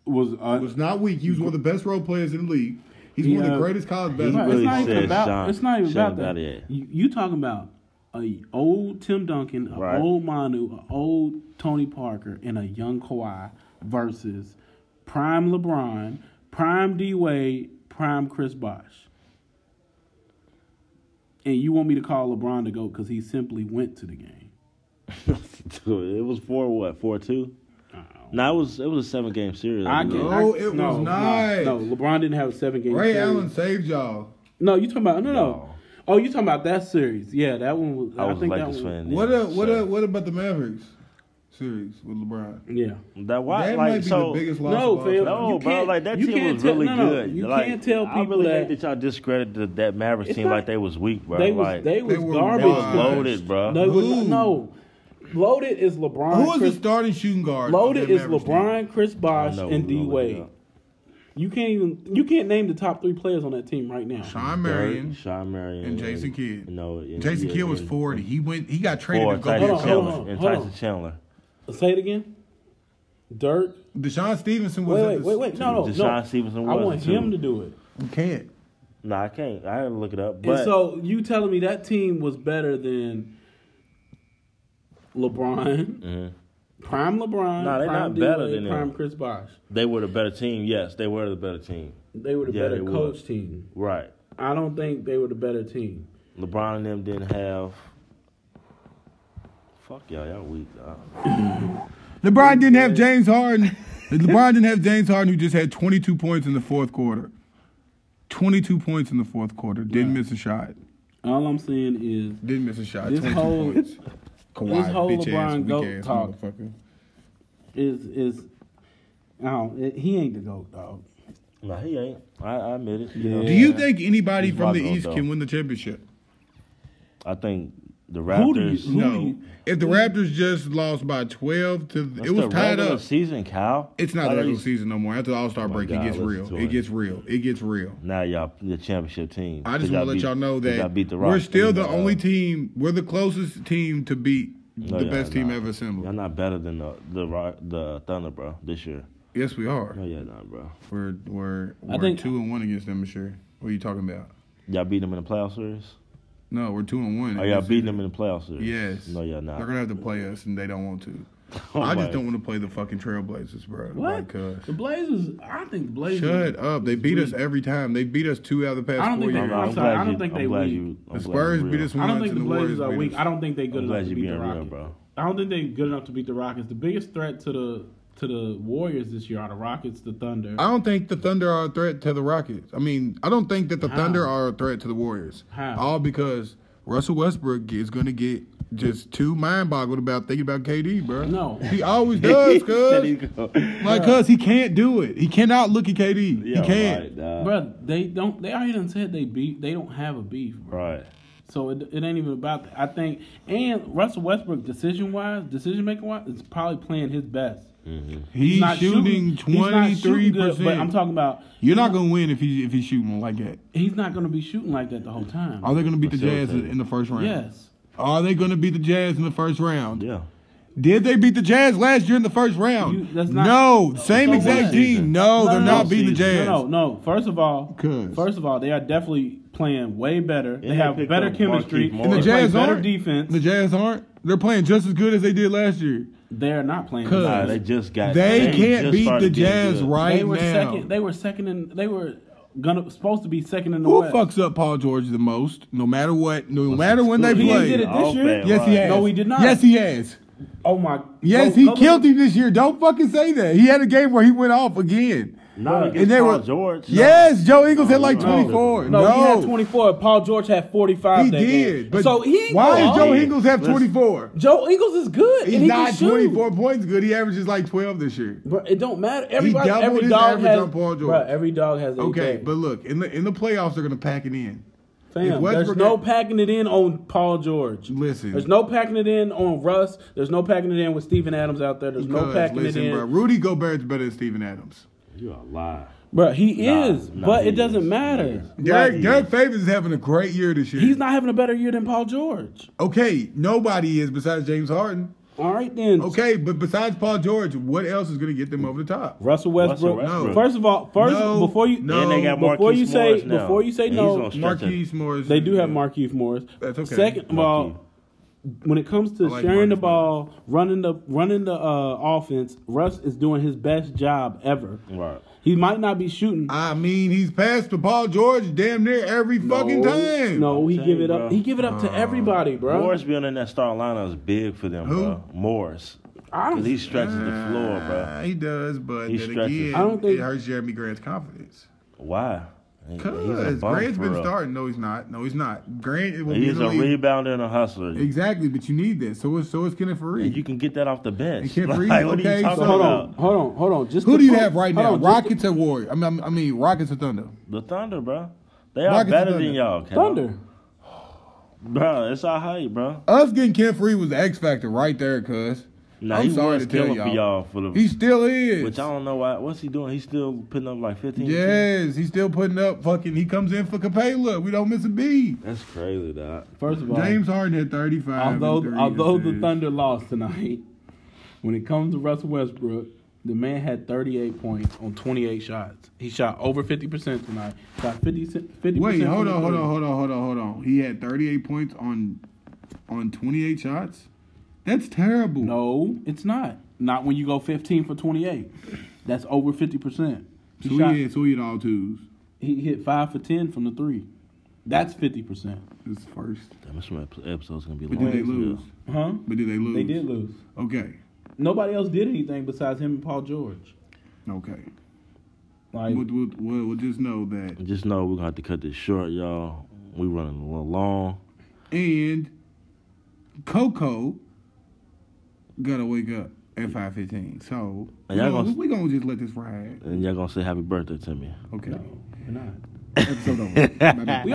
D: was, uh,
C: was not weak. He was one of the best role players in the league. He's
D: He,
C: one of the
D: uh,
C: greatest college
E: He
C: basketball.
E: really
D: it's not even
E: said
D: about.
E: Sean-
D: it's not even
E: Sean
D: about that.
E: Battier.
D: You, you talking about a old Tim Duncan, a
E: Right.
D: old Manu, a old Tony Parker, and a young Kawhi versus prime LeBron, prime D Wade, prime Chris Bosh. And you want me to call LeBron to go because he simply went to the game.
E: Dude, it was four what? Four two? No, it was it was a seven game series.
D: Oh. I
E: believe.
D: can,
C: No,
D: I,
C: it was
D: no,
C: not.
D: No, no, LeBron didn't have a seven game.
C: Ray
D: series.
C: Allen saved y'all.
D: No, you talking about no, no.
E: No.
D: Oh, you talking about that series? Yeah, that one was.
E: I
D: I,
E: was a
D: think that
E: Lakers
D: one.
E: fan.
C: What
E: then,
C: up? What
E: so-
C: up? What about the Mavericks series with LeBron?
D: Yeah.
E: That why
C: that
E: like
C: might be
E: so.
C: the biggest loss.
D: No,
C: of all time.
D: fam.
E: No,
D: You
E: bro,
D: can't-
E: like that
D: you
E: team
D: can't
E: was
D: tell-
E: really
D: no, no,
E: good.
D: you
E: Like,
D: can't tell
E: I really
D: people that-
E: hate that y'all discredited that Mavericks
D: It's
E: team like
D: not-
E: they was weak, bro.
D: They was
E: like
D: they was
C: They were
D: garbage.
E: they was
C: wild.
D: bro.
E: loaded, bro.
D: They was
C: Who?
D: no. Loaded is LeBron.
C: Who was
D: Chris,
C: the starting shooting guard? of
D: loaded
C: that
D: is
C: Mavericks
D: LeBron, Chris Bosh,
E: know,
D: and
E: we
D: D
E: gonna look it
D: Wade.
E: up.
D: You can't even you can't name the top three players on that team right now.
C: team? Sean Marion.
E: Sean Marion,
C: and Jason Kidd.
E: No, and-
C: Jason
E: yeah,
C: Kidd was
E: and-
C: forty. He went. He got traded
E: Or
C: to go
E: Tyson
D: Hold on,
C: to
D: hold
E: Chandler
D: on,
E: and
D: hold
E: Tyson
D: on.
E: Chandler.
D: Say it again. Dirk.
C: Deshaun Stevenson was.
D: Wait,
C: at
D: wait,
C: the-
D: wait, wait. No, no, no.
E: Deshaun Stevenson
D: I
E: was
D: want
E: it, too.
D: him to do it.
C: You can't.
E: No, I can't. I had to look it up. But
D: and so you telling me that team was better than LeBron, prime LeBron,
E: Mm-hmm. Nah, they
D: prime
E: not
D: D
E: better
D: Wade,
E: than them.
D: prime Chris Bosh.
E: they were the better team. Yes, they were the better team.
D: They were the
E: Yeah, they
D: better
E: were.
D: coach team.
E: Right.
D: I don't think they were the better team.
E: LeBron and them didn't have. Fuck y'all, y'all weak. Dog.
C: LeBron didn't have James Harden. LeBron didn't have James Harden, who just had 22 points in the fourth quarter. 22 points in the fourth quarter. Didn't miss a shot.
D: All I'm saying is
C: Didn't miss a shot.
D: This
C: 22
D: whole-
C: points. Kawhi,
D: this whole
C: bitch ass,
D: LeBron
C: weak
D: goat
C: ass
D: talk.
C: motherfucker.
D: is is I don't, it, he ain't the goat dog.
E: No, he ain't. I, I admit it. You
D: Yeah.
E: know?
C: Do you think anybody
E: He's
C: from the
E: my goat,
C: East
E: though.
C: can win the championship?
E: I think the
D: Who do you-
E: Raptors.
D: who- do
C: No.
D: you-
C: If the Raptors just lost by 12 to, it
E: That's
C: was
E: the
C: tied
E: regular
C: up.
E: Season, Kyle.
C: It's not
E: Like,
C: the regular
E: these-
C: season no more. After the All Star break,
E: God,
C: it gets
E: listen
C: real.
E: to
C: It
E: it.
C: gets real. It gets real.
E: Now y'all the championship team.
C: I just
E: Y'all
C: want to let
E: beat-
C: y'all know
E: y'all
C: that
E: beat the
C: we're
E: Rockets.
C: still the
E: Uh,
C: only team. We're the closest team to beat
E: no,
C: the
E: y'all
C: best team
E: not.
C: ever assembled.
E: Y'all not better than the the Rock, the Thunder, bro. This year.
C: Yes, we are.
E: No, y'all not, bro.
C: We're we're
D: I
C: we're
D: think-
C: two and one against them this year. What are you talking about?
E: Y'all beat them in the playoff series.
C: No, we're two and one.
E: Are Oh, y'all beating them in the playoff series?
C: Yes.
E: No, y'all
C: They're
E: not.
C: gonna have to play us, and they don't want to.
E: Oh
C: I just
E: my-
C: don't want to play the fucking Trailblazers, bro.
D: What
C: Like, uh,
D: the Blazers? I think Blazers.
C: shut up. They beat us every time. They beat us two out of the past
D: I don't
C: four
D: think they-
C: years.
D: I'm
E: glad
D: sorry, I don't
E: you-
D: think
E: I'm
D: they
E: glad
D: weak.
E: you- I'm
C: The
E: glad
C: Spurs
E: you
C: beat
E: real.
C: us
D: I
C: once.
D: don't think
C: and
D: the Blazers
C: Warriors
D: are
C: beat
D: weak.
C: us.
D: I don't think they good
E: I'm
D: enough
E: glad
D: to
E: you
D: beat the
E: being real,
D: Rockets.
E: bro.
D: I don't think they good enough to beat the Rockets. The biggest threat to the to the Warriors this year are the Rockets, the Thunder.
C: I don't think the Thunder are a threat to the Rockets. I mean, I don't think that the
D: How?
C: Thunder are a threat to the Warriors.
D: How?
C: All because Russell Westbrook is going to get just too mind boggled about thinking about KD, bro.
D: No.
C: He always does,
E: There you
C: cuz.
E: go.
C: Like, cuz, he can't do it. He cannot look at KD.
E: Yeah,
C: he can't.
E: Right, dawg.
D: Bro, they don't. They already done said they beat. They don't have a beef, bro.
E: Right.
D: So it, it ain't even about that. I think and Russell Westbrook decision wise, decision making wise, is probably playing his best.
C: He's, shooting
D: he's not shooting good,
C: 23%.
D: But I'm talking about
C: You're not going to win if he's, if he's shooting like that.
D: he's not going to be shooting like that the whole time.
C: Are they going to beat the Jazz
E: Facilitate.
C: in the first round?
D: yes.
C: Are they going to beat the Jazz in the first round?
E: Yeah.
C: Did they beat the Jazz last year in the first round?
D: You- that's not-
C: no,
D: so
C: same
D: what?
C: exact team. No, they're not beating the Jazz.
D: No, no, no. First of all,
C: 'Cause-
D: first of all, they are definitely playing way better. They
E: they
D: have
E: picked
D: better
E: up
D: chemistry.
E: Markieff Morris. They
C: And the
D: they play
C: Jazz
D: better
C: aren't.
D: defense.
C: The Jazz aren't. They're playing just as good as they did last year.
D: They're not playing.
C: 'Cause
E: Nah,
D: defense.
E: they just got.
C: They can't
E: just
C: beat
E: started
C: the
E: getting
C: Jazz
E: good.
C: right
D: they were
C: now.
D: second. They were second in. They were gonna supposed to be second in the
C: Who
D: West.
C: fucks up Paul George the most? No matter what, no matter when they
D: He didn't
C: play.
D: did it this
E: All
D: year?
E: bad,
C: Yes, he
E: right.
C: has.
D: No, he did not.
C: Yes, he has.
D: Oh my.
C: Yes,
D: go-
C: he
D: go look-
C: killed him this year. Don't fucking say that. He had a game where he went off again.
E: Not
C: And
E: against
C: they
E: Paul
C: were-
E: George.
C: Yes, Joe Ingles had like
E: No.
C: 24.
D: No,
C: No,
D: he had 24. Paul George had 45.
C: He
D: that
C: did.
D: Game.
C: But
D: so he
C: why
D: go
C: does Joe
D: off.
C: Ingles have 24?
D: Joe Eagles is good.
C: He's
D: and he
C: not
D: can shoot.
C: 24 points good. He averages like 12 this year.
D: Bro, it don't matter. Everybody,
C: doubled
D: every
C: his
D: dog
C: average
D: has.
C: on Paul George.
D: Bro, every dog has. a
C: Okay,
D: day.
C: but look, in the in the playoffs they're gonna pack it in.
D: Fam,
C: if
D: there's
C: Westbrook-
D: no packing it in on Paul George.
C: Listen.
D: there's no packing it in on Russ. There's no packing it in with Steven Adams out there. There's no
C: Because,
D: packing
C: listen,
D: it in,
C: bro,
D: bro.
C: Rudy Gobert's better than Steven Adams.
E: You a lie.
D: he
E: Nah,
D: is,
E: nah,
D: but
E: he
D: it doesn't
E: is.
D: matter.
C: Derek,
D: Like,
C: Derek Favors is having a great year this year.
D: he's not having a better year than Paul George.
C: Okay, nobody is besides James Harden.
D: All right then.
C: Okay, but besides Paul George, what else is gonna get them over the top?
D: Russell Westbrook.
E: Westbrook.
C: No.
D: First of all, first
C: No,
D: before you
C: no.
E: And they got
D: before
E: Marquise
D: you say
E: Morris now.
D: before you say
E: And
D: no,
E: he's gonna stretch
C: Marquise Morris.
D: They do have
C: Yeah.
D: Marquise Morris.
C: That's okay.
D: Second of all, when it comes to
C: I like
D: sharing the
C: Marquise
D: ball, running the running the uh, offense, Russ is doing his best job ever.
E: Right.
D: He might not be shooting.
C: I mean, he's passed to Paul George damn near every fucking time.
D: No, he
E: I'm
D: give it
E: saying, bro.
D: up. He give it up to everybody, bro.
E: Morris being in that star lineup is big for them,
C: Who?
E: bro. Morris.
D: I
E: Because he
D: don't.
E: stretches the floor,
C: Uh,
E: bro.
C: he does, but
E: He
C: then
E: stretches.
C: again,
D: I don't think-
C: it hurts Jeremy Grant's confidence.
E: Why? He- he's a
C: Because
E: bum
C: Grant's
E: for
C: been
E: real.
C: starting. No, he's not. No, he's not. Grant will be in
E: He's
C: the
E: a
C: league.
E: rebounder and a hustler.
C: Exactly, but you need that. So is so is Kenneth
E: And you
C: Fareed.
E: can get that off the bench.
C: And Kid Freeze,
E: Like, what are
C: okay,
E: you talking
C: so-
D: Hold
E: about?
D: on, hold on, hold on. Just
C: Who
D: to
C: do you
D: prove-
C: have right
D: hold
C: now?
D: on, just
C: Rockets or Warrior? I mean, I mean- I mean Rockets or Thunder.
E: The Thunder, bro. They are
C: Rockets
E: better
C: and
E: than
C: Thunder.
E: y'all, Cal.
D: Thunder.
E: Bro, it's our hype, bro.
C: Us getting Kenneth Fareed was the X factor right there, cuz.
E: Nah,
C: I'm
E: he
C: sorry
E: was
C: to tell
E: killing for
C: y'all.
E: y'all for the
C: He still is.
E: Which I don't know why. What's he doing? He's still putting up like 15.
C: Yes, he's still putting up fucking. He comes in for Capella. We don't miss a beat.
E: That's crazy, dog.
D: First of all,
C: James Harden had 35. and
D: although
C: three
D: although the
C: assists.
D: Thunder lost tonight, when it comes to Russell Westbrook, the man had 38 points on 28 shots. He shot over 50 percent tonight. Shot 50 50.
C: Wait, hold on, hold on, hold on, hold on, hold on. He had 38 points on on 28 shots. That's terrible.
D: No, it's not. Not when you go 15 for 28. That's over 50 percent. He
C: so
D: shot.
C: he had so he had all twos.
D: He hit five for 10 from the three. That's 50 percent.
C: It's first.
E: Damn, this episode's gonna be
C: But
E: long.
C: did they
E: as
C: lose?
E: hell.
D: Huh?
C: But did they lose?
D: They did lose.
C: Okay.
D: Nobody else did anything besides him and Paul George.
C: Okay.
D: Like
C: We'll, we'll, we'll, we'll just know that.
E: Just know we're gonna have to cut this short, y'all. We running a little long.
C: And Coco gotta wake up at 5:15. So
E: And y'all
C: we
E: gonna-
C: we gonna just let this ride.
E: And y'all gonna say happy birthday to me.
C: Okay.
D: we're not.
C: Episode over. Bye-bye.